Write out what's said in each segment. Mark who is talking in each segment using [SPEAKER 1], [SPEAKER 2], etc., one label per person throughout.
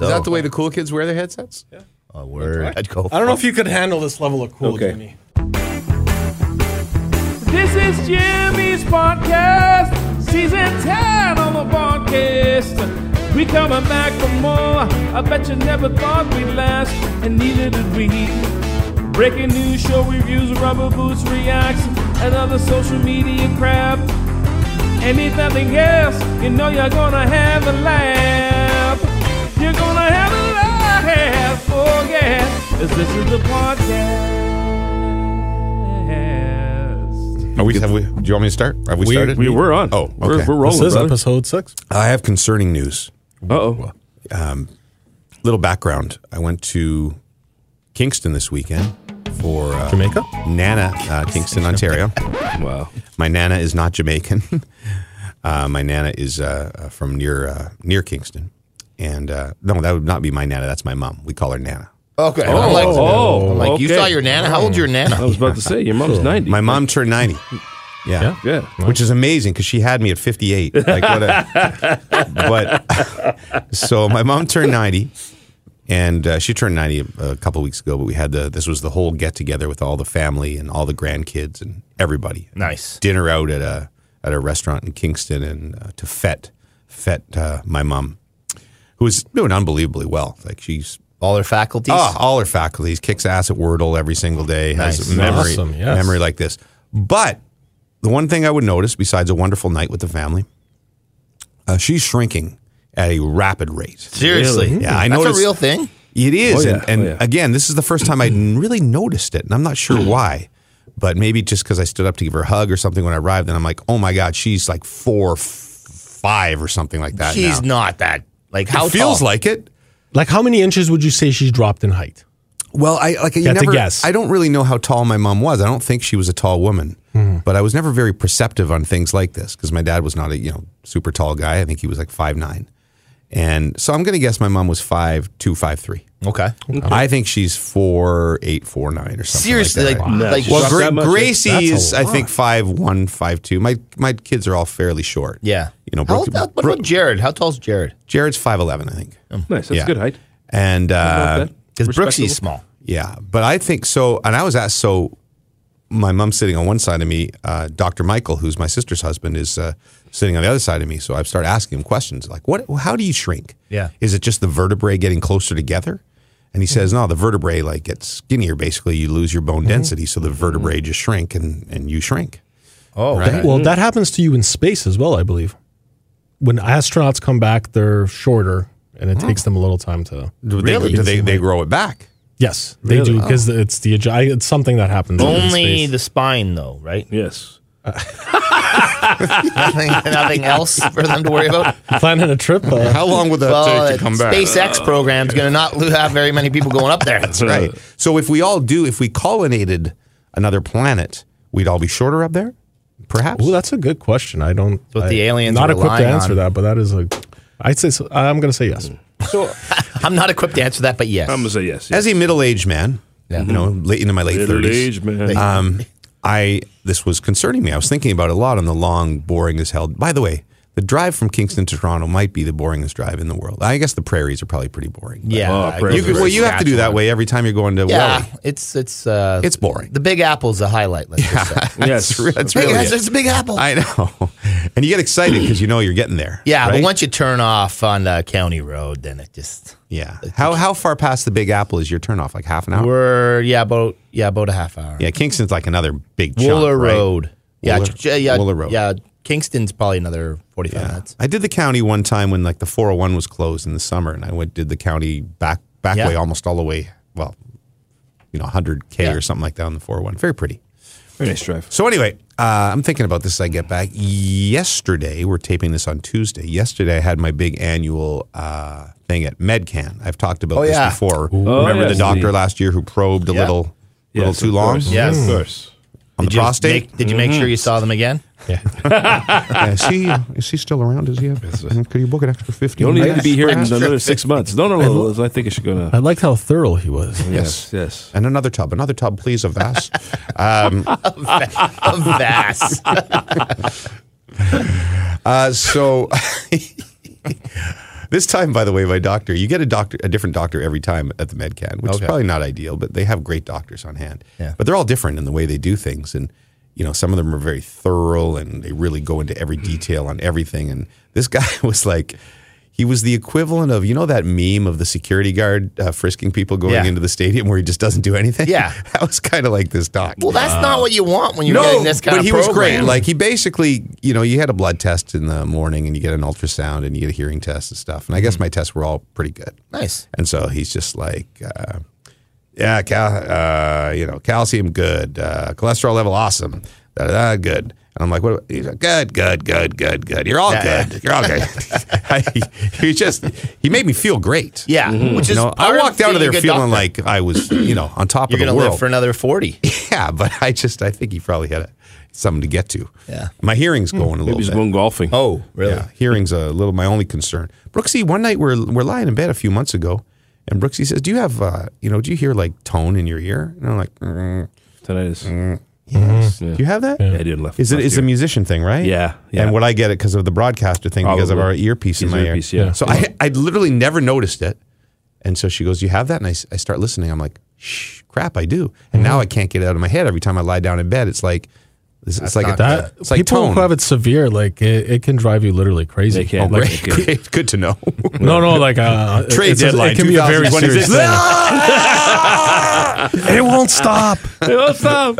[SPEAKER 1] Is that the way the cool kids wear their headsets? Uh,
[SPEAKER 2] A word. I'd go.
[SPEAKER 3] I don't know if you could handle this level of cool,
[SPEAKER 4] Okay.
[SPEAKER 3] Jimmy.
[SPEAKER 5] This is Jimmy's podcast, season 10 on the podcast. We coming back for more. I bet you never thought we'd last, and neither did we. Breaking news, show reviews, rubber boots reacts, and other social media crap. And if nothing else, you know you're gonna have a laugh. You're gonna have a laugh, oh yeah, 'cause this is the podcast.
[SPEAKER 1] Are we, have we? Do you want me to start? Have we,
[SPEAKER 6] We-
[SPEAKER 1] started?
[SPEAKER 6] we were on.
[SPEAKER 1] Oh, okay.
[SPEAKER 6] We're- we're rolling.
[SPEAKER 4] This is
[SPEAKER 6] brother.
[SPEAKER 4] episode six.
[SPEAKER 1] I have concerning news.
[SPEAKER 6] Uh-oh.
[SPEAKER 1] Little background. I went to Kingston this weekend for uh,
[SPEAKER 4] Jamaica?
[SPEAKER 1] Nana, uh, Kingston, Ontario.
[SPEAKER 6] Wow.
[SPEAKER 1] My nana is not Jamaican. uh, my nana is uh, uh, from near uh, near Kingston, and uh, no, that would not be my nana. That's my mom. We call her nana.
[SPEAKER 2] Okay.
[SPEAKER 6] Oh,
[SPEAKER 2] I'm like,
[SPEAKER 6] oh,
[SPEAKER 2] I'm like, you
[SPEAKER 6] okay.
[SPEAKER 2] saw your nana? How old your
[SPEAKER 6] I
[SPEAKER 2] nana?
[SPEAKER 6] was about to say your mom's 90.
[SPEAKER 1] My mom turned ninety. Yeah.
[SPEAKER 4] Yeah.
[SPEAKER 6] yeah.
[SPEAKER 1] Which is amazing because she had me at 58. Like what a, but so my mom turned 90, and uh, she turned 90 a, a couple weeks ago. But we had the this was the whole get together with all the family and all the grandkids and everybody.
[SPEAKER 2] Nice.
[SPEAKER 1] dinner out at a at a restaurant in Kingston and uh, to fete fete uh, my mom, who is doing unbelievably well. Like she's
[SPEAKER 2] All her faculties?
[SPEAKER 1] ah, all her faculties kicks ass at Wordle every single day. Has
[SPEAKER 2] Nice.
[SPEAKER 1] a memory
[SPEAKER 4] Awesome, yes.
[SPEAKER 1] memory like this. But the one thing I would notice, besides a wonderful night with the family, uh, she's shrinking at a rapid rate.
[SPEAKER 2] Seriously.
[SPEAKER 1] Yeah, I
[SPEAKER 2] That's
[SPEAKER 1] noticed-
[SPEAKER 2] a real thing.
[SPEAKER 1] It is,
[SPEAKER 6] Oh, yeah.
[SPEAKER 1] and, and
[SPEAKER 6] Oh, yeah.
[SPEAKER 1] again, this is the first time I really noticed it, and I'm not
[SPEAKER 2] Mm.
[SPEAKER 1] sure why. But maybe just because I stood up to give her a hug or something when I arrived, and I'm like, oh my god, she's like four, f- five or something like that.
[SPEAKER 2] She's
[SPEAKER 1] now.
[SPEAKER 2] not that. Like, how
[SPEAKER 1] It feels
[SPEAKER 2] tall?
[SPEAKER 1] like it.
[SPEAKER 4] Like, how many inches would you say she's dropped in height?
[SPEAKER 1] Well, I like you
[SPEAKER 4] That's a
[SPEAKER 1] never.
[SPEAKER 4] guess.
[SPEAKER 1] I don't really know how tall my mom was. I don't think she was a tall woman, but I was never very perceptive on things like this because my dad was not a you know super tall guy. I think he was like five nine, and so I'm gonna guess my mom was five two five three.
[SPEAKER 2] Okay.
[SPEAKER 1] I think she's four eight four nine or something.
[SPEAKER 2] Seriously,
[SPEAKER 1] like,
[SPEAKER 2] like,
[SPEAKER 1] that.
[SPEAKER 2] like,
[SPEAKER 6] Wow.
[SPEAKER 1] well,
[SPEAKER 6] Not
[SPEAKER 1] Gra-
[SPEAKER 6] that much.
[SPEAKER 1] Gracie
[SPEAKER 4] That's a
[SPEAKER 1] is I think
[SPEAKER 4] lot.
[SPEAKER 1] five one five two. My my kids are all fairly short.
[SPEAKER 2] yeah.
[SPEAKER 1] you know,
[SPEAKER 2] how,
[SPEAKER 1] Brooke,
[SPEAKER 2] old- what about
[SPEAKER 1] Brooke-
[SPEAKER 2] Jared? How tall's Jared?
[SPEAKER 1] Jared's five eleven, I think,
[SPEAKER 6] Nice. That's
[SPEAKER 1] Yeah.
[SPEAKER 6] a good height.
[SPEAKER 1] and uh,
[SPEAKER 6] bad.
[SPEAKER 2] Because Brooksy's
[SPEAKER 6] Respectable.
[SPEAKER 2] small.
[SPEAKER 1] Yeah, but I think so. And I was asked so. My mom's sitting on one side of me. Uh, Dr. Michael, who's my sister's husband, is uh, sitting on the other side of me. So I've started asking him questions like, "What? How do you shrink?
[SPEAKER 2] Yeah.
[SPEAKER 1] is it just the vertebrae getting closer together?" And he says, "No, the vertebrae like gets skinnier. Basically, you lose your bone density, so the vertebrae just shrink, and and you shrink."
[SPEAKER 2] Oh,
[SPEAKER 1] Right.
[SPEAKER 3] Mm.
[SPEAKER 4] Well, that happens to you in space as well, I believe. When astronauts come back, they're shorter, and
[SPEAKER 2] Mm.
[SPEAKER 4] it takes them a little time to.
[SPEAKER 1] Do
[SPEAKER 2] Really?
[SPEAKER 1] They, do they, they grow it back.
[SPEAKER 4] Yes, they do because it's the adj- I- it's something that happens. in
[SPEAKER 2] Oh. Only
[SPEAKER 4] space.
[SPEAKER 2] the spine, though, right?
[SPEAKER 6] Yes.
[SPEAKER 2] nothing, nothing else for them to worry about.
[SPEAKER 4] planning a trip. Uh,
[SPEAKER 1] How long would that
[SPEAKER 2] Well,
[SPEAKER 1] take
[SPEAKER 2] that
[SPEAKER 1] to come back?
[SPEAKER 2] SpaceX program's going to not lo- have very many people going up there. That's
[SPEAKER 1] Right. So if we all do, if we colonized another planet, we'd all be shorter up there, perhaps.
[SPEAKER 4] Ooh, that's a good question. I don't.
[SPEAKER 2] what
[SPEAKER 4] I-
[SPEAKER 2] the aliens
[SPEAKER 4] Not
[SPEAKER 2] are
[SPEAKER 4] equipped to
[SPEAKER 2] relying
[SPEAKER 4] answer
[SPEAKER 2] on. Mm.
[SPEAKER 4] that, but that is a. I'd say so, I'm going to say yes.
[SPEAKER 6] So
[SPEAKER 2] I'm not equipped to answer that, but yes.
[SPEAKER 6] I'm going to say yes. yes.
[SPEAKER 1] as a middle-aged man, you know, late into my late
[SPEAKER 6] Middle
[SPEAKER 1] thirties,
[SPEAKER 6] age, man.
[SPEAKER 1] um, I this was concerning me. I was thinking about it a lot on the long, boring as hell. By the way, the drive from Kingston to Toronto might be the boringest drive in the world. I guess the prairies are probably pretty boring. but-
[SPEAKER 2] yeah.
[SPEAKER 6] Oh,
[SPEAKER 2] I
[SPEAKER 6] praise
[SPEAKER 1] You
[SPEAKER 2] agree.
[SPEAKER 1] could, well, you have to do that way every time you're going to.
[SPEAKER 2] Yeah,
[SPEAKER 1] Welly.
[SPEAKER 2] it's it's uh,
[SPEAKER 1] It's boring.
[SPEAKER 2] The Big Apple's a highlight. Let's just say.
[SPEAKER 6] yes.
[SPEAKER 1] that's
[SPEAKER 2] Hey
[SPEAKER 1] really
[SPEAKER 2] guys,
[SPEAKER 1] it.
[SPEAKER 2] there's a Big Apple.
[SPEAKER 1] I know, and you get excited because you know you're getting there.
[SPEAKER 2] yeah,
[SPEAKER 1] right?
[SPEAKER 2] but once you turn off on the county road, then it just
[SPEAKER 1] yeah. How how far past the Big Apple is your turnoff? Like half an hour.
[SPEAKER 2] we're yeah about yeah about a half hour.
[SPEAKER 1] yeah, Kingston's like another big chunk,
[SPEAKER 2] Wooler
[SPEAKER 1] right?
[SPEAKER 2] Road. Yeah,
[SPEAKER 1] Wooler-
[SPEAKER 2] ch- yeah,
[SPEAKER 1] Wooler Road.
[SPEAKER 2] Yeah, Kingston's probably another forty five
[SPEAKER 1] Yeah.
[SPEAKER 2] minutes.
[SPEAKER 1] I did the county one time when like the 401 was closed in the summer, and I went did the county back back
[SPEAKER 2] Yeah.
[SPEAKER 1] way almost all the way. Well, you know, 100k
[SPEAKER 2] Yeah.
[SPEAKER 1] or something like that on the 401. Very pretty.
[SPEAKER 6] Very nice drive.
[SPEAKER 1] So anyway, uh, I'm thinking about this as I get back. Yesterday, we're taping this on Tuesday. Yesterday, I had my big annual uh, thing at MedCan. I've talked about
[SPEAKER 2] Oh,
[SPEAKER 1] this
[SPEAKER 2] yeah.
[SPEAKER 1] before.
[SPEAKER 6] Oh,
[SPEAKER 1] Remember
[SPEAKER 6] yes.
[SPEAKER 1] the doctor last year who probed a
[SPEAKER 2] Yeah.
[SPEAKER 1] little, little
[SPEAKER 6] Yes,
[SPEAKER 1] too
[SPEAKER 6] of
[SPEAKER 1] long
[SPEAKER 6] course. Mm.
[SPEAKER 2] Yes.
[SPEAKER 6] Of course.
[SPEAKER 1] on
[SPEAKER 2] Did
[SPEAKER 1] the
[SPEAKER 2] you
[SPEAKER 1] prostate? Mm-hmm.
[SPEAKER 2] make- did you make sure you saw them again?
[SPEAKER 1] Yeah, is he is he still around? Is he? Could you book an extra fifty?
[SPEAKER 6] You only need to be here in another six months. No, no, no. I think it should go
[SPEAKER 4] I
[SPEAKER 6] to.
[SPEAKER 4] liked how thorough he was.
[SPEAKER 6] Yes. Yes.
[SPEAKER 1] And another tub, another tub, please, of Vass. um,
[SPEAKER 2] A vast.
[SPEAKER 1] uh, so, This time, by the way, my doctor, you get a doctor, a different doctor every time at the MedCan, which is
[SPEAKER 2] Okay.
[SPEAKER 1] probably not ideal, but they have great doctors on hand.
[SPEAKER 2] Yeah.
[SPEAKER 1] But they're all different in the way they do things, and you know, some of them are very thorough and they really go into every detail on everything. And this guy was like, he was the equivalent of you know that meme of the security guard uh, frisking people going
[SPEAKER 2] Yeah.
[SPEAKER 1] into the stadium where he just doesn't do anything.
[SPEAKER 2] Yeah.
[SPEAKER 1] that was kind of like this doc
[SPEAKER 2] Well, that's not what you want when you're getting this kind
[SPEAKER 1] but
[SPEAKER 2] of
[SPEAKER 1] he was
[SPEAKER 2] program.
[SPEAKER 1] great. Like he basically, you know, you had a blood test in the morning, and you get an ultrasound, and you get a hearing test and stuff. And I guess my tests were all pretty good.
[SPEAKER 2] Mm-hmm. nice.
[SPEAKER 1] And so he's just like, uh, yeah, cal- uh, you know, calcium good, uh, cholesterol level awesome, da, da, da, good. And I'm like, what? He's like, good, good, good, good, good. You're all
[SPEAKER 2] Yeah.
[SPEAKER 1] good. You're all good. I, he just he made me feel great.
[SPEAKER 2] Yeah, which
[SPEAKER 1] Mm-hmm. You
[SPEAKER 2] is
[SPEAKER 1] know,
[SPEAKER 2] part
[SPEAKER 1] I walked out of
[SPEAKER 2] being a
[SPEAKER 1] there
[SPEAKER 2] good
[SPEAKER 1] feeling
[SPEAKER 2] doctor.
[SPEAKER 1] like I was, you know, on top
[SPEAKER 2] you're
[SPEAKER 1] of
[SPEAKER 2] gonna
[SPEAKER 1] the world.
[SPEAKER 2] live for another forty.
[SPEAKER 1] Yeah, but I just I think he probably had a, something to get to.
[SPEAKER 2] Yeah.
[SPEAKER 1] my hearing's going a little
[SPEAKER 6] Maybe he's
[SPEAKER 1] bit.
[SPEAKER 6] going golfing.
[SPEAKER 2] Oh, really?
[SPEAKER 1] Yeah, hearing's a little my only concern. Brooksy, one night we're we're lying in bed a few months ago, and Brooksy says, "Do you have uh, you know? Do you hear like tone in your ear?" And I'm like, mm,
[SPEAKER 6] Tinnitus.
[SPEAKER 4] Mm-hmm.
[SPEAKER 1] "Do you have that?"
[SPEAKER 6] Yeah, I did left.
[SPEAKER 1] Is it
[SPEAKER 6] left
[SPEAKER 1] is a
[SPEAKER 6] ear.
[SPEAKER 1] musician thing, right?
[SPEAKER 6] Yeah, yeah.
[SPEAKER 1] And would I get it because of the broadcaster thing because of our
[SPEAKER 6] Probably.
[SPEAKER 1] earpiece in
[SPEAKER 6] His
[SPEAKER 1] my
[SPEAKER 6] earpiece,
[SPEAKER 1] ear?
[SPEAKER 6] yeah.
[SPEAKER 1] So I I literally never noticed it, and so she goes, "You have that?" And I, s- I start listening. I'm like, "Shh, crap, I do." And
[SPEAKER 4] Mm-hmm.
[SPEAKER 1] now I can't get it out of my head. Every time I lie down in bed, it's like it's, it's like a,
[SPEAKER 2] not
[SPEAKER 4] That
[SPEAKER 1] it's like
[SPEAKER 4] people
[SPEAKER 1] tone.
[SPEAKER 4] who have it severe, like it, it can drive you literally crazy.
[SPEAKER 6] They can.
[SPEAKER 4] Like,
[SPEAKER 6] Like, okay.
[SPEAKER 1] Great, good to know.
[SPEAKER 4] no, no, like uh,
[SPEAKER 1] Trade
[SPEAKER 4] it's a-
[SPEAKER 1] deadline.
[SPEAKER 4] It can be a very
[SPEAKER 1] 2026.
[SPEAKER 4] serious. thing. it won't stop.
[SPEAKER 6] Oh, stop.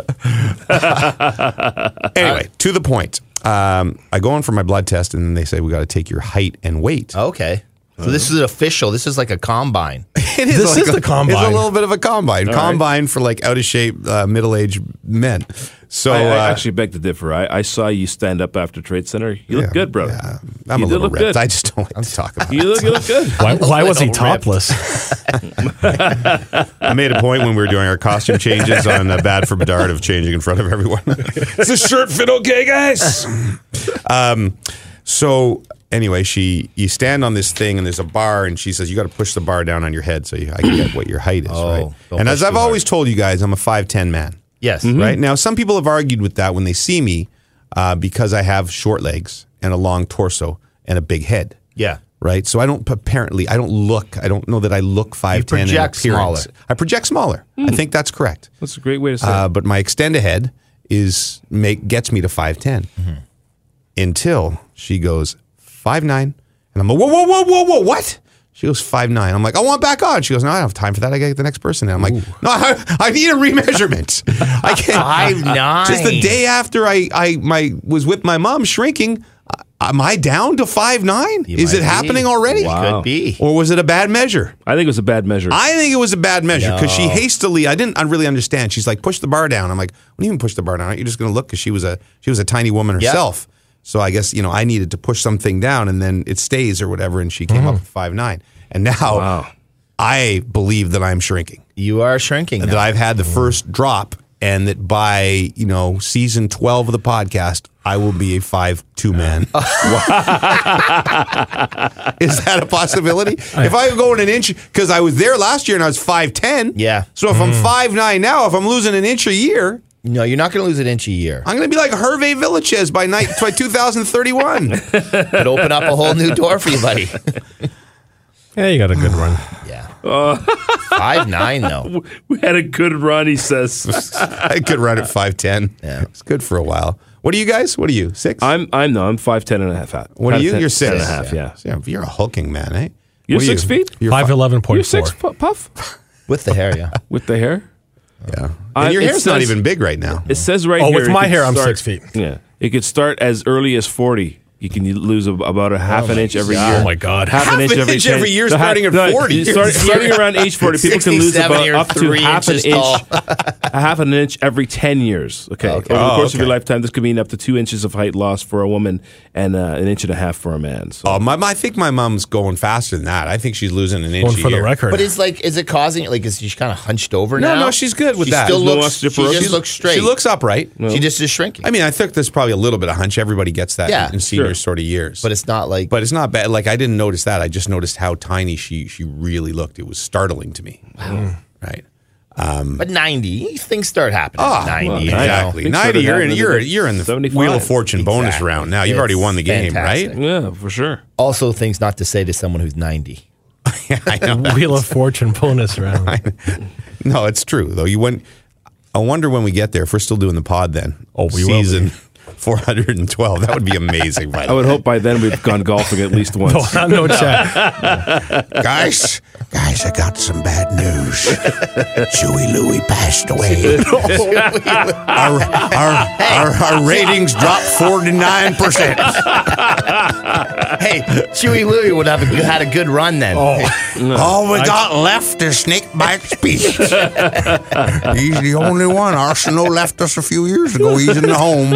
[SPEAKER 1] anyway, to the point. Um, I go in for my blood test, and then they say we got to take your height and
[SPEAKER 6] Oh.
[SPEAKER 1] weight.
[SPEAKER 2] Okay.
[SPEAKER 1] Uh-huh.
[SPEAKER 2] So this is official. This is like a combine.
[SPEAKER 1] It is
[SPEAKER 4] This is the combine.
[SPEAKER 1] It's a little bit of a combine. combine for like out of shape, uh, middle aged men. So
[SPEAKER 6] I, I
[SPEAKER 1] uh,
[SPEAKER 6] actually beg to differ. I, I saw you stand up after Trade Center. You look
[SPEAKER 1] yeah,
[SPEAKER 6] good, brother.
[SPEAKER 1] yeah, I'm
[SPEAKER 6] you
[SPEAKER 1] a
[SPEAKER 6] did
[SPEAKER 1] little
[SPEAKER 6] look
[SPEAKER 1] ripped.
[SPEAKER 6] good.
[SPEAKER 1] I just don't like to talk about.
[SPEAKER 6] you,
[SPEAKER 1] it.
[SPEAKER 6] look, you look good.
[SPEAKER 4] Why, why was he
[SPEAKER 2] Little ripped.
[SPEAKER 4] topless?
[SPEAKER 1] I made a point when we were doing our costume changes on uh, Bad for Bedard of changing in front of everyone. Does this shirt fit okay, guys? um, so anyway, she you stand on this thing and there's a bar and she says you got to push the bar down on your head so you, I can get what your height is. right?
[SPEAKER 2] Oh, don't
[SPEAKER 1] And
[SPEAKER 2] push
[SPEAKER 1] as I've
[SPEAKER 2] too hard.
[SPEAKER 1] always told you guys, I'm a five ten man.
[SPEAKER 2] Yes.
[SPEAKER 1] Right now, some people have argued with that when they see me uh, because I have short legs and a long torso and a big head
[SPEAKER 2] Yeah.
[SPEAKER 1] right? So I don't apparently I don't look I don't know that I look five ten.
[SPEAKER 2] project smaller.
[SPEAKER 1] I project smaller. I think that's correct.
[SPEAKER 6] That's a great way to say
[SPEAKER 1] Uh, but my extend ahead is make gets me to five
[SPEAKER 2] Mm-hmm.
[SPEAKER 1] until she goes five nine, and I'm like whoa whoa whoa whoa whoa what? She goes five nine. I'm like, I want back on. She goes, no, I don't have time for that. I got to get the next person. in. I'm like, no, I, I need a remeasurement. I can't.
[SPEAKER 2] Five nine.
[SPEAKER 1] Just the day after I, I my was with my mom shrinking, uh, am I down to five nine?
[SPEAKER 2] You
[SPEAKER 1] Is
[SPEAKER 2] might
[SPEAKER 1] it
[SPEAKER 2] be.
[SPEAKER 1] happening already?
[SPEAKER 6] Wow.
[SPEAKER 2] Could be.
[SPEAKER 1] Or was it a bad measure?
[SPEAKER 6] I think it was a bad measure.
[SPEAKER 1] I think it was a bad measure because she
[SPEAKER 2] No.
[SPEAKER 1] hastily. I didn't. I really understand. She's like, push the bar down. I'm like, what do you mean push the bar down? Aren't you just going to look? Because she was a she was a tiny woman
[SPEAKER 2] Yeah.
[SPEAKER 1] herself. So I guess you know I needed to push something down, and then it stays or whatever. And she came
[SPEAKER 2] Hmm.
[SPEAKER 1] up with five nine, and now
[SPEAKER 6] Wow.
[SPEAKER 1] I believe that I'm shrinking
[SPEAKER 2] You are shrinking.
[SPEAKER 1] that
[SPEAKER 2] now.
[SPEAKER 1] I've had the first drop, and that by you know season twelve of the podcast, I will be a five two man. Is that a possibility? if I go in an inch, because I was there last year and I was five ten.
[SPEAKER 2] Yeah.
[SPEAKER 1] So if
[SPEAKER 6] Mm.
[SPEAKER 1] I'm five nine now, if I'm losing an inch a year,
[SPEAKER 2] no, you're not going to lose an inch a year.
[SPEAKER 1] I'm going to be like Hervé Villachez by night by 2031.
[SPEAKER 2] Could open up a whole new door for you, buddy.
[SPEAKER 4] Yeah, you got a good run.
[SPEAKER 2] Yeah. Five nine though.
[SPEAKER 6] we had a good run, he says.
[SPEAKER 1] I could run at five ten.
[SPEAKER 2] Yeah.
[SPEAKER 1] It's good for a while. What are you guys? What are you? Six?
[SPEAKER 6] I'm I'm no, I'm five ten and a half out.
[SPEAKER 1] what are you?
[SPEAKER 6] 5'10"
[SPEAKER 1] You're six
[SPEAKER 6] and a half, yeah.
[SPEAKER 1] Yeah, you're a hulking man, eh?
[SPEAKER 6] You're
[SPEAKER 1] What are
[SPEAKER 6] six feet?
[SPEAKER 1] You're
[SPEAKER 4] Five eleven
[SPEAKER 6] You're
[SPEAKER 4] point four.
[SPEAKER 6] six pu- puff
[SPEAKER 2] With the hair, yeah.
[SPEAKER 6] with the hair?
[SPEAKER 1] Yeah. And
[SPEAKER 6] I-
[SPEAKER 1] your
[SPEAKER 6] it
[SPEAKER 1] hair's not
[SPEAKER 6] says-
[SPEAKER 1] even big right now.
[SPEAKER 6] It says right
[SPEAKER 4] Oh,
[SPEAKER 6] here.
[SPEAKER 4] with
[SPEAKER 6] it
[SPEAKER 4] my
[SPEAKER 6] could
[SPEAKER 4] hair, I'm six feet.
[SPEAKER 6] Yeah. It could start as early as 40. You can lose ab- about a half an inch every year.
[SPEAKER 4] Oh my God.
[SPEAKER 6] Half,
[SPEAKER 1] Half
[SPEAKER 6] an inch,
[SPEAKER 1] an
[SPEAKER 6] every,
[SPEAKER 1] inch
[SPEAKER 6] ten-
[SPEAKER 1] every year
[SPEAKER 6] no, half-
[SPEAKER 1] starting at
[SPEAKER 6] no,
[SPEAKER 1] 40.
[SPEAKER 6] you Start, starting around age 40, people can lose
[SPEAKER 2] 67
[SPEAKER 6] about
[SPEAKER 2] years,
[SPEAKER 6] up to
[SPEAKER 2] three
[SPEAKER 6] half an
[SPEAKER 2] inches
[SPEAKER 6] inch,
[SPEAKER 2] tall.
[SPEAKER 6] a half an inch every 10 years. Okay.
[SPEAKER 2] Okay.
[SPEAKER 6] Over the
[SPEAKER 1] Oh,
[SPEAKER 6] course of your
[SPEAKER 1] okay.
[SPEAKER 6] lifetime, this could mean up to two inches of height loss for a woman and uh, an inch and a half for a man. So
[SPEAKER 1] Oh, my, my, I think my mom's going faster than that. I think she's losing an inch.
[SPEAKER 4] Going
[SPEAKER 1] a
[SPEAKER 4] for the
[SPEAKER 1] year.
[SPEAKER 4] record.
[SPEAKER 2] But it's like, is it causing like is she kind of hunched over
[SPEAKER 1] No,
[SPEAKER 2] now?
[SPEAKER 1] no, she's good with
[SPEAKER 2] she
[SPEAKER 1] that.
[SPEAKER 2] Still
[SPEAKER 1] There's no
[SPEAKER 2] looks, she
[SPEAKER 6] osteoporosis.
[SPEAKER 2] just looks straight.
[SPEAKER 1] She looks upright.
[SPEAKER 2] She just is shrinking.
[SPEAKER 1] I mean, I think there's probably a little bit of hunch. Everybody gets that
[SPEAKER 2] Yeah,
[SPEAKER 1] in senior sort of years.
[SPEAKER 2] but it's not like.
[SPEAKER 1] but it's not bad. Like I didn't notice that. I just noticed how tiny she she really looked. It was startling to me. Mm. Right.
[SPEAKER 2] But 90, things start happening.
[SPEAKER 1] Ah,
[SPEAKER 2] at 90.
[SPEAKER 1] well,
[SPEAKER 2] you know.
[SPEAKER 1] exactly.
[SPEAKER 6] I think so.
[SPEAKER 1] Ninety,
[SPEAKER 6] That
[SPEAKER 1] you're in,
[SPEAKER 6] happened
[SPEAKER 1] you're
[SPEAKER 6] in the
[SPEAKER 1] you're in the
[SPEAKER 6] 75.
[SPEAKER 1] wheel of fortune bonus
[SPEAKER 2] Exactly.
[SPEAKER 1] round. Now you've
[SPEAKER 2] It's
[SPEAKER 1] already won the game,
[SPEAKER 2] fantastic.
[SPEAKER 6] Yeah, for sure.
[SPEAKER 2] Also, things not to say to someone who's 90.
[SPEAKER 1] right? I know.
[SPEAKER 4] Wheel of Fortune bonus round.
[SPEAKER 1] No, it's true though. You went. I wonder when we get there if we're still doing the pod then. Oh,
[SPEAKER 4] we will be.
[SPEAKER 1] season four hundred and twelve. That would be amazing. By
[SPEAKER 6] I
[SPEAKER 1] the way,
[SPEAKER 6] would hope by then we've gone golfing at least once.
[SPEAKER 4] No, not no chat.
[SPEAKER 1] guys, guys, I got some bad news. Chewy Louie passed away. our, our, our, our ratings dropped forty nine percent.
[SPEAKER 2] Hey, Chewy Louie would have a, had a good run then.
[SPEAKER 1] Oh. All we got left is snakebite species. he's the only one. Arsenal left us a few years ago. He's in the home.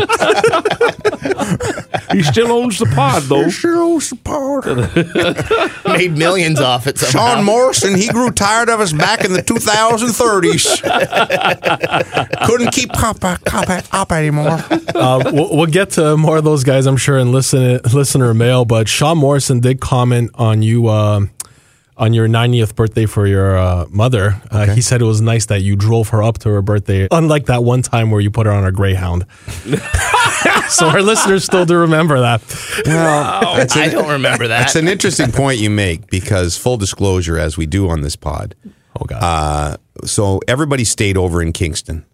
[SPEAKER 6] He still owns the pod though.
[SPEAKER 1] Sure, supporter.
[SPEAKER 2] Made millions off it somehow.
[SPEAKER 1] Sean Morrison, he grew tired of us back in the 2030s. Couldn't keep up, up, up anymore.
[SPEAKER 4] Uh, we'll, we'll get to more of those guys, I'm sure, in listen, listener mail. But Sean Morrison did comment on you um on your 90th birthday for your uh, mother. Uh, He said it was nice that you drove her up to her birthday, unlike that one time where you put her on a Greyhound. so our listeners still do remember that.
[SPEAKER 2] I don't remember that.
[SPEAKER 1] That's an interesting point you make because, full disclosure, as we do on this pod, uh,
[SPEAKER 4] Oh God.
[SPEAKER 1] so everybody stayed over in Kingston.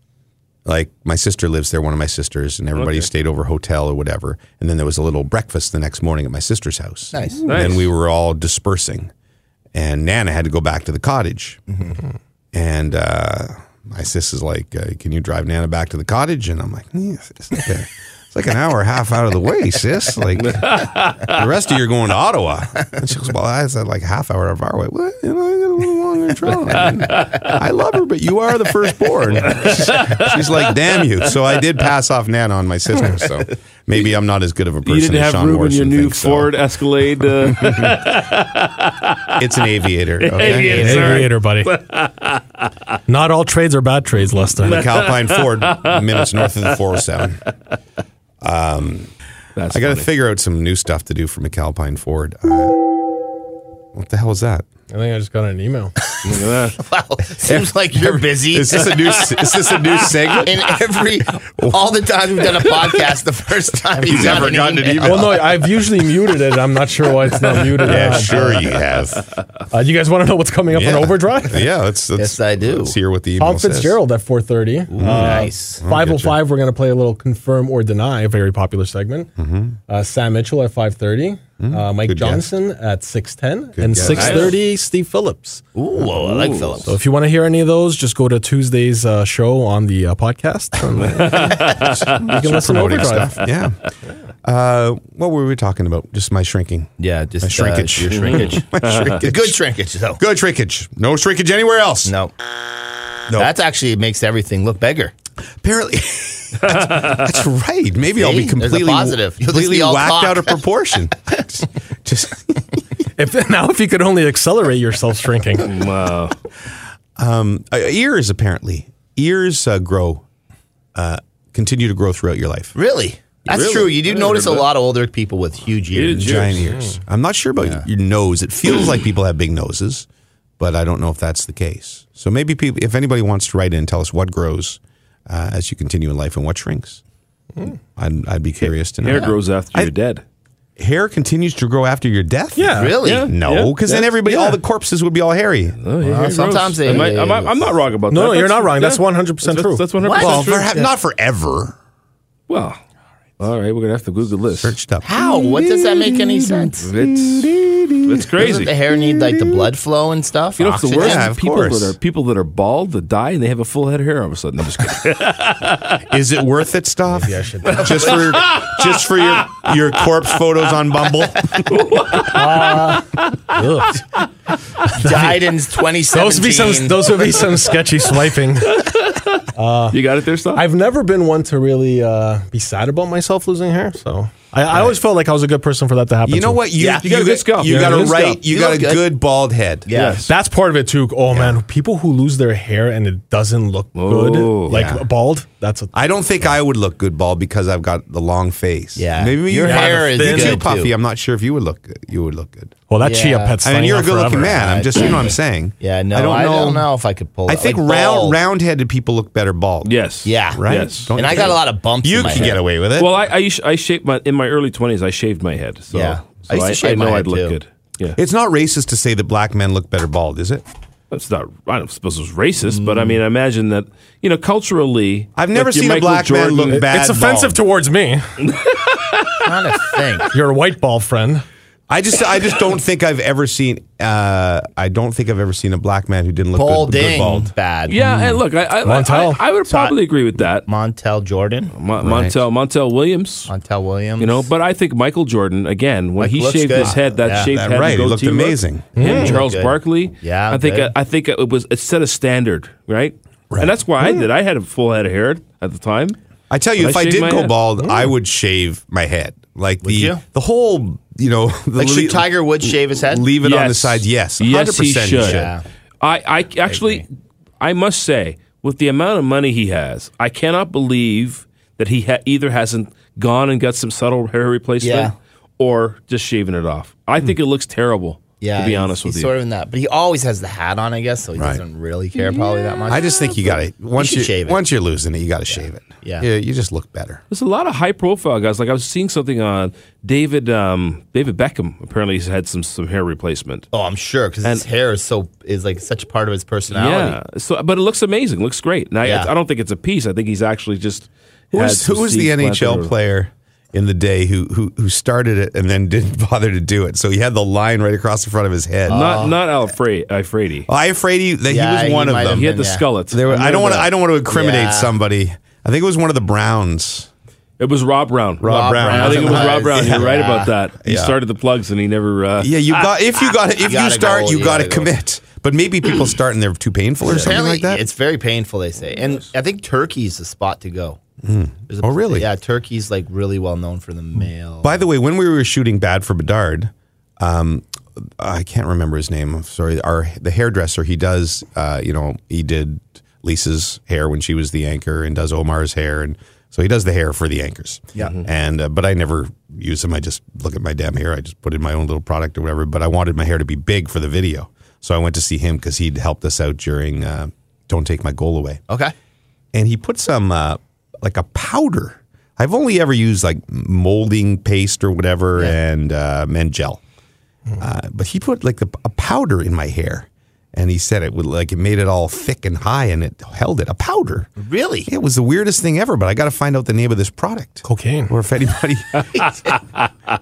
[SPEAKER 1] Like my sister lives there, one of my sisters, and everybody stayed over hotel or whatever. And then there was a little breakfast the next morning at my sister's house.
[SPEAKER 2] Nice.
[SPEAKER 1] And Then we were all dispersing, and Nana had to go back to the cottage. And uh, my sis is like, uh, "Can you drive Nana back to the cottage?" And I'm like, "Yeah, it's like, a, it's like an hour and a half out of the way, sis. Like the rest of you are going to Ottawa." And she goes, "Well, that's uh, like half hour of our way. What? You know, I got a little longer to travel. I, mean, I love her, but you are the firstborn." She's like, "Damn you!" So I did pass off Nana on my sister. So maybe I'm not as good of a person.
[SPEAKER 6] You didn't
[SPEAKER 1] as
[SPEAKER 6] have
[SPEAKER 1] Sean
[SPEAKER 6] room in your
[SPEAKER 1] Morrison
[SPEAKER 6] new
[SPEAKER 1] thinks, so.
[SPEAKER 6] Ford Escalade. Uh,
[SPEAKER 1] It's an aviator. Okay?
[SPEAKER 6] Aviator.
[SPEAKER 1] It's
[SPEAKER 4] Aviator, buddy. Not all trades are bad trades, Lester.
[SPEAKER 1] a Calpine Ford, minutes north of the 407.
[SPEAKER 6] that's
[SPEAKER 1] I got to
[SPEAKER 6] funny.
[SPEAKER 1] figure out some new stuff to do for McAlpine Ford. Uh, what the hell is that?
[SPEAKER 4] I think I just got an email.
[SPEAKER 6] Look at that.
[SPEAKER 2] Wow. Seems like you're busy.
[SPEAKER 1] Is this a new? is this a new segment?
[SPEAKER 2] in every all the times we've done a podcast, the first time he's
[SPEAKER 1] never gotten an email.
[SPEAKER 4] Well, no, I've usually muted it. I'm not sure why it's not muted.
[SPEAKER 1] Yeah, sure you have.
[SPEAKER 4] Uh, you guys want to know what's coming up
[SPEAKER 1] Yeah.
[SPEAKER 4] on Overdrive?
[SPEAKER 1] Yeah, let's, let's
[SPEAKER 2] Yes, I do.
[SPEAKER 1] Let's hear what the email
[SPEAKER 4] Tom Fitzgerald at 4:30.
[SPEAKER 1] Oh.
[SPEAKER 2] nice.
[SPEAKER 4] Five oh five. We're going to play a little confirm or deny, a very popular segment. Uh, Sam Mitchell at five Uh, Mike
[SPEAKER 1] Mm-hmm. Good guess.
[SPEAKER 4] Johnson at six ten, and
[SPEAKER 1] guess.
[SPEAKER 4] six thirty. Steve Phillips.
[SPEAKER 2] Ooh, I like Phillips.
[SPEAKER 1] Oh,
[SPEAKER 4] So if you want to hear any of those, just go to Tuesday's uh, show on the uh, podcast. you can
[SPEAKER 1] Says.
[SPEAKER 4] listen to
[SPEAKER 1] Promoting
[SPEAKER 4] Overdrive.
[SPEAKER 1] stuff. Yeah. Uh, what were we talking about? Just my shrinking.
[SPEAKER 2] Yeah, just
[SPEAKER 1] My shrinkage.
[SPEAKER 2] Uh, your shrinkage.
[SPEAKER 1] My shrinkage.
[SPEAKER 2] Good shrinkage though.
[SPEAKER 1] Good shrinkage. No shrinkage anywhere else.
[SPEAKER 2] No.
[SPEAKER 1] No.
[SPEAKER 2] That's actually makes everything look bigger.
[SPEAKER 1] Apparently, that's, that's right. Maybe I'll be
[SPEAKER 2] See? There's a
[SPEAKER 1] completely
[SPEAKER 2] positive. You'll just
[SPEAKER 1] completely
[SPEAKER 2] be all
[SPEAKER 1] whacked
[SPEAKER 2] cock.
[SPEAKER 1] out of proportion. just, just-
[SPEAKER 4] If now, if you could only accelerate yourself shrinking.
[SPEAKER 6] Wow.
[SPEAKER 1] uh, ears apparently ears uh, grow, uh, continue to grow throughout your life.
[SPEAKER 2] Really? That's
[SPEAKER 6] Really?
[SPEAKER 2] true. You do
[SPEAKER 6] I
[SPEAKER 2] notice a
[SPEAKER 6] remember that.
[SPEAKER 2] lot of older people with huge ears.
[SPEAKER 6] Huge.
[SPEAKER 1] Giant ears. I'm not sure about your nose. It feels like people have big noses, but I don't know if that's the case. So maybe people, if anybody wants to write in and tell us what grows uh, as you continue in life and what shrinks, I'd, I'd be curious to know.
[SPEAKER 6] Hmm. Hair grows after you're dead.
[SPEAKER 1] Hair continues to grow after your death.
[SPEAKER 4] Yeah.
[SPEAKER 2] Really?
[SPEAKER 6] Yeah.
[SPEAKER 1] No, because then
[SPEAKER 6] Yeah.
[SPEAKER 1] everybody, all the corpses would be all hairy.
[SPEAKER 6] Oh, yeah, hair grows.
[SPEAKER 2] sometimes they-
[SPEAKER 6] Am I, am I, am not wrong about
[SPEAKER 4] No,
[SPEAKER 6] that.
[SPEAKER 4] no, you're not wrong. That's
[SPEAKER 6] yeah.
[SPEAKER 4] 100%
[SPEAKER 6] That's-
[SPEAKER 4] true.
[SPEAKER 6] That's 100
[SPEAKER 2] What?
[SPEAKER 1] Well,
[SPEAKER 6] percent true.
[SPEAKER 1] perha- not forever.
[SPEAKER 6] Well, all right, we're gonna have to Google this.
[SPEAKER 1] Searched up.
[SPEAKER 2] How? What does that make any sense?
[SPEAKER 6] It's it's
[SPEAKER 2] Doesn't
[SPEAKER 6] crazy.
[SPEAKER 2] the hair need like the blood flow and stuff?
[SPEAKER 6] You know, it's the
[SPEAKER 2] Oxygen?
[SPEAKER 6] worst.
[SPEAKER 1] Yeah, of
[SPEAKER 6] people
[SPEAKER 1] course.
[SPEAKER 6] that are people that are bald that die and they have a full head of hair all of a sudden. I'm just kidding.
[SPEAKER 1] Is it worth it, stuff? just for just for your your corpse photos on Bumble.
[SPEAKER 4] Ugh.
[SPEAKER 2] Died in 2017.
[SPEAKER 4] Those would be some. Those would be some sketchy swiping.
[SPEAKER 6] you got it there, stuff.
[SPEAKER 4] I've never been one to really uh, be sad about myself losing hair, so I, I always felt like I was a good person for that to happen.
[SPEAKER 1] You know
[SPEAKER 4] to.
[SPEAKER 1] what? You,
[SPEAKER 2] Yeah.
[SPEAKER 6] You got a good scalp.
[SPEAKER 1] You
[SPEAKER 6] Yeah,
[SPEAKER 1] got a
[SPEAKER 6] good
[SPEAKER 1] right.
[SPEAKER 6] scalp.
[SPEAKER 1] You,
[SPEAKER 2] You
[SPEAKER 1] got a
[SPEAKER 2] look
[SPEAKER 1] good,
[SPEAKER 2] good.
[SPEAKER 1] bald head.
[SPEAKER 2] Yes.
[SPEAKER 4] That's part of it too. Oh man, people who lose their hair and it doesn't look
[SPEAKER 6] Oh.
[SPEAKER 4] good, like
[SPEAKER 1] Yeah.
[SPEAKER 4] bald. That's a,
[SPEAKER 1] I don't think I would look good bald because I've got the long face.
[SPEAKER 2] Yeah.
[SPEAKER 1] Maybe
[SPEAKER 2] Your
[SPEAKER 1] you
[SPEAKER 2] hair is
[SPEAKER 1] you're
[SPEAKER 2] good,
[SPEAKER 1] too
[SPEAKER 2] too.
[SPEAKER 1] puffy. I'm not sure if you would look good. You would look good.
[SPEAKER 4] well. That
[SPEAKER 2] Yeah.
[SPEAKER 4] chia pet's.
[SPEAKER 1] I mean,
[SPEAKER 4] staying
[SPEAKER 1] you're a
[SPEAKER 4] on
[SPEAKER 1] good looking
[SPEAKER 4] forever.
[SPEAKER 1] man. I'm just, you know what I'm saying.
[SPEAKER 2] Yeah, no,
[SPEAKER 1] I don't know.
[SPEAKER 2] if I could pull.
[SPEAKER 1] I
[SPEAKER 2] that.
[SPEAKER 1] think
[SPEAKER 2] Like,
[SPEAKER 1] round,
[SPEAKER 2] bald.
[SPEAKER 1] round headed people look better bald.
[SPEAKER 6] Yes.
[SPEAKER 2] Yeah,
[SPEAKER 1] Right?
[SPEAKER 6] Yes.
[SPEAKER 1] Don't
[SPEAKER 2] And
[SPEAKER 1] you
[SPEAKER 2] I got
[SPEAKER 1] think?
[SPEAKER 2] a lot of bumps.
[SPEAKER 1] You
[SPEAKER 2] in my
[SPEAKER 1] can
[SPEAKER 2] head.
[SPEAKER 1] get away with it.
[SPEAKER 6] Well, I I, used- I shaved my in my early twenties. I shaved my head. So,
[SPEAKER 2] Yeah.
[SPEAKER 6] so
[SPEAKER 2] I used to shave my
[SPEAKER 6] know
[SPEAKER 2] head,
[SPEAKER 6] I'd look
[SPEAKER 2] too.
[SPEAKER 6] good. Yeah,
[SPEAKER 1] it's not racist to say that black men look better bald, is it?
[SPEAKER 6] that's not. I don't suppose it was racist, but I mean, I imagine that you know culturally.
[SPEAKER 1] Mm. I've never
[SPEAKER 6] like your
[SPEAKER 1] seen a
[SPEAKER 6] Michael
[SPEAKER 1] black man
[SPEAKER 6] Jordan-
[SPEAKER 1] look bad.
[SPEAKER 4] It's offensive
[SPEAKER 1] bald.
[SPEAKER 4] towards me.
[SPEAKER 2] Not a thing.
[SPEAKER 4] You're a white ball friend.
[SPEAKER 1] I just, I just don't think I've ever seen. Uh, I don't think I've ever seen a black man who didn't look good- good,
[SPEAKER 2] Balding,
[SPEAKER 1] bald.
[SPEAKER 2] bad.
[SPEAKER 6] Yeah, and look, I I, I,
[SPEAKER 4] Montel.
[SPEAKER 6] I would probably agree with that.
[SPEAKER 2] Montel Jordan,
[SPEAKER 6] Mon- Montel Montel Williams.
[SPEAKER 2] Montel Williams.
[SPEAKER 6] You know, but I think Michael Jordan again when
[SPEAKER 2] Like,
[SPEAKER 6] he
[SPEAKER 2] looks
[SPEAKER 6] shaved
[SPEAKER 2] good.
[SPEAKER 6] his head, that
[SPEAKER 2] Yeah.
[SPEAKER 6] shaved
[SPEAKER 1] That
[SPEAKER 6] head,
[SPEAKER 1] right,
[SPEAKER 6] and
[SPEAKER 1] he looked
[SPEAKER 6] goatee look,
[SPEAKER 1] amazing.
[SPEAKER 6] Him, Charles
[SPEAKER 2] good.
[SPEAKER 6] Barkley.
[SPEAKER 2] Yeah,
[SPEAKER 6] I think
[SPEAKER 2] good.
[SPEAKER 6] I think it was it set a standard, right?
[SPEAKER 1] Right. Mm.
[SPEAKER 6] And that's why I did. I had a full head of hair at the time.
[SPEAKER 1] I tell you,
[SPEAKER 6] But
[SPEAKER 1] if
[SPEAKER 6] I
[SPEAKER 1] I
[SPEAKER 6] shave
[SPEAKER 1] did
[SPEAKER 6] my
[SPEAKER 1] go
[SPEAKER 6] head.
[SPEAKER 1] bald, I would shave my head. Like the
[SPEAKER 2] you?
[SPEAKER 1] the whole, you know, the
[SPEAKER 2] like
[SPEAKER 1] le-
[SPEAKER 2] should Tiger Woods shave his head?
[SPEAKER 1] leave it on the
[SPEAKER 6] Yes.
[SPEAKER 1] side. Yes,
[SPEAKER 6] yes, he should.
[SPEAKER 2] Yeah.
[SPEAKER 6] I, I actually, I, must say, with the amount of money he has, I cannot believe that he ha- either hasn't gone and got some subtle hair replacement
[SPEAKER 2] Yeah.
[SPEAKER 6] or just shaving it off. I think it looks terrible.
[SPEAKER 2] Yeah,
[SPEAKER 6] to be
[SPEAKER 2] he's-
[SPEAKER 6] honest with
[SPEAKER 2] he's
[SPEAKER 6] you.
[SPEAKER 2] sort of in that, but he always has the hat on, I guess, so he
[SPEAKER 1] Right.
[SPEAKER 2] doesn't really care probably that much.
[SPEAKER 1] I just think you got to once
[SPEAKER 2] should
[SPEAKER 1] you
[SPEAKER 2] shave it.
[SPEAKER 1] once you're losing it, you got to shave it.
[SPEAKER 2] Yeah.
[SPEAKER 1] yeah, you just look better.
[SPEAKER 6] There's a lot of high profile guys. Like I was seeing something on David um, David Beckham. Apparently, he's had some some hair replacement.
[SPEAKER 2] oh, I'm sure because his
[SPEAKER 6] And-
[SPEAKER 2] hair is so is like such a part of his personality.
[SPEAKER 6] Yeah. So, but it looks amazing. Looks great. And I,
[SPEAKER 2] Yeah.
[SPEAKER 6] I don't think it's a piece. I think he's actually just.
[SPEAKER 1] Who
[SPEAKER 6] had
[SPEAKER 1] was, who
[SPEAKER 6] some
[SPEAKER 1] was the
[SPEAKER 6] seeds
[SPEAKER 1] NHL
[SPEAKER 6] planted or-
[SPEAKER 1] player in the day who, who who started it and then didn't bother to do it? So he had the line right across the front of his head. Oh,
[SPEAKER 6] Not not Alfred Ifredi.
[SPEAKER 1] I afraid he, that
[SPEAKER 2] Uh, Yeah,
[SPEAKER 1] he was
[SPEAKER 2] he
[SPEAKER 1] one of
[SPEAKER 2] might have
[SPEAKER 1] them.
[SPEAKER 6] He had
[SPEAKER 2] then,
[SPEAKER 6] the
[SPEAKER 2] yeah.
[SPEAKER 6] skullet.
[SPEAKER 1] There were, I don't want to. I don't want to incriminate
[SPEAKER 2] Yeah.
[SPEAKER 1] somebody. I think it was one of the Browns.
[SPEAKER 6] It was Rob Brown.
[SPEAKER 1] Rob Brown.
[SPEAKER 6] I think it was Rob Brown.
[SPEAKER 2] Yeah.
[SPEAKER 6] You're right about that. He
[SPEAKER 1] Yeah.
[SPEAKER 6] started the plugs and he never. Uh,
[SPEAKER 1] Yeah, you got if you got if you,
[SPEAKER 2] gotta
[SPEAKER 1] start,
[SPEAKER 2] go,
[SPEAKER 1] you,
[SPEAKER 2] you
[SPEAKER 1] got to
[SPEAKER 2] gotta go.
[SPEAKER 1] commit. But maybe people start and they're too painful or something
[SPEAKER 2] Apparently,
[SPEAKER 1] like that.
[SPEAKER 2] it's very painful. They say, and I think Turkey's the spot to go. There's a-
[SPEAKER 1] Oh, really?
[SPEAKER 2] Yeah, Turkey's like really well known for the male.
[SPEAKER 1] By the way, when we were shooting Bad for Bedard, um, I can't remember his name. I'm sorry. Our the hairdresser he does, uh, you know, he did Lisa's hair when she was the anchor, and does Omar's hair, and so he does the hair for the anchors. Yeah. And uh, but I never use him. I just look at my damn hair. I just put in my own little product or whatever. But I wanted my hair to be big for the video, so I went to see him because he'd helped us out during uh, "Don't Take My Goal Away."
[SPEAKER 2] okay,
[SPEAKER 1] and he put some uh, like a powder. I've only ever used like molding paste or whatever and uh, and gel, uh, but he put like a, a powder in my hair, and he said it would like it made it all thick and high, and it held it a powder.
[SPEAKER 2] really?
[SPEAKER 1] It was the weirdest thing ever, but I got to find out the name of this product
[SPEAKER 4] Cocaine.
[SPEAKER 1] or if anybody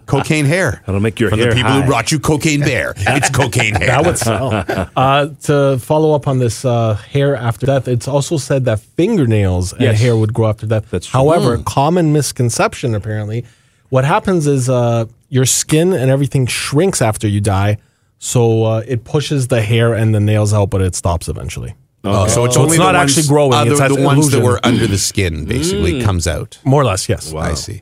[SPEAKER 1] cocaine hair.
[SPEAKER 6] That'll make your
[SPEAKER 1] From
[SPEAKER 6] hair
[SPEAKER 1] the people
[SPEAKER 6] high.
[SPEAKER 1] who brought you cocaine bear. It's cocaine hair.
[SPEAKER 4] That would sell. uh, to follow up on this uh, hair after death, it's also said that fingernails and
[SPEAKER 6] Yes.
[SPEAKER 4] hair would grow after death.
[SPEAKER 6] That's true. Hmm.
[SPEAKER 4] However, common misconception apparently, what happens is uh, your skin and everything shrinks after you die, so uh, it pushes the hair and the nails out, but it stops eventually.
[SPEAKER 1] Oh, so it's
[SPEAKER 4] So
[SPEAKER 1] only
[SPEAKER 4] it's not
[SPEAKER 1] the ones-
[SPEAKER 4] actually growing,
[SPEAKER 1] uh, the,
[SPEAKER 4] it's
[SPEAKER 1] the
[SPEAKER 4] as an
[SPEAKER 1] ones that
[SPEAKER 4] illusion.
[SPEAKER 1] were under the skin basically comes out.
[SPEAKER 4] More or less, yes.
[SPEAKER 1] I see.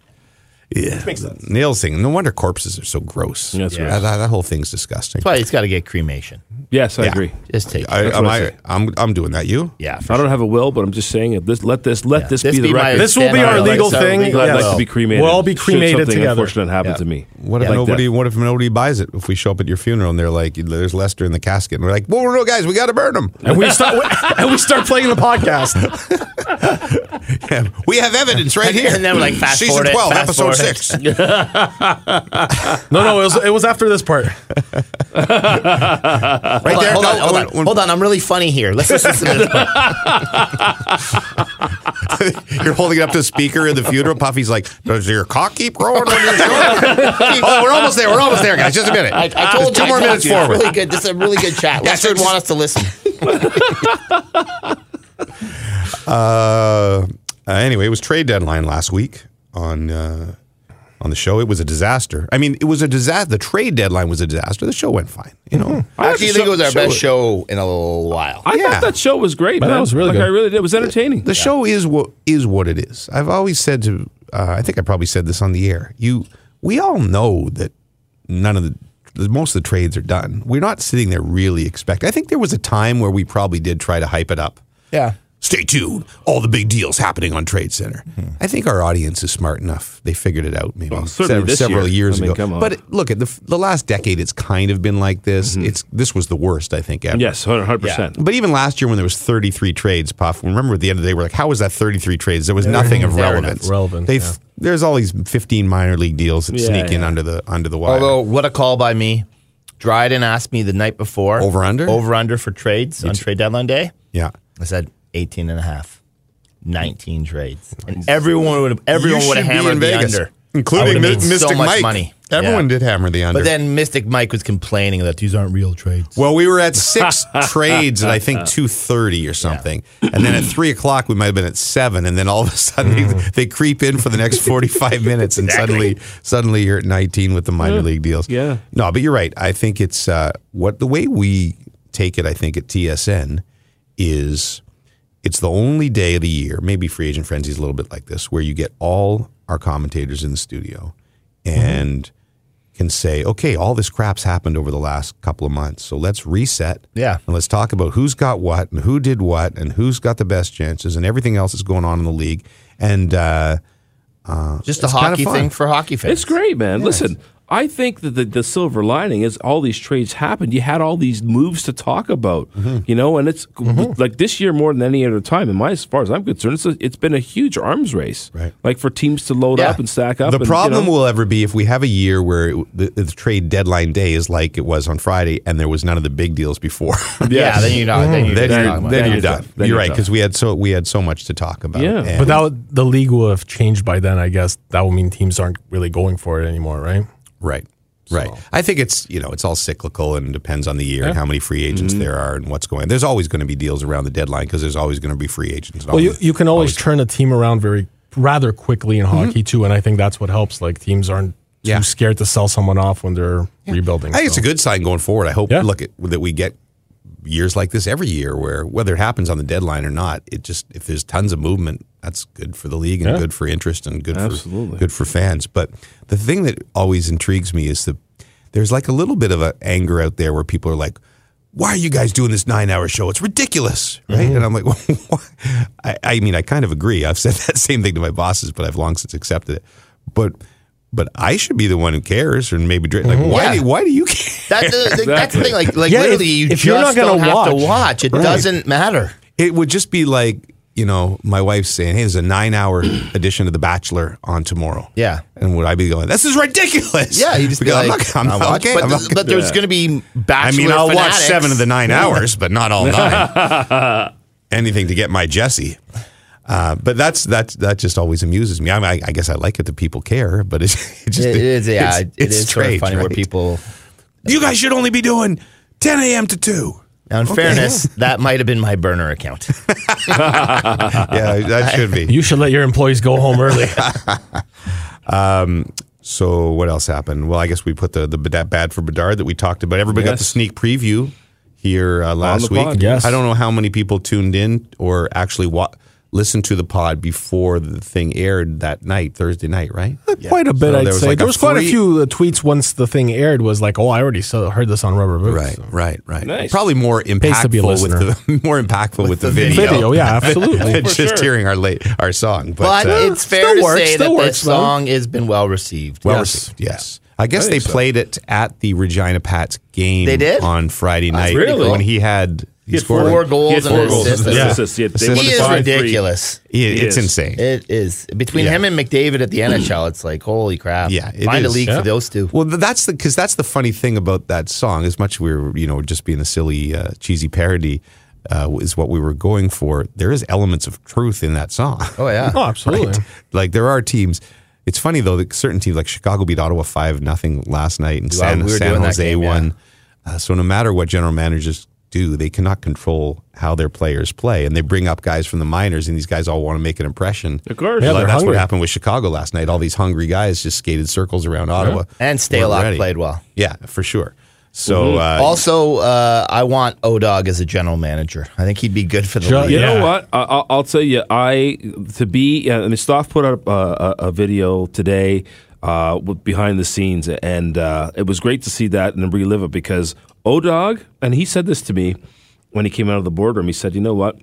[SPEAKER 1] Yeah. Nail thing. No wonder corpses are so gross.
[SPEAKER 6] That's
[SPEAKER 1] yeah.
[SPEAKER 6] gross.
[SPEAKER 1] That, that whole thing's disgusting.
[SPEAKER 2] But he's got to get cremation.
[SPEAKER 6] Yes, I agree.
[SPEAKER 2] Just take.
[SPEAKER 1] I,
[SPEAKER 2] it.
[SPEAKER 1] am
[SPEAKER 6] what I
[SPEAKER 1] I,
[SPEAKER 6] said.
[SPEAKER 1] I'm, I'm doing that. You?
[SPEAKER 2] yeah, for
[SPEAKER 6] I don't have a will, but I'm just saying it. This let this let this,
[SPEAKER 2] This
[SPEAKER 6] be the
[SPEAKER 2] be my-
[SPEAKER 6] record.
[SPEAKER 4] This will be
[SPEAKER 2] Stand
[SPEAKER 4] our
[SPEAKER 2] on it.
[SPEAKER 4] legal
[SPEAKER 2] Like, so
[SPEAKER 4] thing.
[SPEAKER 2] we got
[SPEAKER 6] I'd
[SPEAKER 2] Yes.
[SPEAKER 6] like to be cremated.
[SPEAKER 4] We'll all be
[SPEAKER 6] Should
[SPEAKER 4] cremated
[SPEAKER 6] something
[SPEAKER 4] together.
[SPEAKER 6] Unfortunate happen to me.
[SPEAKER 1] What if
[SPEAKER 6] Like
[SPEAKER 1] nobody?
[SPEAKER 6] that.
[SPEAKER 1] What if nobody buys it? If we show up at your funeral and they're like, "There's Lester in the casket," and we're like, "Whoa, no, guys, we got to burn him.
[SPEAKER 4] And we start and we start playing the podcast.
[SPEAKER 1] we have evidence right here."
[SPEAKER 2] And Mm. then we're like, fast
[SPEAKER 1] season
[SPEAKER 2] forward it,
[SPEAKER 1] twelve,
[SPEAKER 2] fast
[SPEAKER 1] episode
[SPEAKER 2] forward it.
[SPEAKER 1] six.
[SPEAKER 4] No, no, it was it was after this part.
[SPEAKER 1] Right
[SPEAKER 2] Hold on,
[SPEAKER 1] there.
[SPEAKER 2] hold
[SPEAKER 1] No,
[SPEAKER 2] on, hold
[SPEAKER 1] when-
[SPEAKER 2] on,
[SPEAKER 1] when-
[SPEAKER 2] hold on. I'm really funny here. Let's just listen to this. part.
[SPEAKER 1] You're holding it up to the speaker in the funeral. Puffy's like, "Does your cock keep growing?" When you're oh, we're almost there. We're almost there, guys. Just a minute.
[SPEAKER 2] I, I told you.
[SPEAKER 1] two
[SPEAKER 2] I
[SPEAKER 1] more
[SPEAKER 2] told
[SPEAKER 1] minutes
[SPEAKER 2] you, it's
[SPEAKER 1] forward.
[SPEAKER 2] Really good. This is a really good chat.
[SPEAKER 1] Yeah,
[SPEAKER 2] Lester would
[SPEAKER 1] just-
[SPEAKER 2] want us to listen.
[SPEAKER 1] Uh, uh, anyway, it was trade deadline last week on uh, on the show. It was a disaster. I mean, it was a disaster. The trade deadline was a disaster. The show went fine. You know,
[SPEAKER 2] I actually think it was our best show in a little while.
[SPEAKER 6] I
[SPEAKER 1] Yeah.
[SPEAKER 6] thought that show was great.
[SPEAKER 4] Man, that
[SPEAKER 6] man.
[SPEAKER 4] was really
[SPEAKER 6] like,
[SPEAKER 4] good.
[SPEAKER 6] I really did. It was entertaining.
[SPEAKER 1] the show is what is what it is. I've always said to. Uh, I think I probably said this on the air. You we all know that none of the that most of the trades are done. We're not sitting there really expecting. I think there was a time where we probably did try to hype it up.
[SPEAKER 2] Yeah.
[SPEAKER 1] Stay tuned. All the big deals happening on Trade Center. I think our audience is smart enough. They figured it out maybe
[SPEAKER 6] Well, certainly
[SPEAKER 1] sev-
[SPEAKER 6] this
[SPEAKER 1] several
[SPEAKER 6] year.
[SPEAKER 1] years
[SPEAKER 6] I mean,
[SPEAKER 1] ago.
[SPEAKER 6] come on.
[SPEAKER 1] But it- look at the, f- the last decade. It's kind of been like this. It's this was the worst I think ever.
[SPEAKER 6] Yes, 100%.
[SPEAKER 1] But even last year when there was 33 trades, Puff, remember at the end of the day, we're like, how was that 33 trades? There was nothing of
[SPEAKER 4] fair enough.
[SPEAKER 1] relevance.
[SPEAKER 4] Relevant,
[SPEAKER 1] They've,
[SPEAKER 4] yeah.
[SPEAKER 1] There's all these 15 minor league deals that
[SPEAKER 6] Yeah,
[SPEAKER 1] sneak in
[SPEAKER 6] yeah.
[SPEAKER 1] under the under the wire.
[SPEAKER 2] Although, what a call by me. Dryden asked me the night before.
[SPEAKER 1] Over under?
[SPEAKER 2] Over under for trades on trade deadline day.
[SPEAKER 1] yeah.
[SPEAKER 2] I said 18 and a half. 19 trades. And everyone would have everyone would have hammered the under. I
[SPEAKER 1] including
[SPEAKER 2] would've
[SPEAKER 1] Mi-
[SPEAKER 2] made
[SPEAKER 1] Mystic
[SPEAKER 2] so much
[SPEAKER 1] Mike.
[SPEAKER 2] money.
[SPEAKER 1] Everyone
[SPEAKER 2] Yeah.
[SPEAKER 1] did hammer the under.
[SPEAKER 2] But then Mystic Mike was complaining that these aren't real trades.
[SPEAKER 1] well, we were at six trades at I think two thirty or something, and then at three o'clock we might have been at seven, and then all of a sudden
[SPEAKER 6] Mm.
[SPEAKER 1] they, they creep in for the next forty five minutes, and suddenly suddenly you're at nineteen with the minor league deals.
[SPEAKER 6] yeah.
[SPEAKER 1] no, but you're right. I think it's uh, what the way we take it. I think at TSN is it's the only day of the year, maybe free agent frenzy is a little bit like this, where you get all our commentators in the studio and can say, okay, all this crap's happened over the last couple of months. So let's reset.
[SPEAKER 2] Yeah.
[SPEAKER 1] And let's talk about who's got what and who did what and who's got the best chances and everything else that's going on in the league. And uh,
[SPEAKER 2] Just a
[SPEAKER 1] it's kinda
[SPEAKER 2] hockey
[SPEAKER 1] fun.
[SPEAKER 2] thing for hockey fans.
[SPEAKER 6] It's great, man. Listen, I think that the, the silver lining is all these trades happened. You had all these moves to talk about,
[SPEAKER 2] Mm-hmm.
[SPEAKER 6] you know, and it's like this year more than any other time. In my, as far as I'm concerned, it's, a, it's been a huge arms race,
[SPEAKER 1] Right.
[SPEAKER 6] Like for teams to load
[SPEAKER 2] Yeah.
[SPEAKER 6] up and stack up.
[SPEAKER 1] the
[SPEAKER 6] and, you
[SPEAKER 1] problem
[SPEAKER 6] know,
[SPEAKER 1] will ever be if we have a year where it, the, the trade deadline day is like it was on Friday and there was none of the big deals before.
[SPEAKER 2] Yeah, then you know. Then
[SPEAKER 1] Mm. then
[SPEAKER 2] you're, just
[SPEAKER 1] you're,
[SPEAKER 2] talking
[SPEAKER 1] then
[SPEAKER 2] about that.
[SPEAKER 1] you're
[SPEAKER 6] you're
[SPEAKER 1] done.
[SPEAKER 6] done.
[SPEAKER 1] you're
[SPEAKER 6] Then you're
[SPEAKER 1] right
[SPEAKER 6] done.
[SPEAKER 1] because we had so we had so much to talk about.
[SPEAKER 6] Yeah.
[SPEAKER 1] And-
[SPEAKER 4] But that would, the league will have changed by then, I guess. That will mean teams aren't really going for it anymore, right?
[SPEAKER 1] Right. Right. I think it's, you know, it's all cyclical and depends on the year and how many free agents
[SPEAKER 4] Mm-hmm.
[SPEAKER 1] there are and what's going on. There's always going to be deals around the deadline because there's always going to be free agents.
[SPEAKER 4] Well, you, you can always turn a team around very rather quickly in hockey too, and I think that's what helps. Like teams aren't too
[SPEAKER 1] Mm-hmm. Yeah.
[SPEAKER 4] scared to sell someone off when they're rebuilding.
[SPEAKER 1] I think it's
[SPEAKER 4] so.
[SPEAKER 1] a good sign going forward. I hope,
[SPEAKER 4] Yeah.
[SPEAKER 1] look, it, that we get years like this every year where whether it happens on the deadline or not, it just, if there's tons of movement, that's good for the league and good for interest and good for,
[SPEAKER 6] Absolutely.
[SPEAKER 1] good for fans. But the thing that always intrigues me is the, there's like a little bit of an anger out there where people are like, why are you guys doing this nine hour show? It's ridiculous, right? And I'm like, well, why? I, I mean, I kind of agree. I've said that same thing to my bosses, but I've long since accepted it. But but I should be the one who cares, and maybe dr- like why
[SPEAKER 2] Yeah.
[SPEAKER 1] do, why do you care?
[SPEAKER 2] That- that- That's the thing. Like, like
[SPEAKER 4] Yeah, if-
[SPEAKER 2] literally, you
[SPEAKER 4] if
[SPEAKER 2] just
[SPEAKER 4] you're not
[SPEAKER 2] don't
[SPEAKER 4] gonna
[SPEAKER 2] have to
[SPEAKER 4] watch.
[SPEAKER 2] watch. It doesn't matter.
[SPEAKER 1] It would just be like you know my wife saying, hey, there's a nine hour edition of The Bachelor on tomorrow.
[SPEAKER 2] Yeah.
[SPEAKER 1] and would I be going? This is ridiculous.
[SPEAKER 2] Yeah, you just be
[SPEAKER 1] Because
[SPEAKER 2] like,
[SPEAKER 1] I'm not, I'm
[SPEAKER 2] I'll
[SPEAKER 1] not-
[SPEAKER 2] watch.
[SPEAKER 1] okay,
[SPEAKER 2] But,
[SPEAKER 1] I'm not
[SPEAKER 2] th-
[SPEAKER 1] gonna
[SPEAKER 2] but
[SPEAKER 1] do
[SPEAKER 2] there's
[SPEAKER 1] that.
[SPEAKER 2] going to be
[SPEAKER 1] I
[SPEAKER 2] bachelor.
[SPEAKER 1] mean, I'll watch
[SPEAKER 2] fanatics.
[SPEAKER 1] seven of the nine hours, but not all nine. Anything to get my Jesse. Uh, but that's that that just always amuses me. I, mean, I, I guess I like it that people care, but it's it just
[SPEAKER 2] It is, yeah,
[SPEAKER 1] it's,
[SPEAKER 2] it's, it is sort of
[SPEAKER 1] strange,
[SPEAKER 2] funny where
[SPEAKER 1] right?
[SPEAKER 2] people.
[SPEAKER 1] You guys should only be doing 10 a.m. to two.
[SPEAKER 2] Now, in fairness, that might have been my burner account.
[SPEAKER 1] Yeah, that should be.
[SPEAKER 4] You should let your employees go home early.
[SPEAKER 1] So what else happened? Well, I guess we put the the Bedard- bad for Bedard that we talked about. Everybody got the
[SPEAKER 6] Yes.
[SPEAKER 1] sneak preview here uh, last
[SPEAKER 6] the
[SPEAKER 1] week.
[SPEAKER 6] pod,
[SPEAKER 4] yes.
[SPEAKER 1] I don't know how many people tuned in or actually wa- listened to the pod before the thing aired that night, Thursday night, right?
[SPEAKER 4] Quite a bit,
[SPEAKER 1] So
[SPEAKER 4] I'd
[SPEAKER 1] there was
[SPEAKER 4] say.
[SPEAKER 1] like a
[SPEAKER 4] there was quite
[SPEAKER 1] free-
[SPEAKER 4] a few uh, tweets once the thing aired was like, "Oh, I already saw, heard this on Rubber Boots."
[SPEAKER 1] Right, right, right.
[SPEAKER 6] Nice.
[SPEAKER 1] Probably more
[SPEAKER 4] to be a
[SPEAKER 1] impactful with the more impactful with, the, video.
[SPEAKER 4] Video, yeah, absolutely.
[SPEAKER 1] than just
[SPEAKER 6] sure.
[SPEAKER 1] hearing our late our song, but,
[SPEAKER 2] But
[SPEAKER 1] uh,
[SPEAKER 2] it's fair
[SPEAKER 4] still
[SPEAKER 2] to
[SPEAKER 4] works,
[SPEAKER 2] say
[SPEAKER 4] still
[SPEAKER 2] that
[SPEAKER 4] works,
[SPEAKER 2] this
[SPEAKER 4] though.
[SPEAKER 2] song has been well received.
[SPEAKER 1] Well
[SPEAKER 4] Yes.
[SPEAKER 1] received, yes. I guess they played it at the Regina Pats game.
[SPEAKER 2] They did?
[SPEAKER 1] on Friday night.
[SPEAKER 2] That's pretty Really? cool.
[SPEAKER 1] When he had he,
[SPEAKER 6] had
[SPEAKER 1] scored
[SPEAKER 2] four
[SPEAKER 1] like-
[SPEAKER 2] goals
[SPEAKER 6] He had
[SPEAKER 2] and
[SPEAKER 6] four
[SPEAKER 2] an
[SPEAKER 6] goals
[SPEAKER 2] assist.
[SPEAKER 6] and
[SPEAKER 2] Yeah.
[SPEAKER 6] an assist. He had- they
[SPEAKER 1] Assist.
[SPEAKER 6] won
[SPEAKER 2] he
[SPEAKER 6] the
[SPEAKER 2] is
[SPEAKER 6] five, three.
[SPEAKER 2] ridiculous.
[SPEAKER 1] It-
[SPEAKER 6] He
[SPEAKER 1] it's
[SPEAKER 6] is.
[SPEAKER 1] insane.
[SPEAKER 2] It is between
[SPEAKER 1] Yeah.
[SPEAKER 2] him and McDavid at the NHL. It's like holy crap.
[SPEAKER 1] yeah, it
[SPEAKER 2] find a
[SPEAKER 1] is.
[SPEAKER 2] league
[SPEAKER 4] Yeah.
[SPEAKER 2] for those two.
[SPEAKER 1] Well, th- that's the because that's the funny thing about that song. As much we were, you know, just being a silly, uh, cheesy parody uh, is what we were going for. There is elements of truth in that song.
[SPEAKER 2] Oh yeah.
[SPEAKER 4] Oh, absolutely.
[SPEAKER 1] Right? Like there are teams. It's funny though that certain teams like Chicago beat Ottawa five nothing last night, and
[SPEAKER 2] Wow,
[SPEAKER 1] San,
[SPEAKER 2] we were
[SPEAKER 1] San
[SPEAKER 2] doing that
[SPEAKER 1] Jose
[SPEAKER 2] game, yeah.
[SPEAKER 1] won. Uh, so no matter what general managers do, they cannot control how their players play, and they bring up guys from the minors, and these guys all want to make an impression.
[SPEAKER 6] Of course.
[SPEAKER 4] Yeah,
[SPEAKER 1] Like,
[SPEAKER 4] they're
[SPEAKER 1] that's
[SPEAKER 4] hungry.
[SPEAKER 1] what happened with Chicago last night. All these hungry guys just skated circles around Ottawa. Weren't
[SPEAKER 2] And Stalock
[SPEAKER 1] ready.
[SPEAKER 2] played well.
[SPEAKER 1] Yeah, for sure. So
[SPEAKER 6] Mm-hmm.
[SPEAKER 1] uh,
[SPEAKER 2] Also, uh, I want Odog as a general manager. I think he'd be good for the
[SPEAKER 4] Ju-
[SPEAKER 2] league.
[SPEAKER 6] You
[SPEAKER 4] Yeah.
[SPEAKER 6] know what? I, I'll, I'll tell you. I to be. Uh, I mean, Stoff put up uh, a, a video today uh, with behind the scenes, and uh, it was great to see that and relive it because Odog, and he said this to me when he came out of the boardroom. He said, "You know what?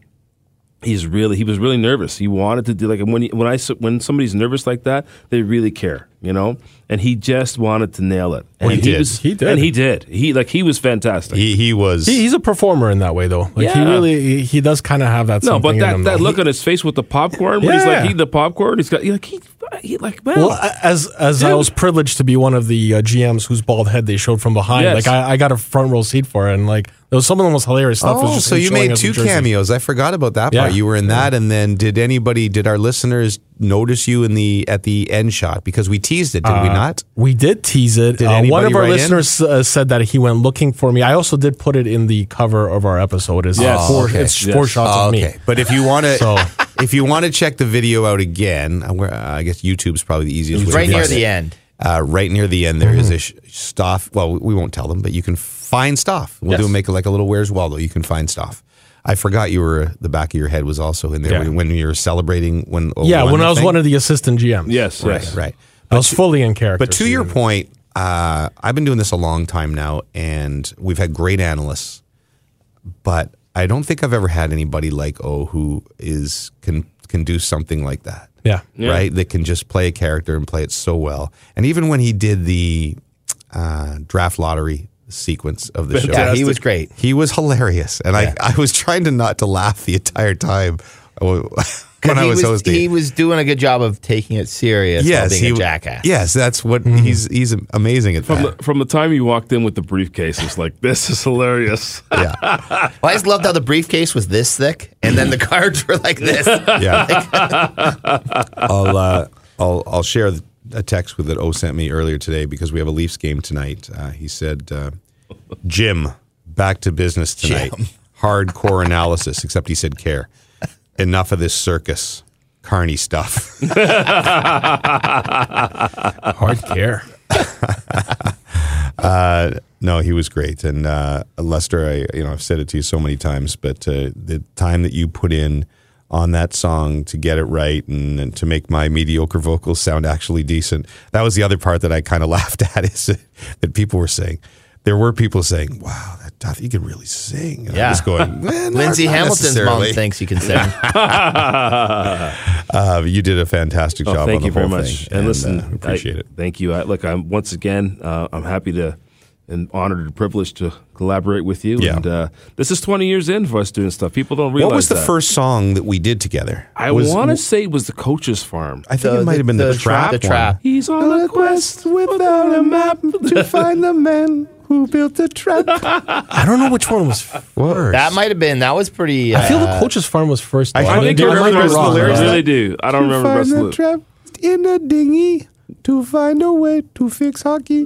[SPEAKER 6] He's really he was really nervous. He wanted to do like and when he, when I s- when somebody's nervous like that, they really care, you know. And he just wanted to nail it. And
[SPEAKER 1] he did.
[SPEAKER 6] was-
[SPEAKER 4] He did.
[SPEAKER 6] and he did. He like he was fantastic.
[SPEAKER 1] He he was.
[SPEAKER 4] He- He's a performer in that way, though. Like he
[SPEAKER 6] Yeah.
[SPEAKER 4] really, he- he does kind of have that.
[SPEAKER 6] no,
[SPEAKER 4] something
[SPEAKER 6] but
[SPEAKER 4] in
[SPEAKER 6] that,
[SPEAKER 4] him,
[SPEAKER 6] that
[SPEAKER 4] though.
[SPEAKER 6] look on his face with the popcorn, when he's like
[SPEAKER 4] Yeah.
[SPEAKER 6] eating the popcorn, he's got he like he, he like man.
[SPEAKER 4] Well, a- as as I
[SPEAKER 6] Dude.
[SPEAKER 4] was privileged to be one of the uh, GMs whose bald head they showed from behind,
[SPEAKER 6] Yes.
[SPEAKER 4] like I, I got a front row seat for it, and like there was some of the most hilarious stuff. was
[SPEAKER 1] Oh,
[SPEAKER 4] just
[SPEAKER 1] so
[SPEAKER 4] him
[SPEAKER 1] you
[SPEAKER 4] showing
[SPEAKER 1] made
[SPEAKER 4] us the
[SPEAKER 1] two
[SPEAKER 4] jerseys.
[SPEAKER 1] cameos. I forgot about that
[SPEAKER 4] Yeah.
[SPEAKER 1] part. You were in that, and then did anybody, did our listeners notice you in the at the end shot because we teased it, did
[SPEAKER 4] Uh,
[SPEAKER 1] we not?
[SPEAKER 4] We did tease it.
[SPEAKER 1] Did
[SPEAKER 4] Uh, one
[SPEAKER 1] anybody
[SPEAKER 4] of our
[SPEAKER 1] write in?
[SPEAKER 4] listeners uh, said that he went looking for me. I also did put it in the cover of our episode. It's
[SPEAKER 6] Yes.
[SPEAKER 4] four,
[SPEAKER 6] Oh, okay.
[SPEAKER 4] it's
[SPEAKER 6] Yes.
[SPEAKER 4] four shots
[SPEAKER 1] Oh,
[SPEAKER 4] of me.
[SPEAKER 1] okay, but if you want to,
[SPEAKER 4] So-
[SPEAKER 1] if you want to check the video out again, uh, where- uh, I guess YouTube's probably the easiest. way
[SPEAKER 2] right
[SPEAKER 1] to
[SPEAKER 2] near
[SPEAKER 1] find
[SPEAKER 2] the
[SPEAKER 1] it.
[SPEAKER 2] end.
[SPEAKER 1] Uh, right near the end, there
[SPEAKER 4] Mm-hmm.
[SPEAKER 1] is a sh- Stoff. Well, we won't tell them, but you can find Stoff. We'll do
[SPEAKER 6] Yes.
[SPEAKER 1] make like a little Where's Waldo. You can find Stoff. I forgot you were the back of your head was also in there
[SPEAKER 6] Yeah.
[SPEAKER 1] when, when you were celebrating when. oh,
[SPEAKER 4] Yeah, when I was one of the assistant GMs.
[SPEAKER 6] yes,
[SPEAKER 1] right,
[SPEAKER 6] yes.
[SPEAKER 1] right.
[SPEAKER 4] I was fully in character.
[SPEAKER 1] But to your
[SPEAKER 4] so-
[SPEAKER 1] point, uh, I've been doing this a long time now, and we've had great analysts, but I don't think I've ever had anybody like O who is can can do something like that,
[SPEAKER 4] yeah,
[SPEAKER 1] right? That can just play a character and play it so well. And even when he did the uh, draft lottery sequence of the show,
[SPEAKER 2] Yeah, he was great.
[SPEAKER 1] he was hilarious, and I I was trying to not to laugh the entire time when I
[SPEAKER 2] he
[SPEAKER 1] was, hosting.
[SPEAKER 2] he was doing a good job of taking it serious. Yes, being a
[SPEAKER 1] w-
[SPEAKER 2] jackass.
[SPEAKER 1] Yes, that's what he's he's amazing at
[SPEAKER 6] Mm-hmm. From
[SPEAKER 1] that.
[SPEAKER 6] the, from the time you walked in with the briefcase, it's like this is hilarious.
[SPEAKER 1] yeah, uh,
[SPEAKER 2] Well, I just loved how the briefcase was this thick, and then the cards were like this.
[SPEAKER 1] yeah. I'll uh, I'll I'll share th- a text with that O sent me earlier today because we have a Leafs game tonight. Uh, he said, uh, "Jim, back to business tonight. Hardcore analysis." Except he said, "Care. Enough of this circus, carny stuff."
[SPEAKER 4] hard care.
[SPEAKER 1] No, he was great, and uh, Lester, I you know I've said it to you so many times, but uh, the time that you put in on that song to get it right and, and to make my mediocre vocals sound actually decent, that was the other part that I kind of laughed at is that people were saying. There were people saying, "Wow, that Duff, he can really sing." And
[SPEAKER 2] Yeah.
[SPEAKER 1] I'm just going, "Man,
[SPEAKER 2] Lindsay Hamilton's mom
[SPEAKER 1] thing.
[SPEAKER 2] thinks you can sing.
[SPEAKER 1] Uh, you did a fantastic
[SPEAKER 6] Oh,
[SPEAKER 1] job.
[SPEAKER 6] thank
[SPEAKER 1] on the
[SPEAKER 6] you very
[SPEAKER 1] whole
[SPEAKER 6] much.
[SPEAKER 1] thing,
[SPEAKER 6] And, listen,
[SPEAKER 1] uh, appreciate
[SPEAKER 6] I-
[SPEAKER 1] it.
[SPEAKER 6] Thank you. I, look, I'm once again, uh, I'm happy to and honored and privileged to collaborate with you.
[SPEAKER 1] Yeah.
[SPEAKER 6] And uh, this is 20 years in for us doing stuff. People don't realize
[SPEAKER 1] What was the
[SPEAKER 6] that.
[SPEAKER 1] first song that we did together?
[SPEAKER 6] I
[SPEAKER 1] Was-
[SPEAKER 6] want to say it was the coach's farm.
[SPEAKER 1] I think it might have been the, trap.
[SPEAKER 2] The
[SPEAKER 1] one.
[SPEAKER 2] trap.
[SPEAKER 6] He's on a quest without a map.
[SPEAKER 1] to find the man who built the trap.
[SPEAKER 4] I don't know which one was.
[SPEAKER 1] Worse.
[SPEAKER 2] That might have been. That was pretty. Uh,
[SPEAKER 4] I feel the coach's farm was first. though.
[SPEAKER 1] I
[SPEAKER 6] I think
[SPEAKER 4] mean,
[SPEAKER 6] I
[SPEAKER 1] don't
[SPEAKER 4] might be
[SPEAKER 6] remember the rest of the
[SPEAKER 4] wrong,
[SPEAKER 6] lyrics.
[SPEAKER 4] but-
[SPEAKER 6] I really do. I don't remember the rest of the lyrics.
[SPEAKER 1] trap in a dinghy to find a way to fix hockey.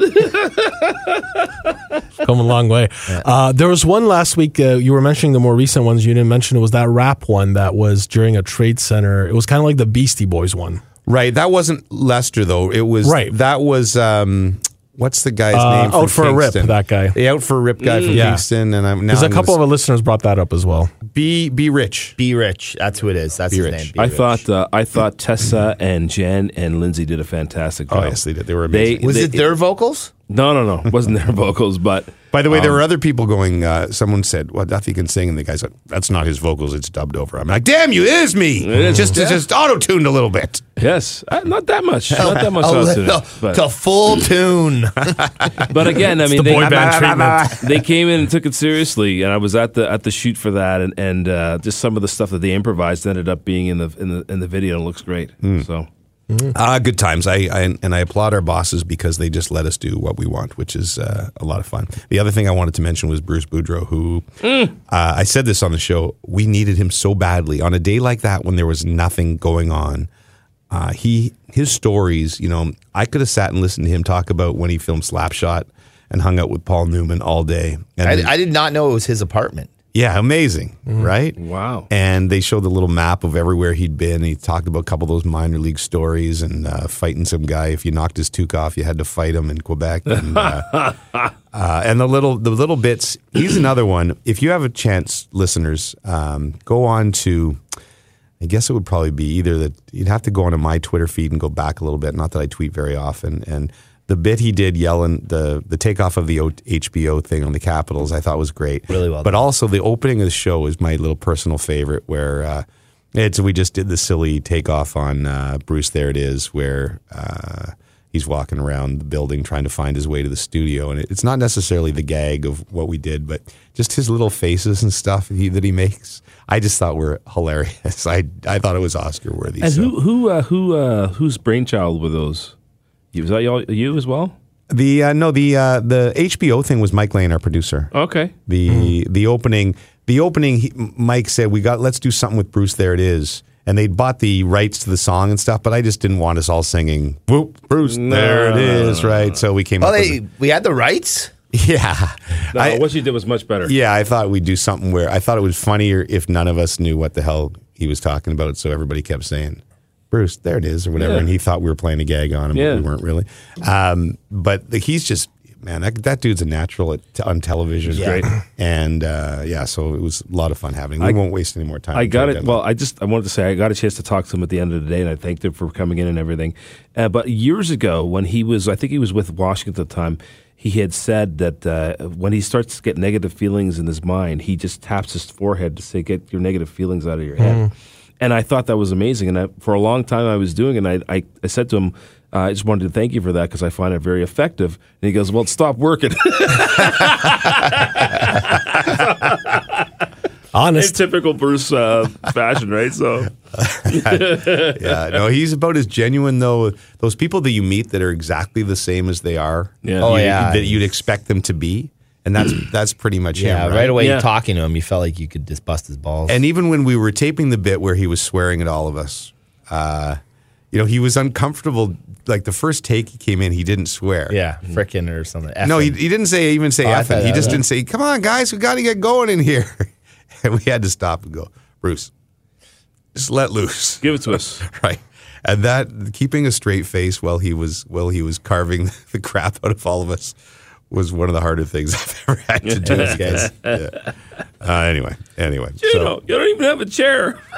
[SPEAKER 4] come a long way. Uh, there was one last week. Uh, you were mentioning the more recent ones. You didn't mention it was that rap one that was during a trade center. It was kind of like the Beastie Boys one.
[SPEAKER 1] right, that wasn't Lester though. It was
[SPEAKER 4] Right.
[SPEAKER 1] That was um, what's the guy's
[SPEAKER 4] Uh,
[SPEAKER 1] name? from
[SPEAKER 4] Out for a Rip,
[SPEAKER 1] Kingston?
[SPEAKER 4] that guy. Mm.
[SPEAKER 1] The out for a rip guy from
[SPEAKER 4] Yeah.
[SPEAKER 1] Kingston, and I'm now
[SPEAKER 4] Because a
[SPEAKER 1] I'm
[SPEAKER 4] couple of
[SPEAKER 1] gonna
[SPEAKER 4] our listeners brought that up as well.
[SPEAKER 1] s- be be rich.
[SPEAKER 2] Be Rich. That's who it is. That's his
[SPEAKER 1] Rich.
[SPEAKER 2] name. Be
[SPEAKER 6] I
[SPEAKER 2] Rich.
[SPEAKER 6] thought uh, I thought Tessa and Jen and Lindsay did a fantastic job.
[SPEAKER 1] Oh, yes, they did. They were amazing.
[SPEAKER 2] Was it their vocals?
[SPEAKER 6] No, no, no. It wasn't their vocals, but
[SPEAKER 1] By the way,
[SPEAKER 4] Um,
[SPEAKER 1] there were other people going. Uh, someone said, "Well, Duffy can sing," and the guy's like, "That's not his vocals; it's dubbed over." I'm like, "Damn you, it is me!
[SPEAKER 6] is.
[SPEAKER 1] just just auto tuned a little bit."
[SPEAKER 6] yes, uh, not that much. Not that much.
[SPEAKER 2] Oh,
[SPEAKER 6] altitude,
[SPEAKER 2] the,
[SPEAKER 6] but-
[SPEAKER 2] the full tune.
[SPEAKER 6] But again, I mean,
[SPEAKER 4] the
[SPEAKER 6] they,
[SPEAKER 4] boy band treatment.
[SPEAKER 6] they came in and took it seriously, and I was at the at the shoot for that, and and uh, just some of the stuff that they improvised ended up being in the in the in the video and it looks great. So
[SPEAKER 1] Uh, good times. I, I and I applaud our bosses because they just let us do what we want, which is uh, a lot of fun. The other thing I wanted to mention was Bruce Boudreau, who uh, I said this on the show. We needed him so badly on a day like that when there was nothing going on. Uh, he his stories, you know, I could have sat and listened to him talk about when he filmed Slapshot and hung out with Paul Newman all day. And
[SPEAKER 2] I, Mm-hmm. I did not know it was his apartment.
[SPEAKER 1] yeah, amazing, right?
[SPEAKER 6] Wow.
[SPEAKER 1] And they showed the little map of everywhere he'd been. He talked about a couple of those minor league stories and uh, fighting some guy. If you knocked his toque off, you had to fight him in Quebec. And, uh, uh, and the little the little bits. He's another one. If you have a chance, listeners, um, go on to I guess it would probably be either that you'd have to go onto my Twitter feed and go back a little bit. Not that I tweet very often. And the bit he did yelling the the takeoff of the o- HBO thing on the Capitals, I thought was great.
[SPEAKER 2] Really well
[SPEAKER 1] But
[SPEAKER 2] done.
[SPEAKER 1] also the opening of the show is my little personal favorite, where uh, it's we just did the silly takeoff on uh, Bruce. There it is, where. Uh, He's walking around the building trying to find his way to the studio, and it- it's not necessarily the gag of what we did, but just his little faces and stuff he, that he makes. I just thought were hilarious. I I thought it was Oscar worthy.
[SPEAKER 6] And
[SPEAKER 1] so.
[SPEAKER 6] who who uh, who uh, whose brainchild were those? You, was that y'all, you as well?
[SPEAKER 1] The uh, no, the uh, the HBO thing was Mike Lane, our producer.
[SPEAKER 6] Okay.
[SPEAKER 1] The the opening, the opening. He, Mike said, "We got let's do something with Bruce." There it is, and they bought the rights to the song and stuff. But I just didn't want us all singing "Whoop Bruce." There it is, right? So we came
[SPEAKER 2] Well,
[SPEAKER 1] up.
[SPEAKER 2] they
[SPEAKER 1] with
[SPEAKER 2] we had the rights.
[SPEAKER 1] it. yeah,
[SPEAKER 6] No,
[SPEAKER 1] I,
[SPEAKER 6] what you did was much better.
[SPEAKER 1] yeah. I thought we'd do something where I thought it was funnier if none of us knew what the hell he was talking about. So everybody kept saying. Bruce, there it is, or whatever,
[SPEAKER 6] Yeah.
[SPEAKER 1] and he thought we were playing a gag on him,
[SPEAKER 6] Yeah.
[SPEAKER 1] but we weren't really. Um, but the, he's just man, that, that dude's a natural at, on television.
[SPEAKER 2] great.
[SPEAKER 1] and uh, yeah, so it was a lot of fun having. We won't waste any more time.
[SPEAKER 6] I
[SPEAKER 1] on
[SPEAKER 6] got
[SPEAKER 1] Joe
[SPEAKER 6] it.
[SPEAKER 1] Devlin.
[SPEAKER 6] Well, I just I wanted to say I got a chance to talk to him at the end of the day, and I thanked him for coming in and everything. Uh, but years ago, when he was, I think he was with Washington at the time, he had said that uh, when he starts to get negative feelings in his mind, he just taps his forehead to say, "Get your negative feelings out of your head." And I thought that was amazing. And I, for a long time, I was doing it. And I, I, I said to him, uh, I just wanted to thank you for that because I find it very effective. And he goes, Well, stop working. In
[SPEAKER 4] Honest.
[SPEAKER 6] typical Bruce uh, fashion, right? So,
[SPEAKER 1] yeah, no, he's about as genuine though. Those people that you meet that are exactly the same as they are.
[SPEAKER 6] Yeah.
[SPEAKER 2] Oh,
[SPEAKER 1] you-
[SPEAKER 2] yeah.
[SPEAKER 1] that you'd expect them to be, and that's that's pretty much
[SPEAKER 2] Yeah,
[SPEAKER 1] him,
[SPEAKER 2] right, away
[SPEAKER 6] Yeah.
[SPEAKER 2] talking to him, you felt like you could just bust his balls.
[SPEAKER 1] And even when we were taping the bit where he was swearing at all of us, uh, you know, he was uncomfortable. Like the first take he came in, he didn't swear.
[SPEAKER 2] yeah, frickin' or something.
[SPEAKER 1] No, he,
[SPEAKER 2] effing.
[SPEAKER 1] he didn't say even say
[SPEAKER 2] Oh, I
[SPEAKER 1] effing.
[SPEAKER 2] thought
[SPEAKER 1] He
[SPEAKER 2] that-
[SPEAKER 1] just didn't say, "Come on, guys, we got to get going in here." and we had to stop and go, Bruce, just let loose,
[SPEAKER 6] give it to us.
[SPEAKER 1] right? And that keeping a straight face while he was while he was carving the crap out of all of us was one of the harder things I've ever had to do. as guys. Yeah. Uh, anyway, anyway,
[SPEAKER 6] You
[SPEAKER 1] so-
[SPEAKER 6] know, you don't even have a chair.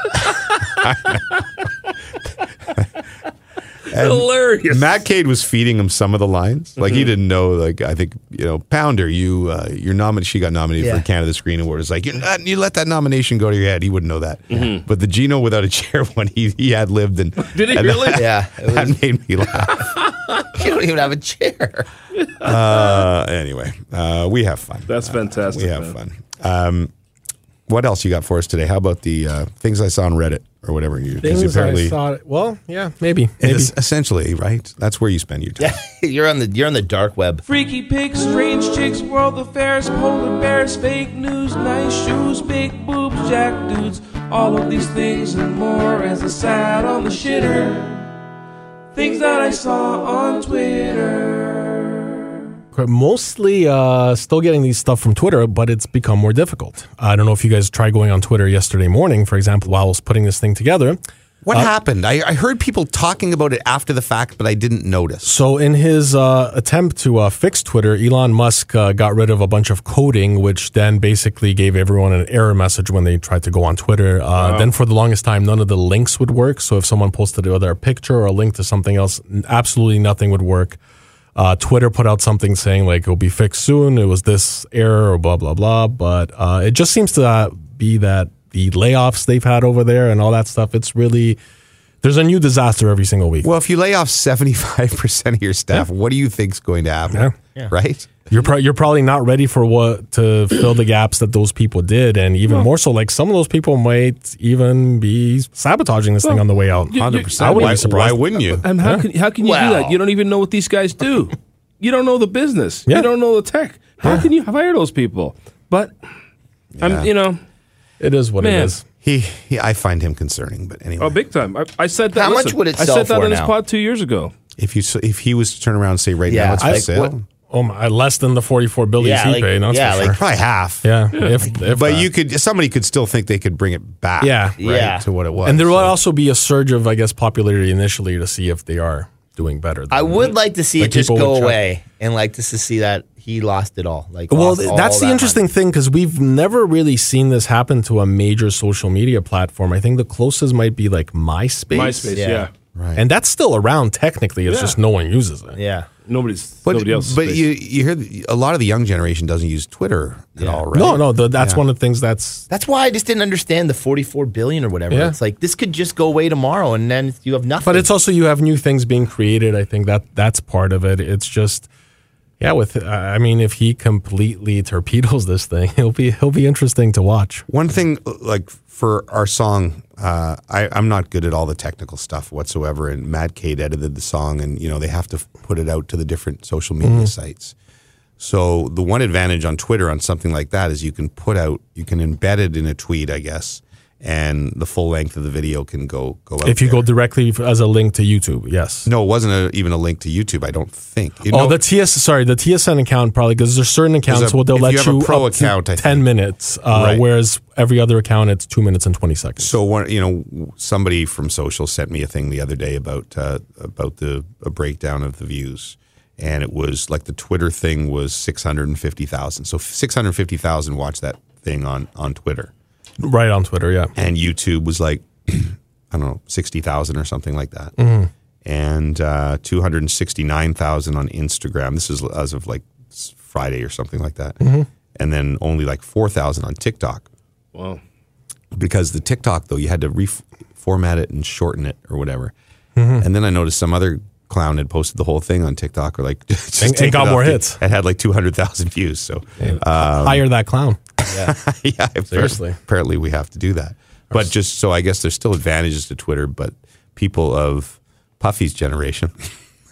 [SPEAKER 6] Hilarious. Mm-hmm.
[SPEAKER 1] Matt Cade was feeding him some of the lines. Like he didn't know. Like I think you know, Pounder, you uh, you're nominated. She got nominated for
[SPEAKER 2] Yeah.
[SPEAKER 1] Canada Screen Award. It's like you're not, you let that nomination go to your head. He wouldn't know that. But the Gino without a chair one, he he had lived and
[SPEAKER 6] Did he
[SPEAKER 1] and
[SPEAKER 6] really?
[SPEAKER 1] That,
[SPEAKER 2] yeah, it was,
[SPEAKER 1] that made me laugh.
[SPEAKER 2] you don't even have a chair.
[SPEAKER 1] Uh, anyway, uh, we have fun.
[SPEAKER 6] That's
[SPEAKER 1] Uh,
[SPEAKER 6] fantastic,
[SPEAKER 1] we have
[SPEAKER 6] man.
[SPEAKER 1] fun. Um, what else you got for us today? How about the uh, things I saw on Reddit or whatever? You 'cause
[SPEAKER 4] Things
[SPEAKER 1] apparently
[SPEAKER 4] I saw. Well, yeah, maybe.
[SPEAKER 1] It
[SPEAKER 4] Maybe.
[SPEAKER 1] is essentially right. That's where you spend your time.
[SPEAKER 2] you're on the you're on the dark web.
[SPEAKER 5] Freaky pigs, strange chicks, world affairs, polar bears, fake news, nice shoes, big boobs, jack dudes. All of these things and more as I sat on the shitter. Things that I saw on Twitter.
[SPEAKER 4] Correct. Mostly uh, still getting these stuff from Twitter, but it's become more difficult. I don't know if you guys tried going on Twitter yesterday morning, for example, while I was putting this thing together.
[SPEAKER 1] What happened? I, I heard people talking about it after the fact, but I didn't notice.
[SPEAKER 4] So, in his uh, attempt to uh, fix Twitter, Elon Musk uh, got rid of a bunch of coding, which then basically gave everyone an error message when they tried to go on Twitter. Uh, Then, for the longest time, none of the links would work. So, if someone posted either a picture or a link to something else, n- absolutely nothing would work. Uh, Twitter put out something saying like it'll be fixed soon. It was this error or blah blah blah. But uh, it just seems to uh, be that the layoffs they've had over there and all that stuff. It's really there's a new disaster every single week.
[SPEAKER 1] Well, if you lay off 75% of your staff, what do you think's going to happen?
[SPEAKER 4] Yeah.
[SPEAKER 1] Right?
[SPEAKER 4] You're pro- you're probably not ready for what to fill the gaps that those people did, and even more so, like some of those people might even be sabotaging this thing on the way out.
[SPEAKER 6] you-
[SPEAKER 1] 100%.
[SPEAKER 4] I wouldn't
[SPEAKER 1] why,
[SPEAKER 4] be surprised.
[SPEAKER 1] why wouldn't you?
[SPEAKER 6] And how can how can you do that?
[SPEAKER 2] Wow.
[SPEAKER 6] You don't even know what these guys do. you don't know the business.
[SPEAKER 4] Yeah.
[SPEAKER 6] You don't know the tech. How can you hire those people? But
[SPEAKER 1] Yeah.
[SPEAKER 6] I'm, you know,
[SPEAKER 4] It is what
[SPEAKER 6] Man.
[SPEAKER 4] it is.
[SPEAKER 1] He, he, I find him concerning, but anyway.
[SPEAKER 6] oh, big time. I, I said that.
[SPEAKER 2] How much
[SPEAKER 6] listen,
[SPEAKER 2] would it
[SPEAKER 6] I
[SPEAKER 2] sell
[SPEAKER 6] said that
[SPEAKER 2] for
[SPEAKER 6] on this
[SPEAKER 2] now?
[SPEAKER 6] pod two years ago.
[SPEAKER 1] if you s- if he was to turn around and say right
[SPEAKER 2] Yeah,
[SPEAKER 1] now it's for
[SPEAKER 2] I-
[SPEAKER 1] sale,
[SPEAKER 2] what-
[SPEAKER 4] Oh my, less than the forty four billion
[SPEAKER 2] Yeah,
[SPEAKER 4] he
[SPEAKER 2] like-
[SPEAKER 4] paid. That's
[SPEAKER 2] yeah,
[SPEAKER 4] for
[SPEAKER 2] like-
[SPEAKER 4] sure.
[SPEAKER 1] probably half.
[SPEAKER 4] yeah. If, uh, if
[SPEAKER 1] But
[SPEAKER 4] that.
[SPEAKER 1] you could somebody could still think they could bring it back
[SPEAKER 4] Yeah.
[SPEAKER 1] right,
[SPEAKER 2] Yeah.
[SPEAKER 1] to what it was.
[SPEAKER 4] and there will
[SPEAKER 1] so.
[SPEAKER 4] also be a surge of, I guess, popularity initially to see if they are doing better.
[SPEAKER 2] I
[SPEAKER 4] than-
[SPEAKER 2] would like to see
[SPEAKER 4] Mm-hmm. Like
[SPEAKER 2] it just
[SPEAKER 4] people
[SPEAKER 2] go
[SPEAKER 4] would try-
[SPEAKER 2] away and like just to see that he lost it all. Like,
[SPEAKER 4] Well,
[SPEAKER 2] lost
[SPEAKER 4] th-
[SPEAKER 2] all
[SPEAKER 4] that's the
[SPEAKER 2] that
[SPEAKER 4] interesting thing thing because we've never really seen this happen to a major social media platform. I think the closest might be like MySpace.
[SPEAKER 6] MySpace, yeah.
[SPEAKER 2] Yeah.
[SPEAKER 1] Right.
[SPEAKER 4] And that's still around technically. It's
[SPEAKER 6] Yeah.
[SPEAKER 4] just no one uses it.
[SPEAKER 2] money. Yeah,
[SPEAKER 6] Nobody's
[SPEAKER 1] But,
[SPEAKER 6] nobody else.
[SPEAKER 1] but you you hear the- a lot of the young generation doesn't use Twitter at all, right?
[SPEAKER 4] No, no, th that's
[SPEAKER 1] Yeah.
[SPEAKER 4] one of the things that's
[SPEAKER 2] that's why I just didn't understand the forty-four billion or whatever.
[SPEAKER 4] Yeah.
[SPEAKER 2] It's like this could just go away tomorrow, and then you have nothing.
[SPEAKER 4] but it's also you have new things being created. I think that that's part of it. It's just yeah, with uh, I mean if he completely torpedoes this thing, he'll be he'll be interesting to watch.
[SPEAKER 1] One thing, like for our song, uh, I, I'm not good at all the technical stuff whatsoever. And Matt Cade edited the song, and you know they have to f- put it out to the different social media
[SPEAKER 4] Mm-hmm.
[SPEAKER 1] sites. So the one advantage on Twitter on something like that is you can put out, you can embed it in a tweet, I guess, and the full length of the video can go go out.
[SPEAKER 4] If you go
[SPEAKER 1] there.
[SPEAKER 4] directly f- as a link to YouTube, yes.
[SPEAKER 1] no, it wasn't a, even a link to YouTube. I don't think. You
[SPEAKER 4] Oh,
[SPEAKER 1] know-
[SPEAKER 4] the TS. Sorry, the TSN account probably because there's certain accounts
[SPEAKER 1] a-
[SPEAKER 4] where they'll
[SPEAKER 1] if
[SPEAKER 4] let
[SPEAKER 1] you
[SPEAKER 4] you,
[SPEAKER 1] have a pro
[SPEAKER 4] up to
[SPEAKER 1] account, I
[SPEAKER 4] ten
[SPEAKER 1] think.
[SPEAKER 4] minutes, uh,
[SPEAKER 1] Right.
[SPEAKER 4] whereas every other account it's two minutes and twenty seconds.
[SPEAKER 1] So one, you know, somebody from social sent me a thing the other day about uh, about the a breakdown of the views, and it was like the Twitter thing was six hundred and fifty thousand. So six hundred fifty thousand watched that thing on on Twitter,
[SPEAKER 4] right on Twitter, yeah.
[SPEAKER 1] and YouTube was like I don't know sixty thousand or something like that,
[SPEAKER 4] Mm.
[SPEAKER 1] and uh, two hundred and sixty nine thousand on Instagram. This is as of like s- Friday or something like that,
[SPEAKER 4] Mm-hmm.
[SPEAKER 1] and then only like four thousand on TikTok
[SPEAKER 6] wow.
[SPEAKER 1] because the TikTok though you had to reformat it and shorten it or whatever.
[SPEAKER 4] Mm-hmm.
[SPEAKER 1] And then I noticed some other clown had posted the whole thing on TikTok or like just
[SPEAKER 4] And- and
[SPEAKER 1] take it
[SPEAKER 4] got
[SPEAKER 1] off
[SPEAKER 4] more
[SPEAKER 1] the-
[SPEAKER 4] hits.
[SPEAKER 1] It had like two hundred thousand views. So
[SPEAKER 4] Hire that clown.
[SPEAKER 1] yeah, appar-
[SPEAKER 4] Seriously.
[SPEAKER 1] apparently we have to do that. But just so I guess there's still advantages to Twitter, but people of Puffy's generation,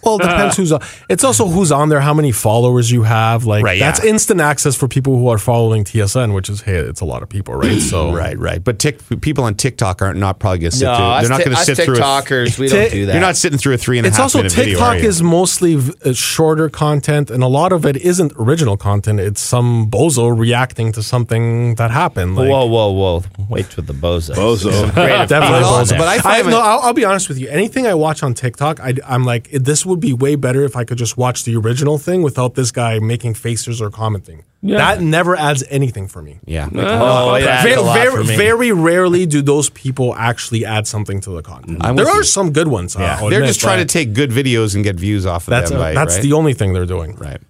[SPEAKER 4] Well, it depends who's. On. It's also who's on there, how many followers you have. Like
[SPEAKER 1] Right,
[SPEAKER 4] that's
[SPEAKER 1] yeah.
[SPEAKER 4] instant access for people who are following TSN, which is hey, it's a lot of people, right? So
[SPEAKER 1] right, right. But tick, people on TikTok aren't not probably going to sit.
[SPEAKER 2] no,
[SPEAKER 1] through,
[SPEAKER 2] us
[SPEAKER 1] they're not
[SPEAKER 2] Tik-
[SPEAKER 1] going to
[SPEAKER 2] us
[SPEAKER 1] sit through. a-
[SPEAKER 2] TikTokers. we don't
[SPEAKER 4] Tik-
[SPEAKER 2] do that.
[SPEAKER 1] you're not sitting through a three and a
[SPEAKER 4] It's
[SPEAKER 1] half
[SPEAKER 4] also
[SPEAKER 1] minute video.
[SPEAKER 4] TikTok
[SPEAKER 1] are you?
[SPEAKER 4] is mostly v- uh, shorter content, and a lot of it isn't original content. It's some bozo reacting to something that happened. Like,
[SPEAKER 2] whoa, whoa, whoa! Wait till the bozo.
[SPEAKER 6] Oh,
[SPEAKER 2] Bozo.
[SPEAKER 4] Definitely
[SPEAKER 1] But
[SPEAKER 4] bozo.
[SPEAKER 1] also- but I
[SPEAKER 4] I
[SPEAKER 1] find
[SPEAKER 4] no,
[SPEAKER 1] it-
[SPEAKER 4] I'll, I'll be honest with you. Anything I watch on TikTok, I, am like, this would be way better if I could just watch the original thing without this guy making faces or commenting.
[SPEAKER 6] Yeah.
[SPEAKER 4] That never adds anything for me.
[SPEAKER 1] Yeah.
[SPEAKER 2] Oh, yeah,
[SPEAKER 4] Very,
[SPEAKER 2] that's a lot for
[SPEAKER 4] very,
[SPEAKER 2] me.
[SPEAKER 4] very rarely do those people actually add something to the content.
[SPEAKER 1] I'm
[SPEAKER 4] there
[SPEAKER 1] with
[SPEAKER 4] are
[SPEAKER 1] you.
[SPEAKER 4] some good ones. Yeah.
[SPEAKER 1] They're just trying to take good videos and get views off of
[SPEAKER 4] That's
[SPEAKER 1] them. by-
[SPEAKER 4] that's
[SPEAKER 1] right?
[SPEAKER 4] the only thing they're doing.
[SPEAKER 1] right.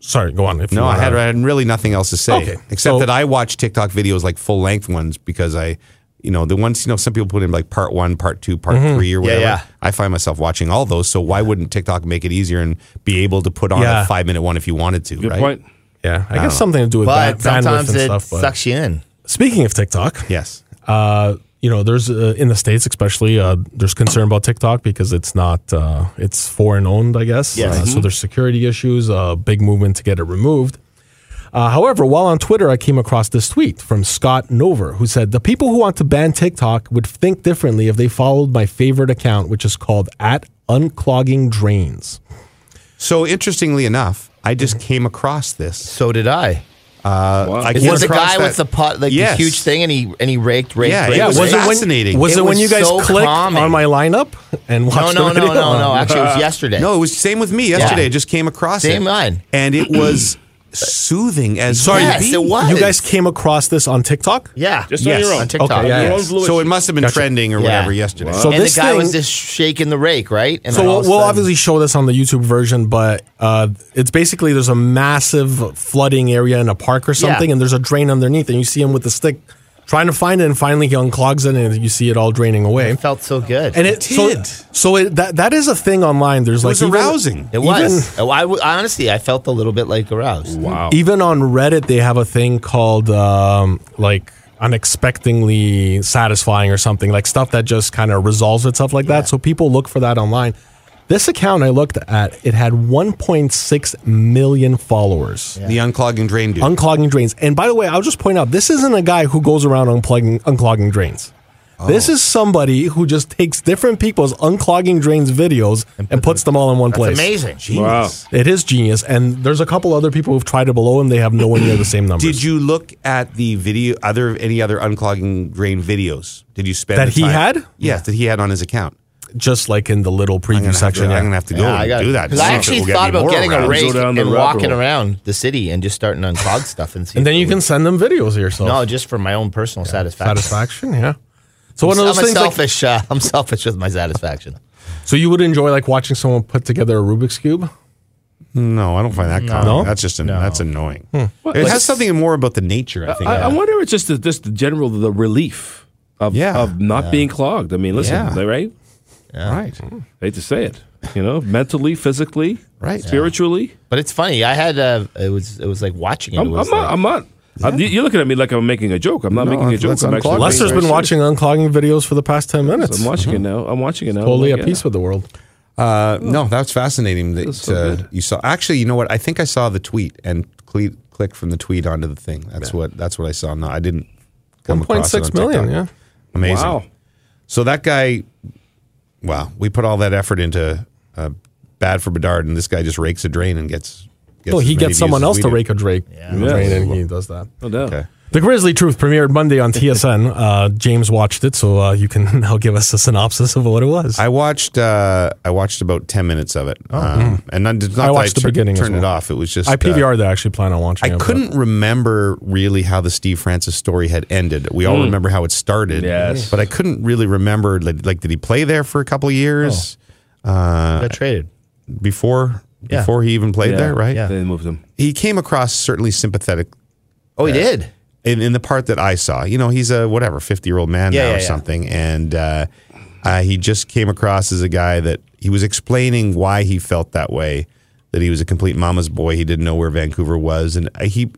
[SPEAKER 4] Sorry, go on. If you
[SPEAKER 1] No, I
[SPEAKER 4] wanna-
[SPEAKER 1] had, I had really nothing else to say
[SPEAKER 4] Okay,
[SPEAKER 1] except
[SPEAKER 4] so-
[SPEAKER 1] that I watch TikTok videos like full length ones because I, you know, the ones you know some people put in like part one, part two, part three, or whatever.
[SPEAKER 2] Mm-hmm. yeah.
[SPEAKER 1] I find myself watching all those. So why wouldn't TikTok make it easier and be able to put on
[SPEAKER 4] Yeah.
[SPEAKER 1] a five minute one if you wanted to?
[SPEAKER 6] Good
[SPEAKER 1] right?
[SPEAKER 6] point.
[SPEAKER 4] Yeah, I, guess something to do with
[SPEAKER 2] But
[SPEAKER 4] that bandwidth
[SPEAKER 2] sometimes
[SPEAKER 4] and
[SPEAKER 2] it
[SPEAKER 4] stuff. But
[SPEAKER 2] sucks you in.
[SPEAKER 4] speaking of TikTok,
[SPEAKER 1] Yes.
[SPEAKER 4] uh, you know, there's uh, in the states especially, uh, there's concern about TikTok because it's not uh, it's foreign owned, I guess.
[SPEAKER 2] Yes. Mm-hmm.
[SPEAKER 4] Uh, So there's security issues. Uh, big movement to get it removed. Uh, however, while on Twitter, I came across this tweet from Scott Nover, who said, "The people who want to ban TikTok would think differently if they followed my favorite account, which is called at unclogging drains."
[SPEAKER 1] So interestingly enough, I just
[SPEAKER 2] Mm-hmm.
[SPEAKER 1] came across this.
[SPEAKER 2] So did I.
[SPEAKER 6] Wow.
[SPEAKER 1] Uh, I
[SPEAKER 2] It
[SPEAKER 1] came
[SPEAKER 2] was a
[SPEAKER 1] across
[SPEAKER 2] guy
[SPEAKER 1] that-
[SPEAKER 2] with the pot, like
[SPEAKER 1] Yes.
[SPEAKER 2] the huge thing, and he and he raked, raked,
[SPEAKER 1] Yeah,
[SPEAKER 2] raked.
[SPEAKER 1] yeah,
[SPEAKER 2] raked.
[SPEAKER 1] was
[SPEAKER 4] it when-
[SPEAKER 1] fascinating.
[SPEAKER 4] was it,
[SPEAKER 2] It
[SPEAKER 4] when
[SPEAKER 2] was
[SPEAKER 4] you guys
[SPEAKER 2] so
[SPEAKER 4] clicked
[SPEAKER 2] calming.
[SPEAKER 4] on my lineup and
[SPEAKER 2] no,
[SPEAKER 4] watched
[SPEAKER 2] no,
[SPEAKER 4] the
[SPEAKER 2] no,
[SPEAKER 4] video?
[SPEAKER 2] no, no. Actually, it was yesterday.
[SPEAKER 1] No, it was same with me yesterday.
[SPEAKER 2] Yeah.
[SPEAKER 1] I just came across it.
[SPEAKER 2] Same line.
[SPEAKER 1] and it was soothing as
[SPEAKER 4] Sorry,
[SPEAKER 1] could
[SPEAKER 2] Yes,
[SPEAKER 1] be.
[SPEAKER 2] it was.
[SPEAKER 4] You guys came across this on TikTok?
[SPEAKER 2] yeah,
[SPEAKER 6] Just on
[SPEAKER 1] Yes.
[SPEAKER 6] your own.
[SPEAKER 2] on TikTok.
[SPEAKER 4] Okay, yeah.
[SPEAKER 6] Your own
[SPEAKER 4] Yes.
[SPEAKER 6] volition.
[SPEAKER 1] So it must have been
[SPEAKER 4] Gotcha.
[SPEAKER 1] trending or
[SPEAKER 2] Yeah.
[SPEAKER 1] whatever yesterday.
[SPEAKER 4] So
[SPEAKER 2] and the
[SPEAKER 4] this
[SPEAKER 2] guy
[SPEAKER 4] thing-
[SPEAKER 2] was just shaking the rake, right? And
[SPEAKER 4] So
[SPEAKER 2] then all
[SPEAKER 4] we'll,
[SPEAKER 2] of a
[SPEAKER 4] we'll
[SPEAKER 2] sudden-
[SPEAKER 4] obviously show this on the YouTube version, but uh, it's basically there's a massive flooding area in a park or something,
[SPEAKER 2] Yeah.
[SPEAKER 4] and there's a drain underneath, and you see him with the stick trying to find it, and finally he unclogs it, and you see it all draining away.
[SPEAKER 2] it felt so good.
[SPEAKER 4] And it, so,
[SPEAKER 1] did.
[SPEAKER 4] so it, that that is a thing online. There's like
[SPEAKER 1] was
[SPEAKER 4] even-
[SPEAKER 1] arousing.
[SPEAKER 2] It was. Oh, I w- honestly, I felt a little bit like aroused.
[SPEAKER 6] wow.
[SPEAKER 4] Even on Reddit, they have a thing called um, like unexpectedly satisfying or something, like stuff that just kind of resolves itself like that. So people look for that online. This account I looked at, it had 1.6 million followers.
[SPEAKER 1] The unclogging drain dude.
[SPEAKER 4] Unclogging drains. And by the way, I'll just point out this isn't a guy who goes around unplugging, unclogging drains.
[SPEAKER 1] Oh.
[SPEAKER 4] This is somebody who just takes different people's unclogging drains videos and, puts them all in one place.
[SPEAKER 2] It's amazing.
[SPEAKER 6] Wow.
[SPEAKER 4] It is genius, and there's a couple other people who've tried it below, and they have nowhere near the same numbers.
[SPEAKER 1] Did you look at the video? Other any other unclogging drain videos? Did you spend
[SPEAKER 4] That
[SPEAKER 1] the
[SPEAKER 4] he
[SPEAKER 1] time-
[SPEAKER 4] had?
[SPEAKER 1] Yes, that he had on his account.
[SPEAKER 4] just like in the little
[SPEAKER 1] I'm
[SPEAKER 4] preview
[SPEAKER 1] gonna, have to,
[SPEAKER 4] section. yeah.
[SPEAKER 1] I'm gonna have to go
[SPEAKER 2] Yeah, I
[SPEAKER 1] and
[SPEAKER 2] got
[SPEAKER 1] do that.
[SPEAKER 2] Because
[SPEAKER 1] See
[SPEAKER 2] I
[SPEAKER 1] if it
[SPEAKER 2] actually
[SPEAKER 1] will get
[SPEAKER 2] thought
[SPEAKER 1] me
[SPEAKER 2] about
[SPEAKER 1] more
[SPEAKER 2] getting a
[SPEAKER 1] around.
[SPEAKER 6] raise- Go
[SPEAKER 2] rake
[SPEAKER 6] down
[SPEAKER 2] and
[SPEAKER 6] the rabbit
[SPEAKER 2] walking
[SPEAKER 6] hole.
[SPEAKER 2] around the city and just starting to unclog stuff and see.
[SPEAKER 4] and
[SPEAKER 2] if
[SPEAKER 4] then you
[SPEAKER 2] it
[SPEAKER 4] can send them videos of
[SPEAKER 2] would-
[SPEAKER 4] yourself.
[SPEAKER 2] no, just for my own personal satisfaction.
[SPEAKER 4] satisfaction, yeah. So one of
[SPEAKER 2] I'm
[SPEAKER 4] those
[SPEAKER 2] a
[SPEAKER 4] things, like,
[SPEAKER 2] selfish. uh, I'm selfish with my satisfaction.
[SPEAKER 4] so you would enjoy like watching someone put together a Rubik's cube.
[SPEAKER 1] No, I don't find that common.
[SPEAKER 4] No?
[SPEAKER 1] That's just an, that's annoying.
[SPEAKER 4] Hmm.
[SPEAKER 1] It
[SPEAKER 6] Like-
[SPEAKER 1] has something more about the nature. I think.
[SPEAKER 6] I, I wonder if it's just the, just the general the relief of
[SPEAKER 1] Yeah.
[SPEAKER 6] of not being clogged. I mean, listen,
[SPEAKER 1] Yeah.
[SPEAKER 6] right?
[SPEAKER 1] Right.
[SPEAKER 4] Hmm.
[SPEAKER 6] hate to say it, you know, mentally, physically,
[SPEAKER 1] Right.
[SPEAKER 6] spiritually.
[SPEAKER 2] But it's funny. I had uh, it was it was like watching it.
[SPEAKER 6] I'm,
[SPEAKER 2] it
[SPEAKER 6] I'm
[SPEAKER 2] was
[SPEAKER 6] not.
[SPEAKER 2] like-
[SPEAKER 6] I'm not. I'm- you- you're looking at me like I'm making a joke. I'm not
[SPEAKER 1] No,
[SPEAKER 6] making a
[SPEAKER 1] let's-
[SPEAKER 6] joke.
[SPEAKER 1] let's
[SPEAKER 6] I'm
[SPEAKER 1] unplug
[SPEAKER 6] actually
[SPEAKER 1] Lester's
[SPEAKER 6] being
[SPEAKER 4] Lester's
[SPEAKER 6] very
[SPEAKER 4] been watching
[SPEAKER 6] serious.
[SPEAKER 4] unclogging videos for the past ten minutes.
[SPEAKER 6] I'm watching it now. I'm watching it now.
[SPEAKER 4] Uh-huh. totally at
[SPEAKER 6] I'm like,
[SPEAKER 4] peace
[SPEAKER 6] yeah.
[SPEAKER 4] with the world.
[SPEAKER 1] Uh,
[SPEAKER 4] Oh.
[SPEAKER 1] no, that's fascinating that
[SPEAKER 6] so
[SPEAKER 1] uh,
[SPEAKER 6] good.
[SPEAKER 1] you saw. Actually, you know what? I think I saw the tweet and cle- click from the tweet onto the thing. That's what that's what I saw. No, I didn't. Come across it
[SPEAKER 4] 1.6
[SPEAKER 1] on
[SPEAKER 4] million,
[SPEAKER 1] TikTok.
[SPEAKER 4] yeah.
[SPEAKER 1] amazing.
[SPEAKER 6] Wow.
[SPEAKER 1] So that guy, wow, we put all that effort into uh, bad for Bedard, and this guy just rakes a drain and gets. gets
[SPEAKER 4] Well,
[SPEAKER 1] as
[SPEAKER 4] he
[SPEAKER 1] many
[SPEAKER 4] gets
[SPEAKER 1] views
[SPEAKER 4] someone
[SPEAKER 1] as
[SPEAKER 4] else
[SPEAKER 1] we
[SPEAKER 4] to
[SPEAKER 1] do.
[SPEAKER 4] rake a Drake
[SPEAKER 6] Yeah.
[SPEAKER 4] drain, and he does that.
[SPEAKER 6] No doubt.
[SPEAKER 1] Okay.
[SPEAKER 4] The Grizzly Truth premiered Monday on TSN. Uh, James watched it, so uh, you can now give us a synopsis of what it was.
[SPEAKER 1] I watched. Uh, I watched about ten minutes of it, um, and not, not
[SPEAKER 4] Oh. Hmm. I
[SPEAKER 1] that
[SPEAKER 4] watched the
[SPEAKER 1] tur-
[SPEAKER 4] beginning as
[SPEAKER 1] Turned it
[SPEAKER 4] well.
[SPEAKER 1] off. It was just
[SPEAKER 4] I
[SPEAKER 1] uh,
[SPEAKER 4] PVR'd that. I Actually, plan on watching.
[SPEAKER 1] I
[SPEAKER 4] it, but-
[SPEAKER 1] couldn't remember really how the Steve Francis story had ended. We all remember how it started.
[SPEAKER 6] Yes.
[SPEAKER 1] But I couldn't really remember, like, like, did he play there for a couple of years
[SPEAKER 2] got traded.
[SPEAKER 1] before
[SPEAKER 2] Yeah.
[SPEAKER 1] before he even played
[SPEAKER 6] Yeah.
[SPEAKER 1] there, right?
[SPEAKER 2] Yeah.
[SPEAKER 6] They moved him.
[SPEAKER 1] He came across certainly sympathetic
[SPEAKER 2] Oh, he did.
[SPEAKER 1] in, in the part that I saw. You know, he's a whatever, 50 year old man
[SPEAKER 2] Yeah,
[SPEAKER 1] now
[SPEAKER 2] yeah,
[SPEAKER 1] or
[SPEAKER 2] yeah.
[SPEAKER 1] something. And uh, uh, he just came across as a guy that he was explaining why he felt that way, that he was a complete mama's boy. He didn't know where Vancouver was. And uh, he.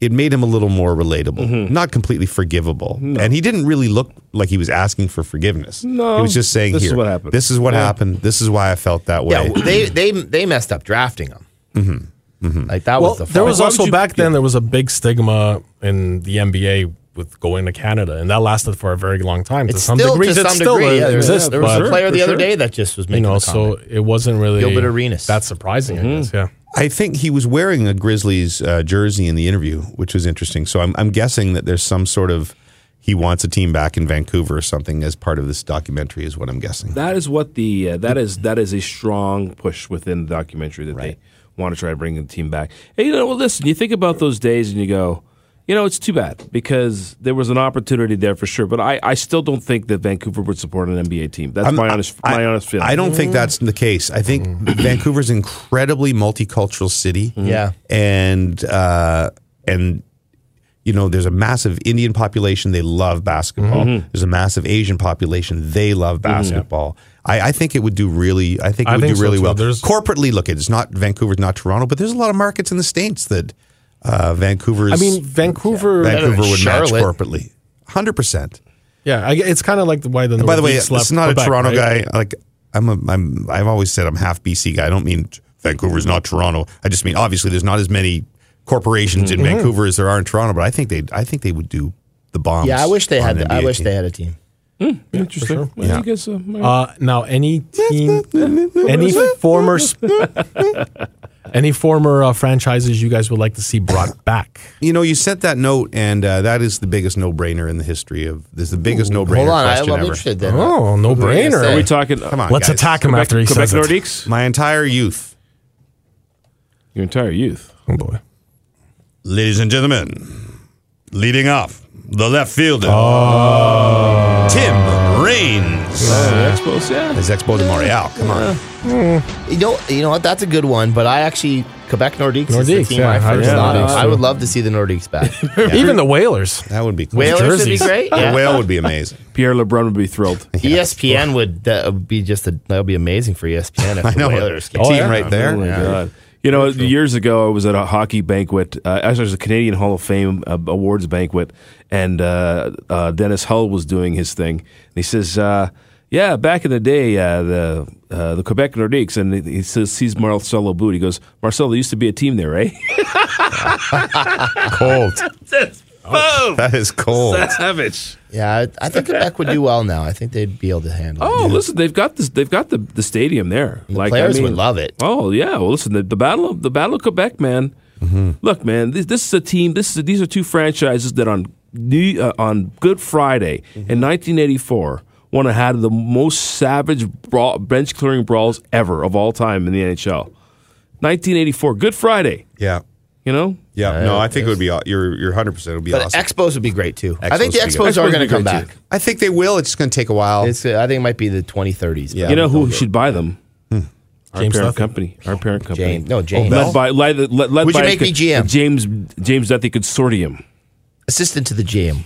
[SPEAKER 1] It made him a little more relatable,
[SPEAKER 6] Mm-hmm.
[SPEAKER 1] not completely forgivable, and he didn't really look like he was asking for forgiveness.
[SPEAKER 6] No.
[SPEAKER 1] he was just saying,
[SPEAKER 6] This is
[SPEAKER 1] "Here,
[SPEAKER 6] what happened."
[SPEAKER 1] This is what happened. This is why I felt that way."
[SPEAKER 2] Yeah, they they they messed up drafting him. Like that
[SPEAKER 4] Well,
[SPEAKER 2] was the.
[SPEAKER 4] there was
[SPEAKER 6] Why would
[SPEAKER 4] also
[SPEAKER 6] you-
[SPEAKER 4] back then there was a big stigma in the NBA with going to Canada, and that lasted for a very long time. to
[SPEAKER 2] It's
[SPEAKER 4] some
[SPEAKER 2] still
[SPEAKER 4] degree,
[SPEAKER 2] to some
[SPEAKER 4] it still
[SPEAKER 2] degree. yeah, there was,
[SPEAKER 4] exists,
[SPEAKER 2] there was
[SPEAKER 4] but
[SPEAKER 2] a player
[SPEAKER 6] for
[SPEAKER 2] the other
[SPEAKER 6] sure.
[SPEAKER 2] day that just was
[SPEAKER 4] you
[SPEAKER 2] making.
[SPEAKER 4] know,
[SPEAKER 2] a
[SPEAKER 4] so
[SPEAKER 2] comment.
[SPEAKER 4] it wasn't really
[SPEAKER 2] Gilbert Arenas. Mm-hmm.
[SPEAKER 4] That surprising, I guess. Yeah,
[SPEAKER 1] I think he was wearing a Grizzlies uh, jersey in the interview, which was interesting. So I'm, I'm guessing that there's some sort of he wants a team back in Vancouver or something as part of this documentary, is what I'm guessing.
[SPEAKER 6] That is what the uh, that is that is a strong push within the documentary that they want to try to bring the team back. And you know, well, listen, you think about those days and you go, you know, it's too bad because there was an opportunity there for sure. But I, I still don't think that Vancouver would support an NBA team. That's my honest my honest feeling.
[SPEAKER 1] I don't think that's the case. I think Vancouver's an incredibly multicultural city.
[SPEAKER 2] Yeah.
[SPEAKER 1] and uh, and you know, there's a massive Indian population. They love basketball. There's a massive Asian population. They love basketball. I, I think it would do really. I think it
[SPEAKER 4] I
[SPEAKER 1] would
[SPEAKER 4] think
[SPEAKER 1] do
[SPEAKER 4] so
[SPEAKER 1] really
[SPEAKER 4] too.
[SPEAKER 1] well.
[SPEAKER 4] There's-
[SPEAKER 1] Corporately, look, it's not Vancouver's not Toronto, but there's a lot of markets in the states that uh, Vancouver's.
[SPEAKER 4] I mean Vancouver. Yeah,
[SPEAKER 1] Vancouver would match
[SPEAKER 2] Charlotte.
[SPEAKER 1] corporately, hundred percent.
[SPEAKER 4] I, it's kind of like the why the.
[SPEAKER 1] By the way,
[SPEAKER 4] Northeast
[SPEAKER 1] it's
[SPEAKER 4] left
[SPEAKER 1] not
[SPEAKER 4] Quebec,
[SPEAKER 1] a Toronto
[SPEAKER 4] right?
[SPEAKER 1] guy. Like I'm a, I'm I've always said I'm half BC guy. I don't mean Vancouver's not Toronto. I just mean obviously there's not as many corporations in
[SPEAKER 2] Mm-hmm.
[SPEAKER 1] Vancouver as there are in Toronto. But I think they I think they would do the bombs.
[SPEAKER 2] yeah, I wish they
[SPEAKER 1] on
[SPEAKER 2] had.
[SPEAKER 1] an
[SPEAKER 2] I
[SPEAKER 1] NBA
[SPEAKER 2] wish
[SPEAKER 1] team.
[SPEAKER 2] they had a team.
[SPEAKER 6] Interesting. Well,
[SPEAKER 1] Yeah.
[SPEAKER 6] you guys, uh, might-
[SPEAKER 4] Uh, now, any team, any former, sp- any former uh, franchises you guys would like to see brought back?
[SPEAKER 1] You know, you sent that note, and uh, that is the biggest no brainer in the history of. This is the biggest no brainer
[SPEAKER 2] Hold on, I,
[SPEAKER 1] question
[SPEAKER 2] I'm
[SPEAKER 1] ever.
[SPEAKER 2] interested. Then.
[SPEAKER 4] Oh, no
[SPEAKER 2] What were you gonna
[SPEAKER 4] brainer.
[SPEAKER 2] say?
[SPEAKER 6] are we talking? uh,
[SPEAKER 1] Come on,
[SPEAKER 4] Let's
[SPEAKER 1] guys.
[SPEAKER 4] attack him after he
[SPEAKER 6] Quebec
[SPEAKER 4] says it.
[SPEAKER 6] Nordiques.
[SPEAKER 1] My entire youth,
[SPEAKER 6] Your entire youth.
[SPEAKER 4] Oh boy.
[SPEAKER 1] ladies and gentlemen, leading off the left fielder,
[SPEAKER 2] Oh.
[SPEAKER 1] Tim Raines.
[SPEAKER 6] Uh, Expos, yeah.
[SPEAKER 1] His Expo de Montreal. Come on.
[SPEAKER 2] You know, you know what? That's a good one. But I actually Quebec Nordiques, is the
[SPEAKER 4] Nordiques,
[SPEAKER 2] team
[SPEAKER 4] yeah,
[SPEAKER 2] I
[SPEAKER 4] I
[SPEAKER 2] first
[SPEAKER 4] was
[SPEAKER 2] thought of.
[SPEAKER 4] Nordiques,
[SPEAKER 2] I
[SPEAKER 4] too.
[SPEAKER 2] would love to see the Nordiques back.
[SPEAKER 4] Even the Whalers.
[SPEAKER 1] That would be cool.
[SPEAKER 2] Whalers would be
[SPEAKER 4] Jerseys.
[SPEAKER 2] great.
[SPEAKER 1] A
[SPEAKER 2] Yeah.
[SPEAKER 1] whale would be amazing.
[SPEAKER 6] Pierre LeBrun would be thrilled.
[SPEAKER 2] E ESPN would that would be just a, that would be amazing for E ESPN. If
[SPEAKER 1] I
[SPEAKER 2] the
[SPEAKER 1] know.
[SPEAKER 2] Whalers
[SPEAKER 1] team
[SPEAKER 2] came.
[SPEAKER 4] yeah.
[SPEAKER 1] right
[SPEAKER 6] Oh my
[SPEAKER 1] there.
[SPEAKER 6] god! You know, years ago I was at a hockey banquet. Uh, actually, it was a Canadian Hall of Fame uh, awards banquet, and uh, uh, Dennis Hull was doing his thing. And he says, uh, "Yeah, back in the day, uh, the uh, the Quebec Nordiques," and he he says, "Sees Marcelo Boot." He goes, "Marcelo there used to be a team there, eh?" right?"
[SPEAKER 1] Cold.
[SPEAKER 2] Oh.
[SPEAKER 6] Boom!
[SPEAKER 1] That is cold.
[SPEAKER 6] Savage.
[SPEAKER 2] Yeah, I, I think Quebec would do well now. I think they'd be able to handle. it.
[SPEAKER 6] Oh, listen, they've got this. They've got the, the stadium there.
[SPEAKER 2] The players would love it.
[SPEAKER 6] Oh yeah. Well, listen, the, the battle of the battle of Quebec, man.
[SPEAKER 2] Mm-hmm.
[SPEAKER 6] Look, man, this, this is a team. This is
[SPEAKER 2] Mm-hmm.
[SPEAKER 6] these are two franchises that on New, uh, on Good Friday in 1984 one that had the most savage brawl, bench clearing brawls ever of all time in the NHL. 1984, Good Friday.
[SPEAKER 1] Yeah.
[SPEAKER 6] You know,
[SPEAKER 1] Yeah. No, I think it would be. aw- You're you're 100. percent It would be
[SPEAKER 2] But
[SPEAKER 1] awesome.
[SPEAKER 2] Expos would be great too. I
[SPEAKER 1] Expos
[SPEAKER 2] think the
[SPEAKER 1] would be great.
[SPEAKER 2] Expos are
[SPEAKER 6] Expos
[SPEAKER 2] going
[SPEAKER 6] would
[SPEAKER 2] to come
[SPEAKER 6] be great,
[SPEAKER 2] back.
[SPEAKER 6] too.
[SPEAKER 1] I think they will. It's just going to take a while.
[SPEAKER 2] It's, uh, I think it might be the 2030s.
[SPEAKER 1] Yeah.
[SPEAKER 6] you know who should buy them?
[SPEAKER 2] Hmm.
[SPEAKER 6] Our
[SPEAKER 4] James
[SPEAKER 6] parent
[SPEAKER 4] Duffy.
[SPEAKER 6] company. Our parent company.
[SPEAKER 2] James. No, James.
[SPEAKER 1] Bell?
[SPEAKER 6] Led by led, led, led
[SPEAKER 2] Would you
[SPEAKER 6] by
[SPEAKER 2] make me
[SPEAKER 6] the
[SPEAKER 2] GM?
[SPEAKER 6] James James Duthie Consortium.
[SPEAKER 2] Assistant to the GM.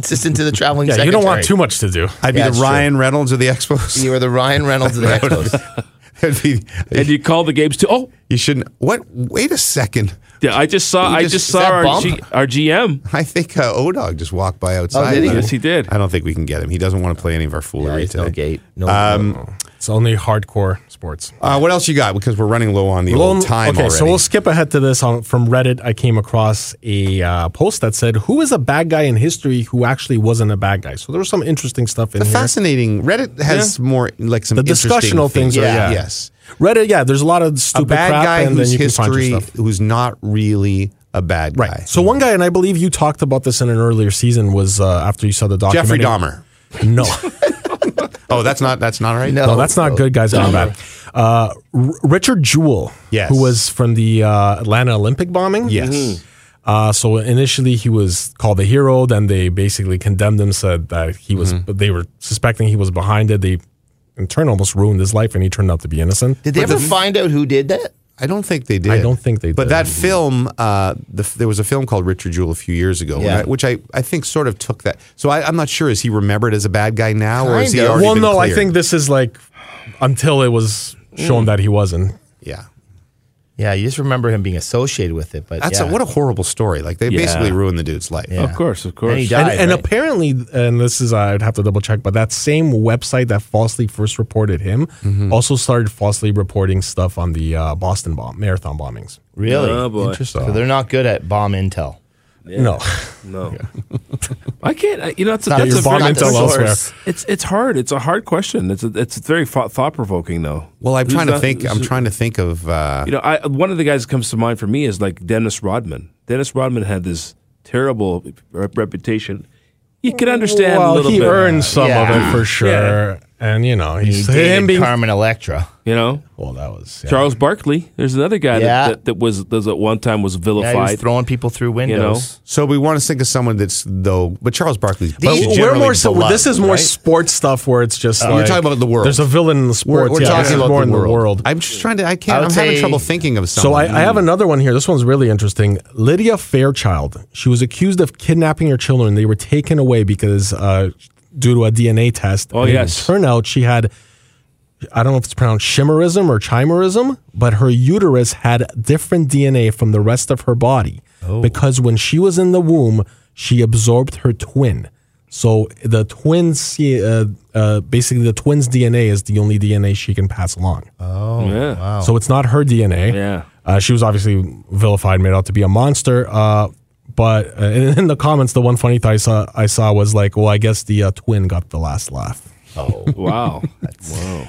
[SPEAKER 2] Assistant to the traveling
[SPEAKER 4] Yeah,
[SPEAKER 2] secretary.
[SPEAKER 4] you don't want too much to do.
[SPEAKER 1] I'd be
[SPEAKER 2] Yeah, it's
[SPEAKER 1] the
[SPEAKER 2] true.
[SPEAKER 1] Ryan Reynolds of the Expos.
[SPEAKER 2] You are the Ryan Reynolds of the Expos.
[SPEAKER 1] That'd be-
[SPEAKER 6] And you call the games too. Oh,
[SPEAKER 1] you shouldn't. What? Wait a second.
[SPEAKER 6] yeah, I just saw
[SPEAKER 1] You
[SPEAKER 6] I
[SPEAKER 1] just-
[SPEAKER 6] just
[SPEAKER 1] is
[SPEAKER 6] saw
[SPEAKER 2] that
[SPEAKER 6] our
[SPEAKER 2] bump?
[SPEAKER 6] G, our GM.
[SPEAKER 1] I think uh, Odog just walked by outside.
[SPEAKER 2] Oh, did he?
[SPEAKER 1] I don't-
[SPEAKER 6] Yes, he did.
[SPEAKER 1] I don't think we can get him. He doesn't want to play any of our foolery
[SPEAKER 2] There's
[SPEAKER 1] today.
[SPEAKER 2] no gate. No.
[SPEAKER 4] It's only hardcore sports.
[SPEAKER 1] Uh, what else you got? Because we're running low on the
[SPEAKER 4] Well,
[SPEAKER 1] old time
[SPEAKER 4] okay,
[SPEAKER 1] already.
[SPEAKER 4] so we'll skip ahead to this. On, from Reddit, I came across a uh, post that said, "Who is a bad guy in history who actually wasn't a bad guy?" So there was some interesting stuff in
[SPEAKER 1] the
[SPEAKER 4] here.
[SPEAKER 1] fascinating Reddit has more like some
[SPEAKER 4] the
[SPEAKER 1] interesting
[SPEAKER 4] discussional things, are, yeah.
[SPEAKER 1] Yes,
[SPEAKER 4] Reddit, yeah. There's a lot of
[SPEAKER 1] a
[SPEAKER 4] stupid
[SPEAKER 1] bad
[SPEAKER 4] crap,
[SPEAKER 1] guy
[SPEAKER 4] and then
[SPEAKER 1] whose
[SPEAKER 4] you can find
[SPEAKER 1] history
[SPEAKER 4] your stuff.
[SPEAKER 1] who's not really a bad
[SPEAKER 4] Right.
[SPEAKER 1] guy.
[SPEAKER 4] So one guy, and I believe you talked about this in an earlier season, was uh, after you saw the
[SPEAKER 1] Jeffrey
[SPEAKER 4] documentary.
[SPEAKER 1] Dahmer.
[SPEAKER 4] No,
[SPEAKER 1] Oh, that's not that's not right.
[SPEAKER 4] no, that's not good, guys. Gone bad. Uh, R- Richard Jewell,
[SPEAKER 1] Yes.
[SPEAKER 4] who was from the uh, Atlanta Olympic bombing. Mm-hmm.
[SPEAKER 1] Yes. Mm-hmm.
[SPEAKER 4] Uh, so initially he was called the hero. Then they basically condemned him, said that he was.
[SPEAKER 1] Mm-hmm.
[SPEAKER 4] They were suspecting he was behind it. They, in turn, almost ruined his life, and he turned out to be innocent.
[SPEAKER 2] Did they ever find out who did that?
[SPEAKER 1] I don't think they did.
[SPEAKER 4] I don't think they
[SPEAKER 1] But
[SPEAKER 4] did.
[SPEAKER 1] that film, uh, the, there was a film called Richard Jewell a few years ago,
[SPEAKER 2] Yeah.
[SPEAKER 1] right, which I, I think sort of took that. So I, I'm not sure is he remembered as a bad guy now, or is he
[SPEAKER 2] Kind of.
[SPEAKER 1] already
[SPEAKER 4] well,
[SPEAKER 1] been
[SPEAKER 4] no, I
[SPEAKER 1] cleared? Hmm.
[SPEAKER 4] think this is like until it was shown that he wasn't.
[SPEAKER 1] yeah.
[SPEAKER 2] Yeah, you just remember him being associated with it. But
[SPEAKER 1] That's
[SPEAKER 2] yeah.
[SPEAKER 1] a, what a horrible story. Like they
[SPEAKER 6] Yeah.
[SPEAKER 1] basically ruined the dude's life.
[SPEAKER 2] Yeah.
[SPEAKER 6] Of course, of course.
[SPEAKER 2] And he
[SPEAKER 4] And,
[SPEAKER 2] died.
[SPEAKER 4] and
[SPEAKER 2] right?
[SPEAKER 4] apparently, and this is I'd have to double check, but that same website that falsely first reported him
[SPEAKER 1] Mm-hmm.
[SPEAKER 4] also started falsely reporting stuff on the uh, Boston bomb marathon bombings.
[SPEAKER 2] really?
[SPEAKER 6] Oh, boy.
[SPEAKER 2] So they're not good at bomb intel.
[SPEAKER 4] No,
[SPEAKER 6] No, I can't. I- You know, it's a,
[SPEAKER 2] Not
[SPEAKER 6] that's
[SPEAKER 2] your
[SPEAKER 6] a
[SPEAKER 2] bomb
[SPEAKER 6] very,
[SPEAKER 2] intel elsewhere.
[SPEAKER 6] It's it's hard. It's a hard question. It's a, it's very thought provoking though.
[SPEAKER 1] Well, I'm
[SPEAKER 6] Who's
[SPEAKER 1] trying to
[SPEAKER 6] not-
[SPEAKER 1] think. I'm trying to think of. Uh,
[SPEAKER 6] You know, I, one of the guys that comes to mind for me is like Dennis Rodman. Dennis Rodman had this terrible rep- reputation. You could understand. a
[SPEAKER 4] well,
[SPEAKER 6] little
[SPEAKER 4] he
[SPEAKER 6] bit,
[SPEAKER 4] earned some
[SPEAKER 2] Yeah.
[SPEAKER 4] of it for sure,
[SPEAKER 6] Yeah.
[SPEAKER 4] and you know,
[SPEAKER 2] He
[SPEAKER 4] he's him
[SPEAKER 2] dated
[SPEAKER 4] being
[SPEAKER 2] Carmen Electra.
[SPEAKER 6] You know,
[SPEAKER 4] well, that was yeah.
[SPEAKER 6] Charles Barkley. There's another guy
[SPEAKER 2] Yeah.
[SPEAKER 6] that, that, that was that at one time was
[SPEAKER 2] Yeah, he was
[SPEAKER 6] vilified.
[SPEAKER 2] throwing people through windows.
[SPEAKER 1] so we want to think of someone that's though, but Charles Barkley's.
[SPEAKER 2] But
[SPEAKER 1] he's
[SPEAKER 2] we're
[SPEAKER 1] generally
[SPEAKER 4] more so.
[SPEAKER 1] beloved,
[SPEAKER 4] this is more
[SPEAKER 1] right? Oh,
[SPEAKER 4] sports stuff where it's just like,
[SPEAKER 1] you're talking about the world.
[SPEAKER 4] There's a villain in the
[SPEAKER 1] We're,
[SPEAKER 4] sports.
[SPEAKER 1] we're
[SPEAKER 4] yeah, this
[SPEAKER 1] talking
[SPEAKER 4] is
[SPEAKER 1] about
[SPEAKER 4] more in
[SPEAKER 1] the, world.
[SPEAKER 4] the world.
[SPEAKER 1] I'm just trying to. I
[SPEAKER 2] I
[SPEAKER 1] can't.
[SPEAKER 2] would
[SPEAKER 1] I'm having
[SPEAKER 2] say-
[SPEAKER 1] trouble thinking of someone.
[SPEAKER 4] So I, I have another one here. This one's really interesting. Lydia Fairchild. She was accused of kidnapping her children. They were taken away because uh, due to a DNA test.
[SPEAKER 6] Oh,
[SPEAKER 4] And it
[SPEAKER 6] yes.
[SPEAKER 4] Turned out she had. I don't know if it's pronounced chimerism or chimerism, but her uterus had different DNA from the rest of her body
[SPEAKER 6] Oh.
[SPEAKER 4] because when she was in the womb, she absorbed her twin. So the twins, uh, uh, basically, the twin's DNA is the only DNA she can pass along.
[SPEAKER 6] yeah.
[SPEAKER 1] Oh.
[SPEAKER 4] So it's not her DNA.
[SPEAKER 6] Yeah.
[SPEAKER 4] Uh, she was obviously vilified, made out to be a monster. Uh, but uh, and in the comments, the one funny thing I saw, I saw was like, well, I guess the uh, twin got the last laugh.
[SPEAKER 6] Wow.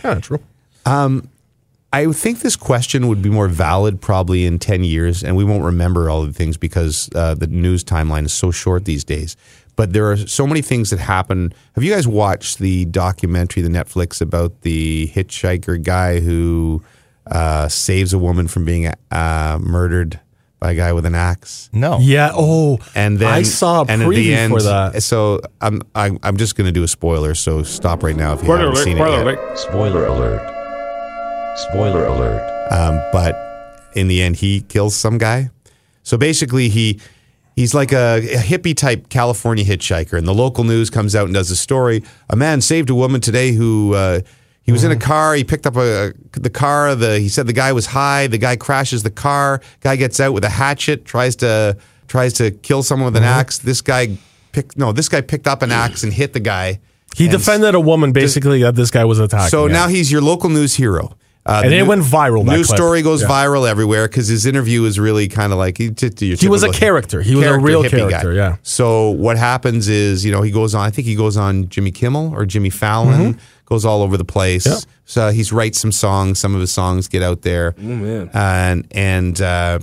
[SPEAKER 4] Yeah, true.
[SPEAKER 1] I think this question would be more valid probably in 10 years, and we won't remember all of the things because uh, the news timeline is so short these days. But there are so many things that happen. Have you guys watched the documentary, the Netflix, about the hitchhiker guy who uh, saves a woman from being uh, murdered by a guy with an axe?
[SPEAKER 2] No.
[SPEAKER 4] Yeah. Oh,
[SPEAKER 1] And then
[SPEAKER 4] I saw a
[SPEAKER 1] and at
[SPEAKER 4] preview
[SPEAKER 1] the end,
[SPEAKER 4] for that.
[SPEAKER 1] So I'm I'm, I'm just going to do a spoiler. So stop right now if you haven't seen it yet.
[SPEAKER 7] Spoiler alert. Spoiler alert.
[SPEAKER 1] um, but in the end he kills some guy so basically he he's like a, a hippie type california hitchhiker and the local news comes out and does a story a man saved a woman today who uh, he was in
[SPEAKER 4] Mm-hmm.
[SPEAKER 1] a car he picked up a, the car the he said the guy was high the guy crashes the car guy gets out with a hatchet tries to tries to kill someone with an
[SPEAKER 4] Mm-hmm.
[SPEAKER 1] axe this guy picked no this guy picked up an axe and hit the guy
[SPEAKER 4] He
[SPEAKER 1] And
[SPEAKER 4] defended a woman basically that this guy was attacking.
[SPEAKER 1] so
[SPEAKER 4] yeah.
[SPEAKER 1] now he's your local news hero. Uh,
[SPEAKER 4] And
[SPEAKER 1] the
[SPEAKER 4] it went viral, that
[SPEAKER 1] News
[SPEAKER 4] clip.
[SPEAKER 1] story goes
[SPEAKER 4] Yeah.
[SPEAKER 1] viral everywhere because his interview is really kind of like he, t- t- your
[SPEAKER 4] He was a
[SPEAKER 1] typical
[SPEAKER 4] character. He was a real
[SPEAKER 1] hippie guy.
[SPEAKER 4] character, yeah.
[SPEAKER 1] So what happens is you know he goes on. I think he goes on Jimmy Kimmel or Jimmy Fallon. Goes all over the place.
[SPEAKER 4] Mm-hmm. Yeah.
[SPEAKER 1] So he's writes some songs. Some of his songs get out there.
[SPEAKER 6] man.
[SPEAKER 1] And and uh,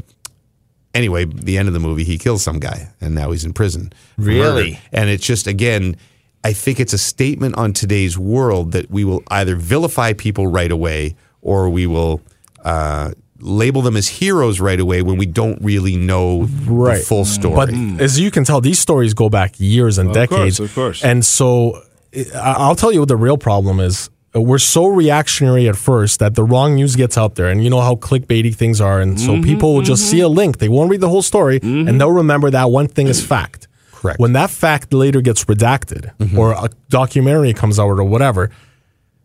[SPEAKER 1] anyway, the end of the movie, he kills some guy, and now he's in prison. for
[SPEAKER 2] Really?
[SPEAKER 1] murder. And it's just again, I think it's a statement on today's world that we will either vilify people right away or we will uh, label them as heroes right away when we don't really know
[SPEAKER 4] Right. Mm.
[SPEAKER 1] the full story.
[SPEAKER 4] But as you can tell, these stories go back years and
[SPEAKER 6] course,
[SPEAKER 4] decades.
[SPEAKER 6] Hmm. of course.
[SPEAKER 4] And so I- I'll tell you what the real problem is. Uh, We're so reactionary at first that the wrong news gets out there. And you know how clickbaity things are. And
[SPEAKER 6] Mm-hmm,
[SPEAKER 4] so people will just see a link, they won't read the whole story, and they'll remember that one thing is fact.
[SPEAKER 1] Correct. Mm-hmm.
[SPEAKER 4] When that fact later gets redacted or a documentary comes out or whatever,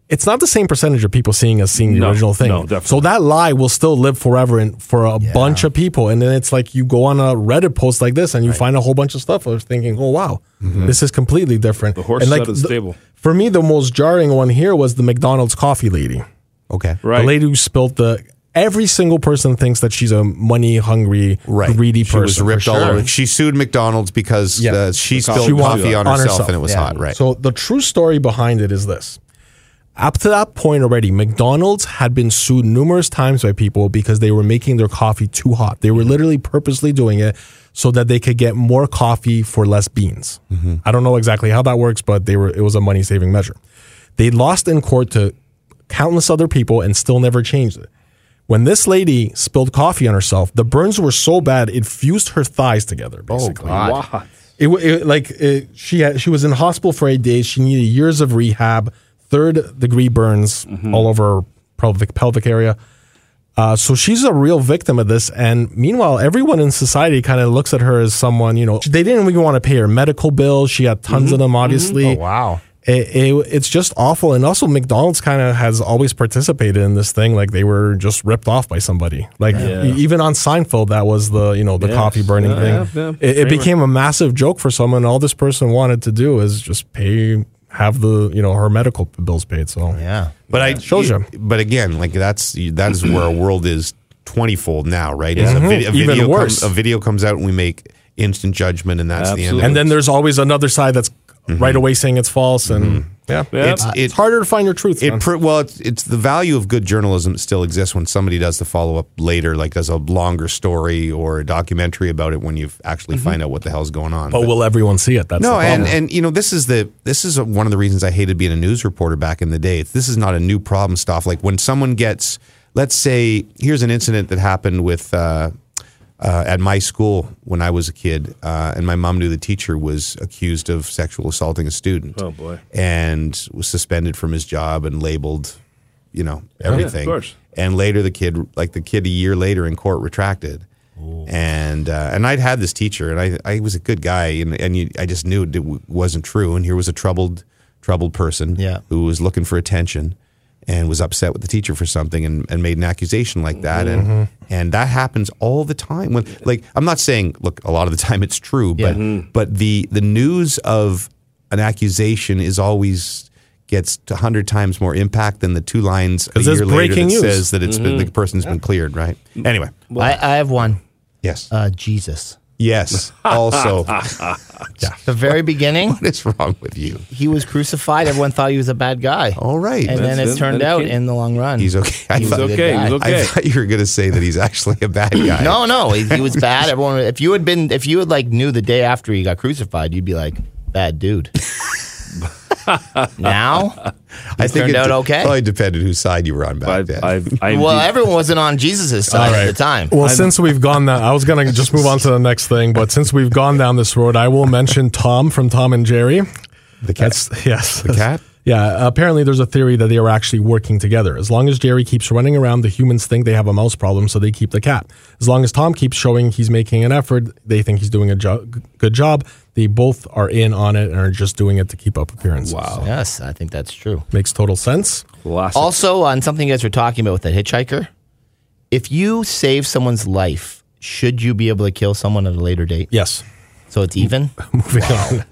[SPEAKER 4] it's not the same percentage of people seeing as seeing the
[SPEAKER 6] No,
[SPEAKER 4] original thing.
[SPEAKER 6] no, definitely.
[SPEAKER 4] So that lie will still live forever and for a bunch of people. And then it's like you go on a Reddit post like this and you find a whole bunch of stuff of thinking, oh wow,
[SPEAKER 1] Mm-hmm.
[SPEAKER 4] this is completely different. The
[SPEAKER 6] horse
[SPEAKER 4] and
[SPEAKER 6] is
[SPEAKER 4] like
[SPEAKER 6] out of the
[SPEAKER 4] the-
[SPEAKER 6] stable.
[SPEAKER 4] For me, the most jarring one here was the McDonald's coffee lady.
[SPEAKER 1] okay.
[SPEAKER 6] Right.
[SPEAKER 4] The lady who spilt the every single person thinks that she's a money hungry,
[SPEAKER 1] Right.
[SPEAKER 4] greedy
[SPEAKER 1] she
[SPEAKER 4] person.
[SPEAKER 1] was
[SPEAKER 4] for
[SPEAKER 1] ripped all
[SPEAKER 4] sure.
[SPEAKER 1] over. She sued McDonald's because
[SPEAKER 4] Yeah.
[SPEAKER 1] uh, she spilled
[SPEAKER 4] She wanted
[SPEAKER 1] coffee
[SPEAKER 4] to-
[SPEAKER 1] on,
[SPEAKER 4] on
[SPEAKER 1] herself,
[SPEAKER 4] herself,
[SPEAKER 1] and it was
[SPEAKER 2] yeah.
[SPEAKER 1] hot. Right.
[SPEAKER 4] So the true story behind it is this. Up to that point already, McDonald's had been sued numerous times by people because they were making their coffee too hot. They were
[SPEAKER 1] Mm-hmm.
[SPEAKER 4] literally purposely doing it so that they could get more coffee for less beans.
[SPEAKER 1] Mm-hmm.
[SPEAKER 4] I don't know exactly how that works, but they were it was a money saving measure. They lost in court to countless other people and still never changed it. When this lady spilled coffee on herself, the burns were so bad it fused her thighs together.
[SPEAKER 1] Oh,
[SPEAKER 4] Basically,
[SPEAKER 6] Wow.
[SPEAKER 4] it, wa- it like it, she had, she was in hospital for eight days. She needed years of rehab, third degree burns all over her pelvic pelvic area. Uh, so she's a real victim of this. And meanwhile, everyone in society kind of looks at her as someone you know they didn't even want to pay her medical bills. She had tons of them, obviously.
[SPEAKER 2] Oh, wow.
[SPEAKER 4] It, it, it's just awful. And also, McDonald's kind of has always participated in this thing, like they were just ripped off by somebody. Like e- even on Seinfeld, that was the you know the coffee burning
[SPEAKER 6] Yeah,
[SPEAKER 4] thing.
[SPEAKER 6] yeah, yeah.
[SPEAKER 4] It, it became a massive joke for someone. All this person wanted to do is just pay, have the you know her medical bills paid. So
[SPEAKER 2] Yeah.
[SPEAKER 1] But I
[SPEAKER 4] Shows you.
[SPEAKER 1] But again, like that's that is where our world is twentyfold now, right? It's a, vid- a
[SPEAKER 4] Mm-hmm. Even
[SPEAKER 1] video come-
[SPEAKER 4] worse.
[SPEAKER 1] a video comes out and we make instant judgment, and that's the end.
[SPEAKER 6] Absolutely.
[SPEAKER 1] Of
[SPEAKER 4] and then there's always another side that's right away saying it's false, and yeah,
[SPEAKER 6] Yeah.
[SPEAKER 1] It's- it-
[SPEAKER 4] it's harder to find your truth.
[SPEAKER 1] it.
[SPEAKER 4] man.
[SPEAKER 1] It pr- well, it's, it's the value of good journalism that still exists when somebody does the follow up later, like does a longer story or a documentary about it when you
[SPEAKER 4] Mm-hmm.
[SPEAKER 1] actually find out what the hell's going on.
[SPEAKER 4] but will everyone see it? That's
[SPEAKER 1] No,
[SPEAKER 4] the
[SPEAKER 1] and
[SPEAKER 4] problem.
[SPEAKER 1] and you know this is the this is one of the reasons I hated being a news reporter back in the day. It's, this is not a new problem stuff. Like when someone gets, let's say, here's an incident that happened with uh, uh, at my school when I was a kid, uh, and my mom knew the teacher was accused of sexual assaulting a student.
[SPEAKER 6] Oh, boy.
[SPEAKER 1] And was suspended from his job and labeled, you know, everything.
[SPEAKER 6] course.
[SPEAKER 1] And later, the kid, like the kid, a year later in court, retracted. And uh, and I'd had this teacher, and I I was a good guy, and and you, I just knew it w- wasn't true. And here was a troubled troubled person,
[SPEAKER 2] Yeah.
[SPEAKER 1] who was looking for attention, and was upset with the teacher for something, and, and made an accusation like that, and and that happens all the time. When like I'm not saying, look, a lot of the time it's true, but but the the news of an accusation is always gets a hundred times more impact than the two lines a
[SPEAKER 4] 'Cause it's
[SPEAKER 1] year later that
[SPEAKER 4] breaking news. Mm.
[SPEAKER 1] says that it's
[SPEAKER 2] Mm-hmm.
[SPEAKER 1] been, the person's been cleared, right? Anyway,
[SPEAKER 2] I, I have one.
[SPEAKER 1] yes,
[SPEAKER 2] Uh, Jesus.
[SPEAKER 1] yes. Also,
[SPEAKER 2] The very beginning,
[SPEAKER 1] what is wrong with you?
[SPEAKER 2] he was crucified. Everyone thought he was a bad guy.
[SPEAKER 1] All right,
[SPEAKER 2] and then
[SPEAKER 6] That's
[SPEAKER 2] it's
[SPEAKER 6] it.
[SPEAKER 2] turned
[SPEAKER 6] Then it
[SPEAKER 2] out
[SPEAKER 6] came-
[SPEAKER 2] in the long run.
[SPEAKER 1] he's okay. I
[SPEAKER 2] He's
[SPEAKER 1] thought,
[SPEAKER 2] good
[SPEAKER 6] Okay,
[SPEAKER 2] guy.
[SPEAKER 6] he's
[SPEAKER 1] I
[SPEAKER 6] okay.
[SPEAKER 1] thought you were going to say that he's actually a bad guy.
[SPEAKER 2] No, no, he, he was bad. Everyone, if you had been, if you had like knew the day after he got crucified, you'd be like, bad dude. now,
[SPEAKER 1] I
[SPEAKER 2] turned
[SPEAKER 1] it
[SPEAKER 2] out
[SPEAKER 1] de-
[SPEAKER 2] okay.
[SPEAKER 1] Probably depended whose side you were on back
[SPEAKER 6] I've,
[SPEAKER 1] then.
[SPEAKER 6] I've, I've,
[SPEAKER 2] well, everyone wasn't on Jesus' side at the time.
[SPEAKER 4] Well, since we've gone that, I was gonna just move on to the next thing. But since we've gone down this road, I will mention Tom from Tom and Jerry.
[SPEAKER 1] the cat's
[SPEAKER 4] That's yes,
[SPEAKER 1] the cat.
[SPEAKER 4] Yeah, apparently there's a theory that they are actually working together. As long as Jerry keeps running around, the humans think they have a mouse problem, so they keep the cat. As long as Tom keeps showing he's making an effort, they think he's doing a jo- good job. They both are in on it and are just doing it to keep up appearances. Wow,
[SPEAKER 2] Yes, I think that's true.
[SPEAKER 4] makes total sense.
[SPEAKER 6] Classic.
[SPEAKER 2] Also, on something you guys were talking about with that hitchhiker, if you save someone's life, should you be able to kill someone at a later date?
[SPEAKER 4] Yes,
[SPEAKER 2] So it's even.
[SPEAKER 4] moving on.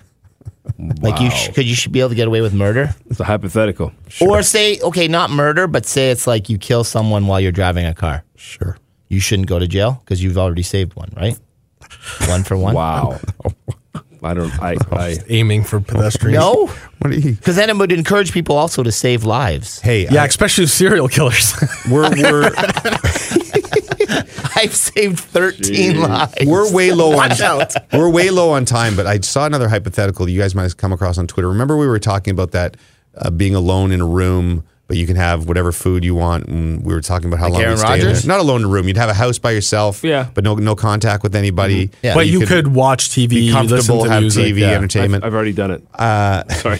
[SPEAKER 2] Like you, sh- could you should be able to get away with murder,
[SPEAKER 6] it's a hypothetical.
[SPEAKER 2] or say, okay, not murder, but say it's like you kill someone while you're driving a car.
[SPEAKER 1] Sure.
[SPEAKER 2] You shouldn't go to jail because you've already saved one, right? One for one.
[SPEAKER 6] Wow. I don't. I. I
[SPEAKER 4] Aiming for pedestrians.
[SPEAKER 2] No,
[SPEAKER 1] What are you?
[SPEAKER 2] because then it would encourage people also to save lives.
[SPEAKER 1] Hey,
[SPEAKER 4] Yeah,
[SPEAKER 1] I-
[SPEAKER 4] especially serial killers.
[SPEAKER 1] we're we're
[SPEAKER 2] I've saved 13 lives.
[SPEAKER 1] We're way low on
[SPEAKER 2] Watch out.
[SPEAKER 1] we're way low on time, but I saw another hypothetical that you guys might have come across on Twitter. Remember we were talking about that uh, being alone in a room, but you can have whatever food you want. And we were talking about how long
[SPEAKER 2] Aaron
[SPEAKER 1] you stay in
[SPEAKER 2] Rodgers?
[SPEAKER 1] there. Not alone in a room. You'd have a house by yourself.
[SPEAKER 6] Yeah.
[SPEAKER 1] but no no contact with anybody.
[SPEAKER 2] Yeah.
[SPEAKER 4] but you, could, watch
[SPEAKER 1] be
[SPEAKER 4] TV, listen
[SPEAKER 1] comfortable,
[SPEAKER 4] to
[SPEAKER 1] have
[SPEAKER 4] music.
[SPEAKER 1] TV
[SPEAKER 4] yeah.
[SPEAKER 1] entertainment.
[SPEAKER 6] I've already done it. Sorry.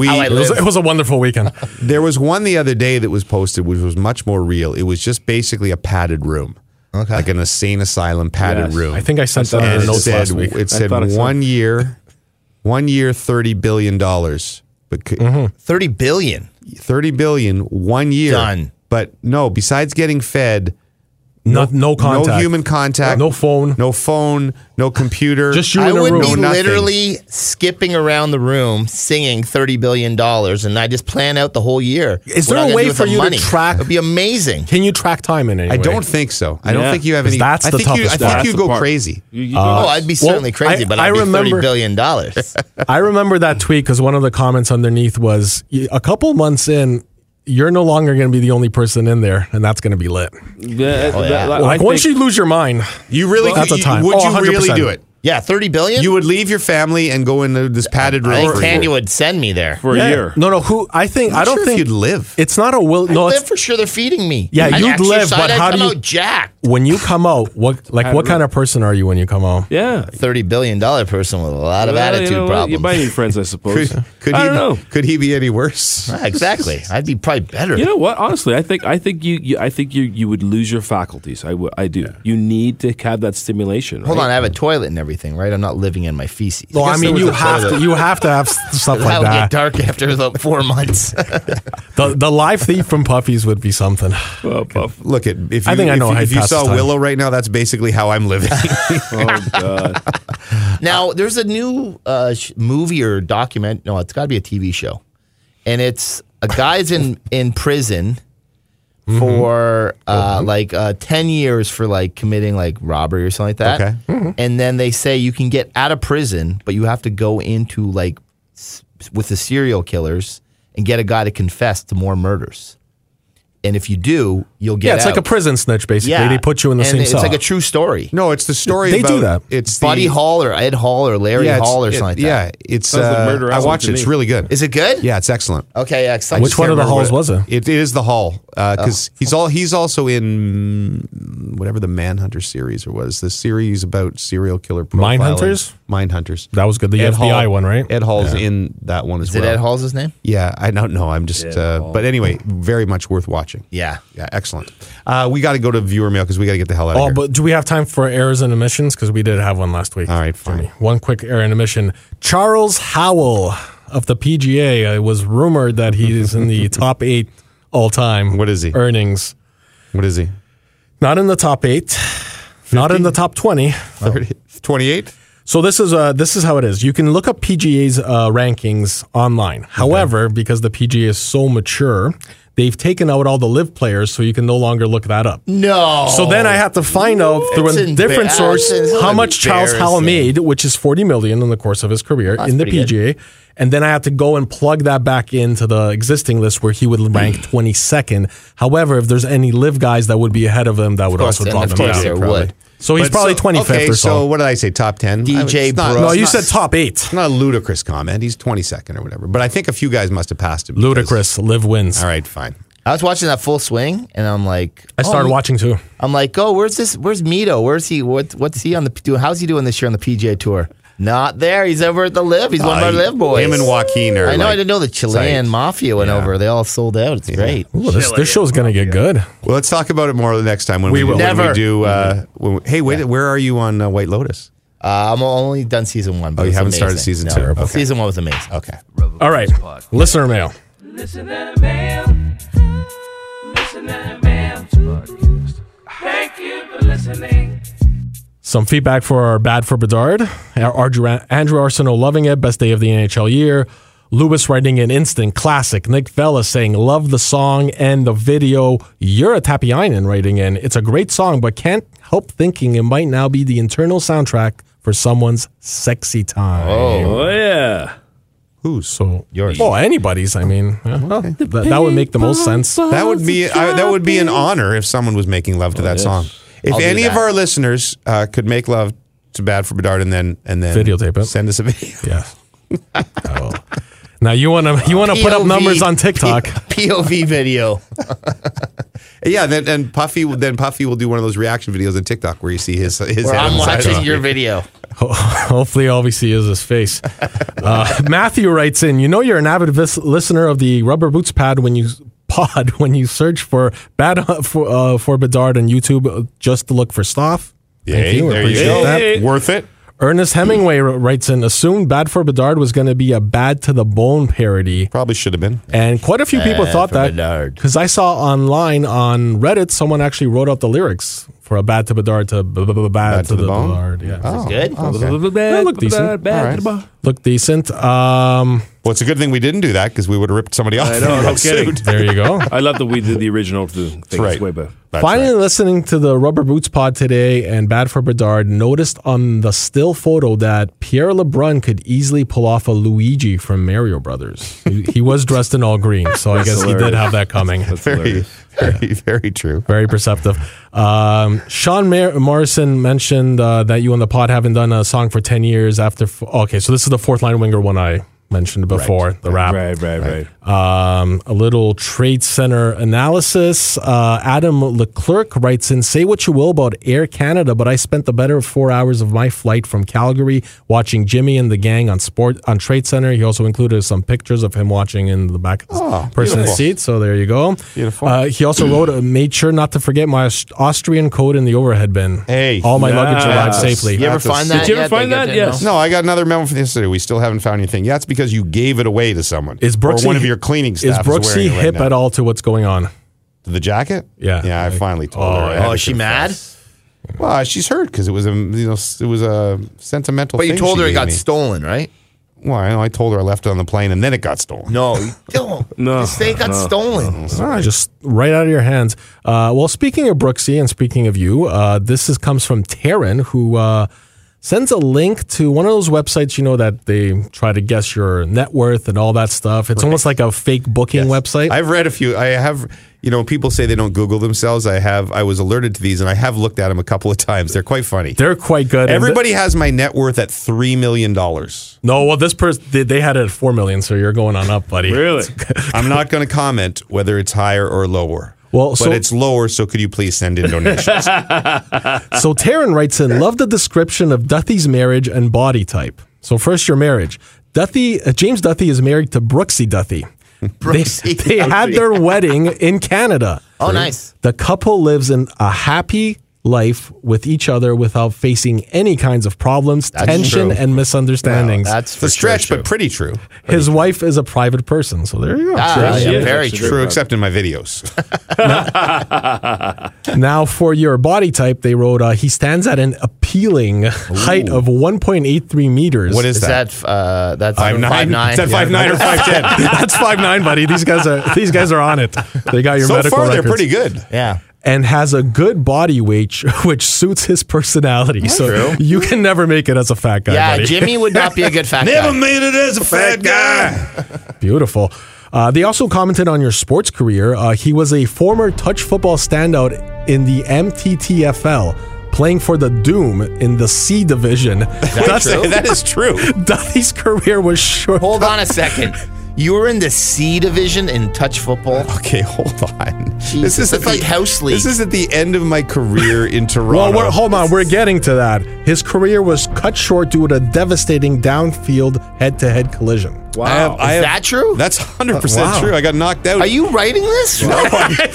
[SPEAKER 1] we,
[SPEAKER 2] how I
[SPEAKER 4] It was,
[SPEAKER 2] live.
[SPEAKER 4] it was a wonderful weekend.
[SPEAKER 1] There was one the other day that was posted, which was much more real. It was just basically a padded room, okay, like an insane asylum padded
[SPEAKER 6] Yes.
[SPEAKER 1] room.
[SPEAKER 4] I think I sent that
[SPEAKER 1] and
[SPEAKER 4] in a
[SPEAKER 1] it
[SPEAKER 4] note
[SPEAKER 1] said,
[SPEAKER 4] last week.
[SPEAKER 1] it
[SPEAKER 6] I
[SPEAKER 1] said
[SPEAKER 6] thought I saw
[SPEAKER 1] one year, one year, thirty billion dollars, but c-
[SPEAKER 4] Mm-hmm.
[SPEAKER 2] 30 billion.
[SPEAKER 1] thirty billion one year.
[SPEAKER 2] Done.
[SPEAKER 1] But no, besides getting fed,
[SPEAKER 4] No, no contact.
[SPEAKER 1] no human contact,
[SPEAKER 4] No phone.
[SPEAKER 1] no phone, no computer.
[SPEAKER 4] Just you
[SPEAKER 2] I
[SPEAKER 4] in a
[SPEAKER 2] would
[SPEAKER 4] room.
[SPEAKER 2] be
[SPEAKER 1] No, nothing.
[SPEAKER 2] literally skipping around the room singing $30 billion, and I just plan out the whole year.
[SPEAKER 4] Is
[SPEAKER 2] what
[SPEAKER 4] there
[SPEAKER 2] I'm
[SPEAKER 4] a
[SPEAKER 2] gonna
[SPEAKER 4] way
[SPEAKER 2] do with
[SPEAKER 4] for
[SPEAKER 2] the
[SPEAKER 4] you to
[SPEAKER 2] money.
[SPEAKER 4] track-
[SPEAKER 2] It would be amazing.
[SPEAKER 4] Can you track time in any
[SPEAKER 1] I
[SPEAKER 4] way?
[SPEAKER 1] don't think so. I
[SPEAKER 6] Yeah.
[SPEAKER 1] don't think you have any.
[SPEAKER 4] That's
[SPEAKER 1] I
[SPEAKER 4] the
[SPEAKER 1] think you,
[SPEAKER 4] toughest
[SPEAKER 1] I think
[SPEAKER 6] one.
[SPEAKER 1] you
[SPEAKER 6] That's
[SPEAKER 1] go
[SPEAKER 6] the part.
[SPEAKER 1] crazy.
[SPEAKER 6] You- you
[SPEAKER 2] oh,
[SPEAKER 6] do it.
[SPEAKER 2] I'd be
[SPEAKER 4] well,
[SPEAKER 2] certainly crazy,
[SPEAKER 4] I-
[SPEAKER 2] but
[SPEAKER 4] I
[SPEAKER 2] I'd be
[SPEAKER 4] remember-
[SPEAKER 2] $30 billion. That's
[SPEAKER 4] I remember that tweet because one of the comments underneath was "Y- a couple months in, you're no longer going to be the only person in there, and that's going to be lit.
[SPEAKER 6] Yeah, that-
[SPEAKER 2] yeah.
[SPEAKER 6] that-
[SPEAKER 4] Like
[SPEAKER 6] I
[SPEAKER 4] once
[SPEAKER 6] think-
[SPEAKER 4] you lose your mind,
[SPEAKER 1] You really
[SPEAKER 4] Well, that's a
[SPEAKER 1] you-
[SPEAKER 4] time.
[SPEAKER 1] Would
[SPEAKER 4] Oh,
[SPEAKER 1] you really
[SPEAKER 4] 100%.
[SPEAKER 1] do it?
[SPEAKER 2] Yeah, $30 billion?
[SPEAKER 1] You would leave your family and go into this padded room.
[SPEAKER 2] I think
[SPEAKER 1] for-
[SPEAKER 2] Tanya would send me there.
[SPEAKER 6] for a year.
[SPEAKER 4] No, no. Who I think I
[SPEAKER 1] I'm
[SPEAKER 4] don't
[SPEAKER 1] sure if
[SPEAKER 4] think
[SPEAKER 1] you'd live.
[SPEAKER 4] It's not a will. No,
[SPEAKER 2] live
[SPEAKER 4] it's,
[SPEAKER 2] for sure. They're feeding me.
[SPEAKER 4] Yeah,
[SPEAKER 2] I'd
[SPEAKER 4] you'd live,
[SPEAKER 2] exercise,
[SPEAKER 4] but
[SPEAKER 2] I'd
[SPEAKER 4] how do
[SPEAKER 2] come
[SPEAKER 4] you-
[SPEAKER 2] out jacked?
[SPEAKER 4] when you come out, what like what kind of person are you when you come out?
[SPEAKER 6] Yeah.
[SPEAKER 2] Thirty billion dollar person with a lot of
[SPEAKER 6] Well, you
[SPEAKER 2] attitude
[SPEAKER 6] know what? You
[SPEAKER 2] problems.
[SPEAKER 6] might need friends, I suppose.
[SPEAKER 1] Could, could
[SPEAKER 6] I
[SPEAKER 1] he?
[SPEAKER 6] don't know.
[SPEAKER 1] Could he be any worse?
[SPEAKER 2] Yeah, exactly. I'd be probably better.
[SPEAKER 6] You know what? Honestly, I think I think you, you I think you you would lose your faculties. I would- I do. You need to have that stimulation.
[SPEAKER 2] Hold
[SPEAKER 6] right?
[SPEAKER 2] on, I have a toilet and everything, right? I'm not living in my feces.
[SPEAKER 4] Well, I,
[SPEAKER 1] guess
[SPEAKER 4] mean,
[SPEAKER 1] there
[SPEAKER 4] you
[SPEAKER 1] was a
[SPEAKER 4] have to
[SPEAKER 1] toilet.
[SPEAKER 4] you have to have s- stuff
[SPEAKER 2] that
[SPEAKER 4] like
[SPEAKER 2] would get
[SPEAKER 4] that.
[SPEAKER 2] dark after about four months.
[SPEAKER 4] The the live thief from Puffies would be something.
[SPEAKER 6] Oh, Puff.
[SPEAKER 1] Look at if you,
[SPEAKER 4] I think I know
[SPEAKER 1] if,
[SPEAKER 4] how
[SPEAKER 1] you- if
[SPEAKER 4] he
[SPEAKER 1] you
[SPEAKER 4] passed
[SPEAKER 1] saw
[SPEAKER 4] his time.
[SPEAKER 1] Willow right now, that's basically how I'm living.
[SPEAKER 6] Oh, God.
[SPEAKER 2] now, there's a new uh, sh- movie or document. No, it's got to be a TV show, and it's a guy's in in prison
[SPEAKER 4] Mm-hmm.
[SPEAKER 2] for uh, like uh, ten years for like committing like robbery or something like that.
[SPEAKER 1] Okay.
[SPEAKER 4] Mm-hmm.
[SPEAKER 2] and then they say you can get out of prison, but you have to go into like s- with the serial killers and get a guy to confess to more murders. And if you do, you'll get
[SPEAKER 4] Yeah, it's like a
[SPEAKER 2] out.
[SPEAKER 4] prison snitch basically. They put you in the
[SPEAKER 2] and
[SPEAKER 4] same
[SPEAKER 2] it's
[SPEAKER 4] cell.
[SPEAKER 2] like a true story.
[SPEAKER 1] no, it's the story.
[SPEAKER 4] They do
[SPEAKER 1] about-
[SPEAKER 4] that.
[SPEAKER 1] It's
[SPEAKER 2] Buddy
[SPEAKER 1] the,
[SPEAKER 2] Hall or Ed Hall or Larry
[SPEAKER 1] it's-
[SPEAKER 2] Hall or
[SPEAKER 1] it-
[SPEAKER 2] something like
[SPEAKER 1] yeah,
[SPEAKER 2] that.
[SPEAKER 1] it's.
[SPEAKER 6] Sounds like
[SPEAKER 1] Uh,
[SPEAKER 6] Murder
[SPEAKER 1] I
[SPEAKER 6] Island
[SPEAKER 1] watched
[SPEAKER 6] to
[SPEAKER 1] it. It's
[SPEAKER 6] me.
[SPEAKER 1] really good.
[SPEAKER 2] Is it good?
[SPEAKER 1] yeah, it's excellent.
[SPEAKER 2] Okay. Yeah, 'cause I
[SPEAKER 4] Which
[SPEAKER 2] just
[SPEAKER 4] one of the
[SPEAKER 2] can't remember
[SPEAKER 4] halls
[SPEAKER 2] what-
[SPEAKER 4] was it? Oh.
[SPEAKER 1] It, it is the Hall because he's all he's also in mm, whatever the Manhunter series or was the series about serial killer profiling.
[SPEAKER 4] Mindhunters?
[SPEAKER 1] Mindhunters.
[SPEAKER 4] That was good. The
[SPEAKER 1] Ed
[SPEAKER 4] FBI
[SPEAKER 1] Hall-
[SPEAKER 4] one, right?
[SPEAKER 1] Ed Hall's in that one as
[SPEAKER 2] Is
[SPEAKER 1] well.
[SPEAKER 2] it Ed Hall's his name?
[SPEAKER 1] Yeah, I don't know. I'm just, uh, but anyway, very much worth watching.
[SPEAKER 2] Yeah.
[SPEAKER 1] Yeah, excellent. Uh, we got to go to viewer mail because we got to get the hell out of
[SPEAKER 4] Oh,
[SPEAKER 1] here.
[SPEAKER 4] but do we have time for errors and omissions? Because we did have one last week.
[SPEAKER 1] All right, fine.
[SPEAKER 4] Jimmy. One quick error and omission. Charles Howell of the PGA. It uh, was rumored that he is in the top eight all time.
[SPEAKER 1] What is he?
[SPEAKER 4] Earnings.
[SPEAKER 1] What is he?
[SPEAKER 4] Not in the top eight. Not in the top twenty.
[SPEAKER 1] 30, 28?
[SPEAKER 4] So this is uh, this is how it is. You can look up PGA's uh, rankings online. However, because the PGA is so mature, they've taken out all the live players, so you can no longer look that up.
[SPEAKER 2] No.
[SPEAKER 4] So then I had to find out through a
[SPEAKER 2] Oh. That's
[SPEAKER 4] different source
[SPEAKER 2] embarrassing.
[SPEAKER 4] how much Charles Howell made, which is 40 million in the course of his career in the
[SPEAKER 2] pretty good.
[SPEAKER 4] PGA. And then I had to go and plug that back into the existing list where he would rank
[SPEAKER 2] Mm.
[SPEAKER 4] 22nd. However, if there's any live guys that would be ahead of him, that would
[SPEAKER 2] course,
[SPEAKER 4] also
[SPEAKER 2] then
[SPEAKER 4] drop
[SPEAKER 2] of
[SPEAKER 4] him
[SPEAKER 2] course
[SPEAKER 4] down.
[SPEAKER 2] there would.
[SPEAKER 4] So he's
[SPEAKER 1] But
[SPEAKER 4] probably
[SPEAKER 1] so-
[SPEAKER 4] 25th
[SPEAKER 1] okay,
[SPEAKER 4] or so.
[SPEAKER 1] what did I say? Top 10? I-
[SPEAKER 2] DJ
[SPEAKER 1] it's not-
[SPEAKER 2] Brooks.
[SPEAKER 4] no,
[SPEAKER 1] it's
[SPEAKER 4] you
[SPEAKER 1] not-
[SPEAKER 4] said top eight.
[SPEAKER 1] It's not a ludicrous comment. He's 22nd or whatever. But I think a few guys must have passed him. because-
[SPEAKER 4] Ludicrous live wins.
[SPEAKER 1] All right, fine.
[SPEAKER 2] I was watching that full swing, and I'm like,
[SPEAKER 4] I started
[SPEAKER 2] oh,
[SPEAKER 4] watching too.
[SPEAKER 2] I'm like, oh, where's this? Where's Mito? Where's he? What, what's he on the? Do, how's he doing this year on the PGA Tour? Not there. He's over at the Live. He's one of our
[SPEAKER 1] Uh,
[SPEAKER 2] Live boys.
[SPEAKER 1] Him and Joaquin are.
[SPEAKER 2] I know. I
[SPEAKER 1] like-
[SPEAKER 2] didn't know the Chilean
[SPEAKER 1] tight.
[SPEAKER 2] mafia went over. They all sold out. It's great.
[SPEAKER 4] Ooh, this, this show's going to get good.
[SPEAKER 1] Well, let's talk about it more next time when we,
[SPEAKER 4] will.
[SPEAKER 1] when
[SPEAKER 2] Never.
[SPEAKER 1] do. Uh, when we, hey, wait, where are you on uh, White Lotus?
[SPEAKER 2] Uh, I'm only done season one. But
[SPEAKER 1] Oh, you
[SPEAKER 2] it's
[SPEAKER 1] haven't started
[SPEAKER 2] amazing.
[SPEAKER 1] season
[SPEAKER 2] No,
[SPEAKER 1] two. Okay.
[SPEAKER 2] Season one was amazing.
[SPEAKER 1] Okay.
[SPEAKER 4] All right. Listener mail.
[SPEAKER 5] Listener mail. Listener mail. Thank you for listening.
[SPEAKER 4] Some feedback for our bad for Bedard. Our Andrew, Andrew Arsenault loving it. Best day of the NHL year. Lewis writing an instant classic. Nick Vella saying, Love the song and the video. You're a Tapiainen writing in. It's a great song, but can't help thinking it might now be the internal soundtrack for someone's sexy time.
[SPEAKER 6] Oh, yeah.
[SPEAKER 1] Who's?
[SPEAKER 4] whose? So
[SPEAKER 2] Yours.
[SPEAKER 4] Oh, anybody's. I mean, yeah. Th- that, would make the most sense.
[SPEAKER 1] That would be I, that would be an honor if someone was making love
[SPEAKER 4] Oh,
[SPEAKER 1] to that
[SPEAKER 6] yes.
[SPEAKER 1] song. If
[SPEAKER 2] I'll do
[SPEAKER 1] any of
[SPEAKER 2] that.
[SPEAKER 1] our listeners uh, could make love to "Bad for Bedard" and then and then
[SPEAKER 4] Videotape it.
[SPEAKER 1] send us a video.
[SPEAKER 4] Yeah. oh. Now you want to you want to put up
[SPEAKER 2] POV
[SPEAKER 4] numbers on TikTok?
[SPEAKER 2] POV video.
[SPEAKER 1] Yeah, then and Puffy will- then Puffy will do one of those reaction videos on TikTok where you see his his.
[SPEAKER 2] Where
[SPEAKER 1] head on
[SPEAKER 2] I'm
[SPEAKER 1] the side of
[SPEAKER 2] watching
[SPEAKER 1] it.
[SPEAKER 2] your video.
[SPEAKER 4] Hopefully, all we see is his face. Uh, Matthew writes in, you know, you're an avid vis- listener of the Rubber Boots Pad when you pod when you search for bad for, uh, for Bedard on YouTube uh, just to look for Stoff.
[SPEAKER 1] Yay,
[SPEAKER 4] you,
[SPEAKER 1] there you
[SPEAKER 4] appreciate
[SPEAKER 1] go.
[SPEAKER 4] that.
[SPEAKER 1] Worth it.
[SPEAKER 4] Ernest Hemingway wr- writes in, assumed Bad for Bedard was going to be a Bad to the Bone parody.
[SPEAKER 1] Probably should have been.
[SPEAKER 4] And quite a few people thought
[SPEAKER 2] for
[SPEAKER 4] that
[SPEAKER 2] Bedard.
[SPEAKER 4] because I saw online on Reddit someone actually wrote out the lyrics for a bad to Bedard to b- b- b- bad to the
[SPEAKER 1] bone?
[SPEAKER 4] Bedard. Yeah,
[SPEAKER 1] Oh,
[SPEAKER 2] good?
[SPEAKER 1] okay.
[SPEAKER 6] That
[SPEAKER 4] looked decent.
[SPEAKER 6] Bad, bad,
[SPEAKER 4] look decent. Um,
[SPEAKER 1] Well, it's a good thing we didn't do that because we would have ripped somebody off.
[SPEAKER 6] I know,
[SPEAKER 1] and
[SPEAKER 6] no
[SPEAKER 1] got
[SPEAKER 6] kidding.
[SPEAKER 1] sued.
[SPEAKER 4] there you go.
[SPEAKER 6] I love that we did the original to thing. It's
[SPEAKER 1] right.
[SPEAKER 6] way better.
[SPEAKER 1] That's
[SPEAKER 4] Finally,
[SPEAKER 1] right.
[SPEAKER 4] listening to the Rubber Boots pod today and Bad for Bedard, noticed on the still photo that Pierre LeBrun could easily pull off a Luigi from Mario Brothers. he, he was dressed in all green, so I guess he did
[SPEAKER 6] hilarious.
[SPEAKER 4] have that coming.
[SPEAKER 1] very, very, very true.
[SPEAKER 4] Very perceptive. Um, Sean Mar- Morrison mentioned uh, that you and the pod haven't done a song for 10 years after. F- okay, so this is the fourth line winger one I mentioned before, the rap.
[SPEAKER 6] Right, right, right.
[SPEAKER 4] Um, a little trade center analysis. Uh, Adam Leclerc writes in Say what you will about Air Canada, but I spent the better four hours of my flight from Calgary watching Jimmy and the gang on sport on Trade Center. He also included some pictures of him watching in the back of the
[SPEAKER 1] Oh,
[SPEAKER 4] person's
[SPEAKER 1] beautiful.
[SPEAKER 4] seat. So there you go.
[SPEAKER 1] Beautiful.
[SPEAKER 4] Uh, he also wrote, uh, made sure not to forget my Aus- Austrian code in the overhead bin.
[SPEAKER 1] Hey,
[SPEAKER 4] all my luggage arrived
[SPEAKER 1] yes.
[SPEAKER 4] safely.
[SPEAKER 2] You ever
[SPEAKER 1] That's a-
[SPEAKER 2] find
[SPEAKER 1] Did
[SPEAKER 2] that?
[SPEAKER 6] you ever
[SPEAKER 2] yet? They
[SPEAKER 6] find
[SPEAKER 2] get
[SPEAKER 6] that?
[SPEAKER 2] to
[SPEAKER 6] Yes.
[SPEAKER 2] know.
[SPEAKER 1] No, I got another memo from yesterday. We still haven't found anything. Yeah, it's because you gave it away to someone.
[SPEAKER 4] Is Brooksy
[SPEAKER 1] or one of your cleaning
[SPEAKER 4] is
[SPEAKER 1] staff
[SPEAKER 4] Brooksy
[SPEAKER 1] wearing it right
[SPEAKER 4] hip
[SPEAKER 1] now.
[SPEAKER 4] at all to what's going on?
[SPEAKER 1] The jacket?
[SPEAKER 4] Yeah.
[SPEAKER 1] Yeah, I
[SPEAKER 4] Like,
[SPEAKER 1] finally told
[SPEAKER 4] oh,
[SPEAKER 1] her. I had
[SPEAKER 2] Oh,
[SPEAKER 1] to
[SPEAKER 2] is she
[SPEAKER 1] confess.
[SPEAKER 2] mad?
[SPEAKER 1] Well, she's hurt because it was a you know s- it was a sentimental.
[SPEAKER 2] But you
[SPEAKER 1] thing
[SPEAKER 2] told
[SPEAKER 1] she
[SPEAKER 2] her it
[SPEAKER 1] gave
[SPEAKER 2] got
[SPEAKER 1] me.
[SPEAKER 2] stolen, right?
[SPEAKER 1] Well, I, know, I told her I left it on the plane and then it got stolen.
[SPEAKER 2] No, you don't.
[SPEAKER 6] No,
[SPEAKER 2] You say it got
[SPEAKER 6] no.
[SPEAKER 2] stolen.
[SPEAKER 1] Oh,
[SPEAKER 4] Ah, just right out of your hands. Uh, well, speaking of Brooksy and speaking of you, uh, this is comes from Taryn, who uh, sends a link to one of those websites, you know, that they try to guess your net worth and all that stuff. It's almost like a fake booking website.
[SPEAKER 1] I've read a few. I have, you know, people say they don't Google themselves. I have. I was alerted to these and I have looked at them a couple of times. They're quite funny.
[SPEAKER 4] They're quite good. And
[SPEAKER 1] Everybody has my net worth at three million dollars.
[SPEAKER 4] th- no, well, this person, they, they had it at 4 million, so you're going on up, buddy.
[SPEAKER 6] Really?
[SPEAKER 1] I'm not going to comment whether it's higher or lower.
[SPEAKER 4] Well,
[SPEAKER 1] but
[SPEAKER 4] so-
[SPEAKER 1] it's lower. So could you please send in donations?
[SPEAKER 4] So Taryn writes in, love the description of Duthie's marriage and body type. So first, your marriage. Duthie, uh, James Duthie is married to Brooksy Duthie. They,
[SPEAKER 2] Brooksy
[SPEAKER 4] they had
[SPEAKER 2] Duthie.
[SPEAKER 4] their wedding in Canada.
[SPEAKER 2] Oh, nice.
[SPEAKER 4] The couple lives in a happy life with each other without facing any kinds of problems, tension,
[SPEAKER 2] true.
[SPEAKER 4] and misunderstandings.
[SPEAKER 2] That's
[SPEAKER 1] it's a
[SPEAKER 2] for
[SPEAKER 1] stretch,
[SPEAKER 2] sure
[SPEAKER 1] but pretty true.
[SPEAKER 4] His wife is a private person. So there you go.
[SPEAKER 2] Ah,
[SPEAKER 6] Yes,
[SPEAKER 2] yeah,
[SPEAKER 6] yes,
[SPEAKER 2] very
[SPEAKER 6] yes,
[SPEAKER 2] true.
[SPEAKER 1] True, except in my videos.
[SPEAKER 4] Now, for your body type, they wrote uh, he stands at an appealing height of 1.83 meters.
[SPEAKER 1] What is,
[SPEAKER 2] Is
[SPEAKER 1] that?
[SPEAKER 2] that uh, that's five nine?
[SPEAKER 1] Is that five nine or five ten?
[SPEAKER 4] That's five nine, buddy. These guys are these guys are on it. They got your
[SPEAKER 1] So
[SPEAKER 4] medical
[SPEAKER 1] far, they're
[SPEAKER 4] records.
[SPEAKER 1] pretty good.
[SPEAKER 2] Yeah.
[SPEAKER 4] and has a good body weight which suits his personality. So you can never make it as a fat guy.
[SPEAKER 2] Yeah,
[SPEAKER 4] buddy.
[SPEAKER 2] Jimmy would not be a good fat guy.
[SPEAKER 1] made it as a fat guy.
[SPEAKER 4] Beautiful. Uh, they also commented on your sports career. Uh, he was a former touch football standout in the MTTFL, playing for the Doom in the C division.
[SPEAKER 1] That's-
[SPEAKER 4] That's
[SPEAKER 1] that is true.
[SPEAKER 4] Duffy's career was short.
[SPEAKER 2] Hold on a second. You were in the C division in touch football.
[SPEAKER 1] Okay, hold on.
[SPEAKER 2] Jesus, that's like house league.
[SPEAKER 1] This is at the end of my career in
[SPEAKER 4] Well,
[SPEAKER 1] Toronto.
[SPEAKER 4] we're, hold on. We're getting to that. His career was cut short due to a devastating downfield head-to-head collision.
[SPEAKER 1] I have, I
[SPEAKER 2] Is
[SPEAKER 1] have-
[SPEAKER 2] that true?
[SPEAKER 1] That's hundred
[SPEAKER 4] Wow.
[SPEAKER 1] percent true. I got knocked out.
[SPEAKER 2] Are you writing this?
[SPEAKER 1] I did,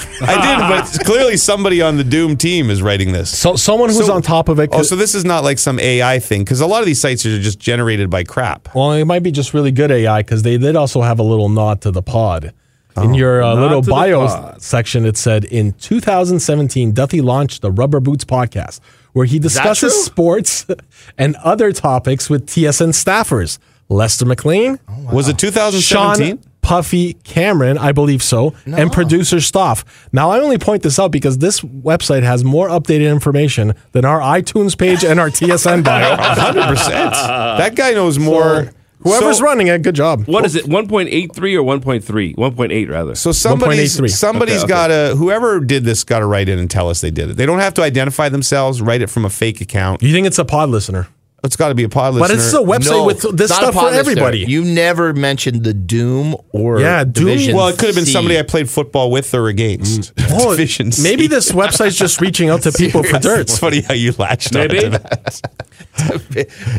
[SPEAKER 1] but clearly somebody on the Doom team is writing this.
[SPEAKER 4] So someone who's
[SPEAKER 1] So-
[SPEAKER 4] on top of it.
[SPEAKER 1] oh,
[SPEAKER 4] Could,
[SPEAKER 1] so this is not like some AI thing because a lot of these sites are just generated by crap.
[SPEAKER 4] well, it might be just really good AI because they did also have a little nod to the pod. In your uh,
[SPEAKER 6] Nod
[SPEAKER 4] little
[SPEAKER 6] to the
[SPEAKER 4] bio
[SPEAKER 6] pod.
[SPEAKER 4] section, it said in 2017, Duffy launched the Rubber Boots podcast, where he discusses
[SPEAKER 2] true?
[SPEAKER 4] sports and other topics with TSN staffers Lester McLean,
[SPEAKER 1] Was it 2017?
[SPEAKER 4] Sean Puffy Cameron, I believe so, and producer Stoff. Now, I only point this out because this website has more updated information than our iTunes page and our TSN bio.
[SPEAKER 1] hundred percent. That guy knows more
[SPEAKER 4] Whoever's
[SPEAKER 1] So-
[SPEAKER 4] running it, good job.
[SPEAKER 6] What is it? 1.83 or 1.3? 1.8 rather.
[SPEAKER 1] So somebody's
[SPEAKER 4] 1.83.
[SPEAKER 1] somebody's
[SPEAKER 6] Okay, okay.
[SPEAKER 1] got to whoever did this got to write in and tell us they did it. They don't have to identify themselves. Write it from a fake account.
[SPEAKER 4] You think it's a pod listener?
[SPEAKER 1] It's got to be a pod listener.
[SPEAKER 4] But it's a website
[SPEAKER 2] No,
[SPEAKER 4] with this
[SPEAKER 2] not a
[SPEAKER 4] stuff for
[SPEAKER 2] pod listener.
[SPEAKER 4] everybody.
[SPEAKER 2] You never mentioned the Doom or
[SPEAKER 4] Yeah, Doom-
[SPEAKER 2] Division
[SPEAKER 1] Well, it could have been
[SPEAKER 2] C.
[SPEAKER 1] somebody I played football with or against.
[SPEAKER 4] Oh,
[SPEAKER 1] Division C.
[SPEAKER 4] maybe this website's just reaching out to people for dirt.
[SPEAKER 1] It's funny how you latched
[SPEAKER 6] Maybe.
[SPEAKER 1] onto that.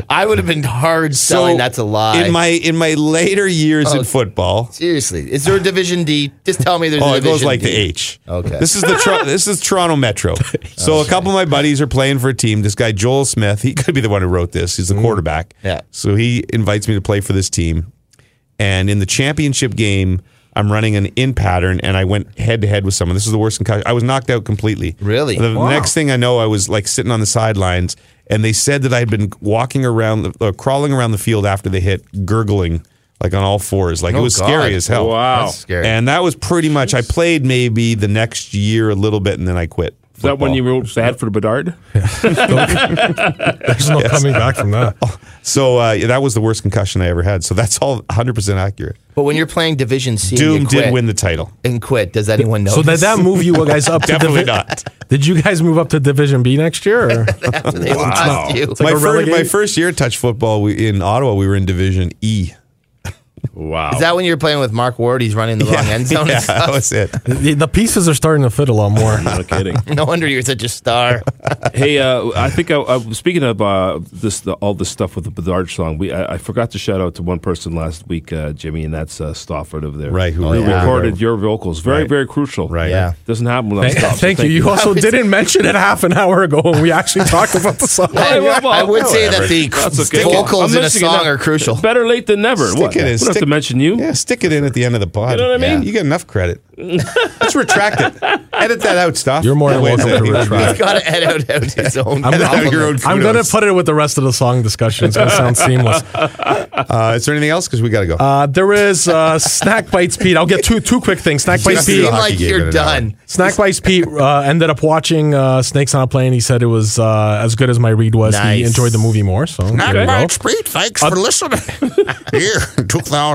[SPEAKER 2] I would have been hard selling. that's a lie. Oh.
[SPEAKER 1] In my in my later years in football,
[SPEAKER 2] Seriously, is there a Division D? Just tell me there's.
[SPEAKER 1] Oh,
[SPEAKER 2] a
[SPEAKER 1] it goes
[SPEAKER 2] Division
[SPEAKER 1] like
[SPEAKER 2] D.
[SPEAKER 1] the H.
[SPEAKER 2] Okay.
[SPEAKER 1] This is the Tro- this is Toronto Metro. So a couple of my buddies are playing for a team. This guy Joel Smith, he could be the one who wrote this. He's the quarterback.
[SPEAKER 2] Mm-hmm. Yeah.
[SPEAKER 1] So he invites me to play for this team, and in the championship game, I'm running an in pattern, and I went head to head with someone. This is the worst concussion. I was knocked out completely.
[SPEAKER 2] Really?
[SPEAKER 1] The next thing I know, I was like sitting on the sidelines, and they said that I had been walking around, the, uh, crawling around the field after the hit, gurgling. Like on all fours, like it
[SPEAKER 2] Oh,
[SPEAKER 1] was
[SPEAKER 2] God.
[SPEAKER 1] scary as hell.
[SPEAKER 6] Wow.
[SPEAKER 2] That's scary.
[SPEAKER 1] And that was pretty much. I played maybe the next year a little bit, and then I quit.
[SPEAKER 6] Is that when you wrote bad for Bedard?
[SPEAKER 4] There's no coming back from that.
[SPEAKER 1] So uh, yeah, that was the worst concussion I ever had. So that's all 100 percent accurate.
[SPEAKER 2] But when you're playing Division C,
[SPEAKER 1] Doom
[SPEAKER 2] and you
[SPEAKER 1] did
[SPEAKER 2] quit-
[SPEAKER 1] win the title.
[SPEAKER 2] and quit. Does anyone know?
[SPEAKER 4] So did that move you guys up? to
[SPEAKER 1] Definitely
[SPEAKER 4] divi-
[SPEAKER 1] not.
[SPEAKER 4] Did you guys move up to Division B next year? Or?
[SPEAKER 2] they lost
[SPEAKER 1] my,
[SPEAKER 4] like a
[SPEAKER 2] you.
[SPEAKER 1] first, my
[SPEAKER 4] relegate?
[SPEAKER 1] first year at touch football we, in Ottawa, we were in Division E.
[SPEAKER 6] Wow.
[SPEAKER 2] Is that when you're playing with Mark Ward? He's running the wrong end zone.
[SPEAKER 1] Yeah, that was it.
[SPEAKER 4] the, the pieces are starting to fit a lot more.
[SPEAKER 6] no kidding.
[SPEAKER 2] No wonder you're such a star.
[SPEAKER 6] hey, uh, I think I, I, speaking of uh, this, the, all this stuff with the Bedard song, we I, I forgot to shout out to one person last week, uh, Jimmy, and that's uh, Stafford over there,
[SPEAKER 1] Right, who
[SPEAKER 6] Who
[SPEAKER 1] Oh, yeah.
[SPEAKER 6] recorded your vocals? Very, very crucial.
[SPEAKER 1] Right.
[SPEAKER 2] Yeah.
[SPEAKER 6] Doesn't happen without
[SPEAKER 4] Thank,
[SPEAKER 6] Staff. so
[SPEAKER 4] thank you. You also
[SPEAKER 2] would
[SPEAKER 4] didn't mention it half an hour ago when we actually talked about the song.
[SPEAKER 2] I,
[SPEAKER 6] well, well,
[SPEAKER 2] would say that the
[SPEAKER 6] That's okay.
[SPEAKER 2] vocals
[SPEAKER 6] I'm
[SPEAKER 2] in a
[SPEAKER 6] listening to
[SPEAKER 2] song
[SPEAKER 6] that.
[SPEAKER 2] are crucial.
[SPEAKER 6] Better late than never.
[SPEAKER 1] Stick
[SPEAKER 6] what?
[SPEAKER 1] it in.
[SPEAKER 6] We don't have
[SPEAKER 1] Stick-
[SPEAKER 6] to mention you.
[SPEAKER 1] Yeah, stick it in at the end of the pod.
[SPEAKER 6] You know what I mean?
[SPEAKER 1] You get enough credit. Let's retract it. Edit that out, stuff.
[SPEAKER 4] You're more than
[SPEAKER 1] Otherwise,
[SPEAKER 4] welcome to
[SPEAKER 1] I-
[SPEAKER 4] retract.
[SPEAKER 2] He's got to edit out his own.
[SPEAKER 4] I'm,
[SPEAKER 1] Edit out your own
[SPEAKER 4] I'm gonna
[SPEAKER 1] kudos.
[SPEAKER 4] put it with the rest of the song discussion. It's gonna sound seamless.
[SPEAKER 1] Uh, is there anything else? Because we got to go.
[SPEAKER 4] Uh, there is uh, Snack Bites Pete. I'll get two two quick things. Snack Bites
[SPEAKER 1] Just do
[SPEAKER 4] Pete.
[SPEAKER 1] the
[SPEAKER 2] seem
[SPEAKER 1] hockey
[SPEAKER 2] like
[SPEAKER 1] game in
[SPEAKER 2] you're
[SPEAKER 1] an hour.
[SPEAKER 2] done.
[SPEAKER 4] Snack Bites Pete uh, ended up watching uh, Snakes on a Plane. He said it was uh, as good as my read was. He
[SPEAKER 2] Nice.
[SPEAKER 4] enjoyed the movie more. So there you go. Uh,
[SPEAKER 1] Pete. Thanks for listening. Here,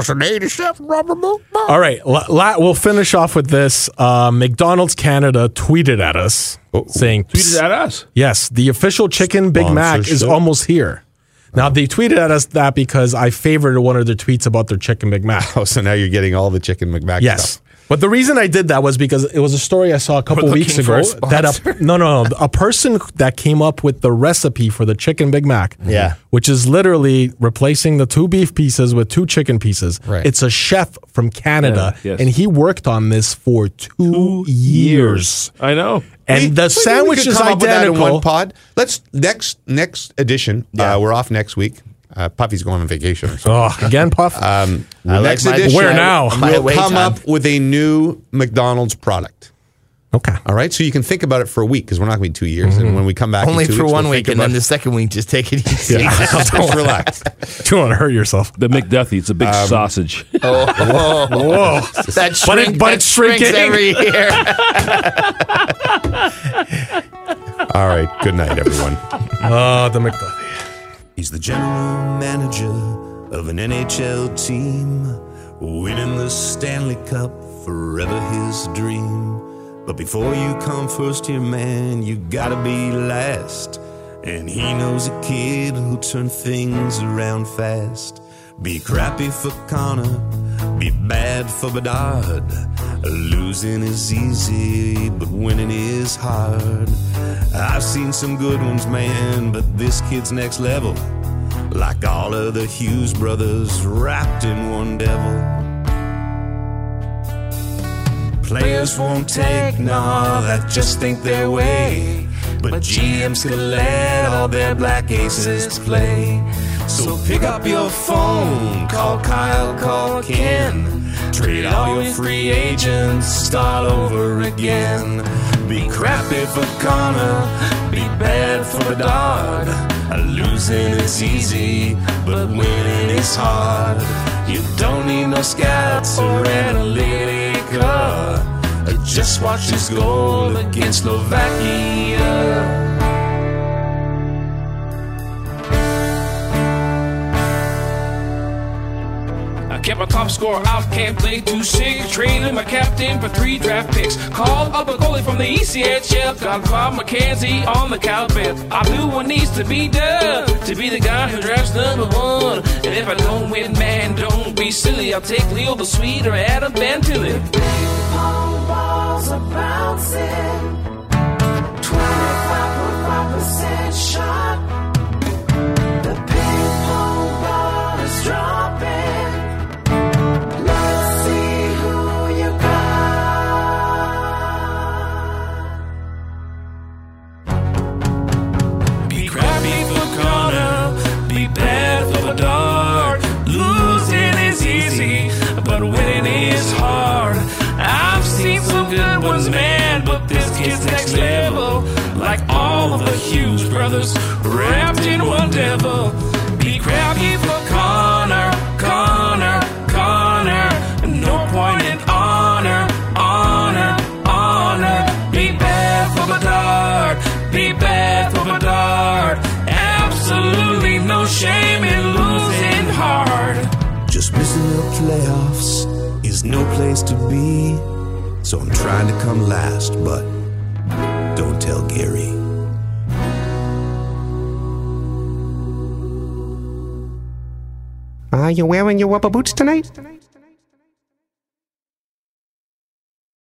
[SPEAKER 1] 2087 Robert
[SPEAKER 4] All right, la- la- we'll finish off with this. Uh, McDonald's Canada tweeted at us saying,
[SPEAKER 6] Tweeted at us.
[SPEAKER 4] "Yes, the official chicken Big Mac is
[SPEAKER 1] Sponsorship.
[SPEAKER 4] almost here." Now they tweeted at us that because I favorited one of their tweets about their chicken Big Mac.
[SPEAKER 1] Oh, so now you're getting all the chicken McMac
[SPEAKER 4] Yes.
[SPEAKER 1] stuff.
[SPEAKER 4] But the reason I did that was because it was a story I saw a couple weeks
[SPEAKER 2] looking for
[SPEAKER 4] ago
[SPEAKER 2] a
[SPEAKER 4] that a, no no no a person that came up with the recipe for the chicken Big Mac.
[SPEAKER 2] Yeah.
[SPEAKER 4] Which is literally replacing the two beef pieces with two chicken pieces.
[SPEAKER 2] Right.
[SPEAKER 4] It's a chef from Canada
[SPEAKER 6] Yeah, yes.
[SPEAKER 4] and he worked on this for 2 years.
[SPEAKER 6] I know.
[SPEAKER 1] Hey,
[SPEAKER 4] And the
[SPEAKER 1] so maybe we
[SPEAKER 4] sandwich
[SPEAKER 1] could
[SPEAKER 4] is
[SPEAKER 1] come up with that in
[SPEAKER 4] identical.
[SPEAKER 1] one pod. Let's next next edition. Uh, we're off next week. Uh, Puffy's going on vacation. Or something.
[SPEAKER 4] Oh, again puff.
[SPEAKER 1] Um,
[SPEAKER 2] I like
[SPEAKER 1] next
[SPEAKER 2] my-
[SPEAKER 1] edition.
[SPEAKER 4] Where now?
[SPEAKER 2] my
[SPEAKER 1] We'll
[SPEAKER 2] away
[SPEAKER 1] come
[SPEAKER 2] time.
[SPEAKER 1] up with a new McDonald's product.
[SPEAKER 4] okay.
[SPEAKER 1] All right, so you can think about it for a week because we're not going to be two years. And when we come back, in
[SPEAKER 2] Mm-hmm. Only
[SPEAKER 1] two
[SPEAKER 2] for
[SPEAKER 1] weeks,
[SPEAKER 2] one
[SPEAKER 1] we'll
[SPEAKER 2] week,
[SPEAKER 1] think
[SPEAKER 2] and then
[SPEAKER 1] about
[SPEAKER 2] the second week, just take it easy.
[SPEAKER 1] it. Just relax.
[SPEAKER 4] Don't want to hurt yourself.
[SPEAKER 6] The McDuffie. It's a big sausage.
[SPEAKER 2] Oh, whoa. That
[SPEAKER 4] But it-
[SPEAKER 2] shrink,
[SPEAKER 4] but
[SPEAKER 2] that
[SPEAKER 4] it's
[SPEAKER 2] shrinks
[SPEAKER 4] shrinking.
[SPEAKER 2] every year.
[SPEAKER 1] All right. Good night, everyone.
[SPEAKER 4] Oh, the McDuffie.
[SPEAKER 8] He's the general manager of an NHL team, winning the Stanley Cup, forever his dream. But before you come first here, man, you gotta be last. And he knows a kid who turned things around fast. Be crappy for Connor, be bad for Bedard. Losing is easy, but winning is hard. I've seen some good ones, man, but this kid's next level. Like all of the Hughes brothers, wrapped in one devil. Players won't take no, that just ain't their way. But GM's gonna let all their black aces play. So pick up your phone, call Kyle, call Ken. Trade all your free agents, start over again. Be crappy for Connor, be bad for Bedard. Losing is easy, but winning is hard. You don't need no scouts or analytica. Just watch his goal against Slovakia.
[SPEAKER 5] Kept my top score out, can't play too sick. Trading my captain for three draft picks. Called up a goalie from the ECHF. Got Bob McKenzie on the cowbell. I do what needs to be done to be the guy who drafts number one. And if I don't win, man, don't be silly. I'll take Leo the Sweet or Adam Bantilli.
[SPEAKER 9] Pong balls are bouncing. 25.5% shot. The ping pong ball is dropping. Let's see who you got.
[SPEAKER 5] Be crappy for Connor, be bad for Bedard. Losing is easy, but winning is hard. I've seen some good ones, man, but this kid's next level. Like all of the Hughes brothers, wrapped in one devil. Be crappy for Connor, Connor, Connor. No point in honor, honor, honor. Be bad for Bedard, be bad for Bedard. Absolutely no shame in losing hard.
[SPEAKER 8] Just missing the playoffs is no place to be. So I'm trying to come last, but don't tell Gary.
[SPEAKER 10] Are you wearing your rubber boots tonight?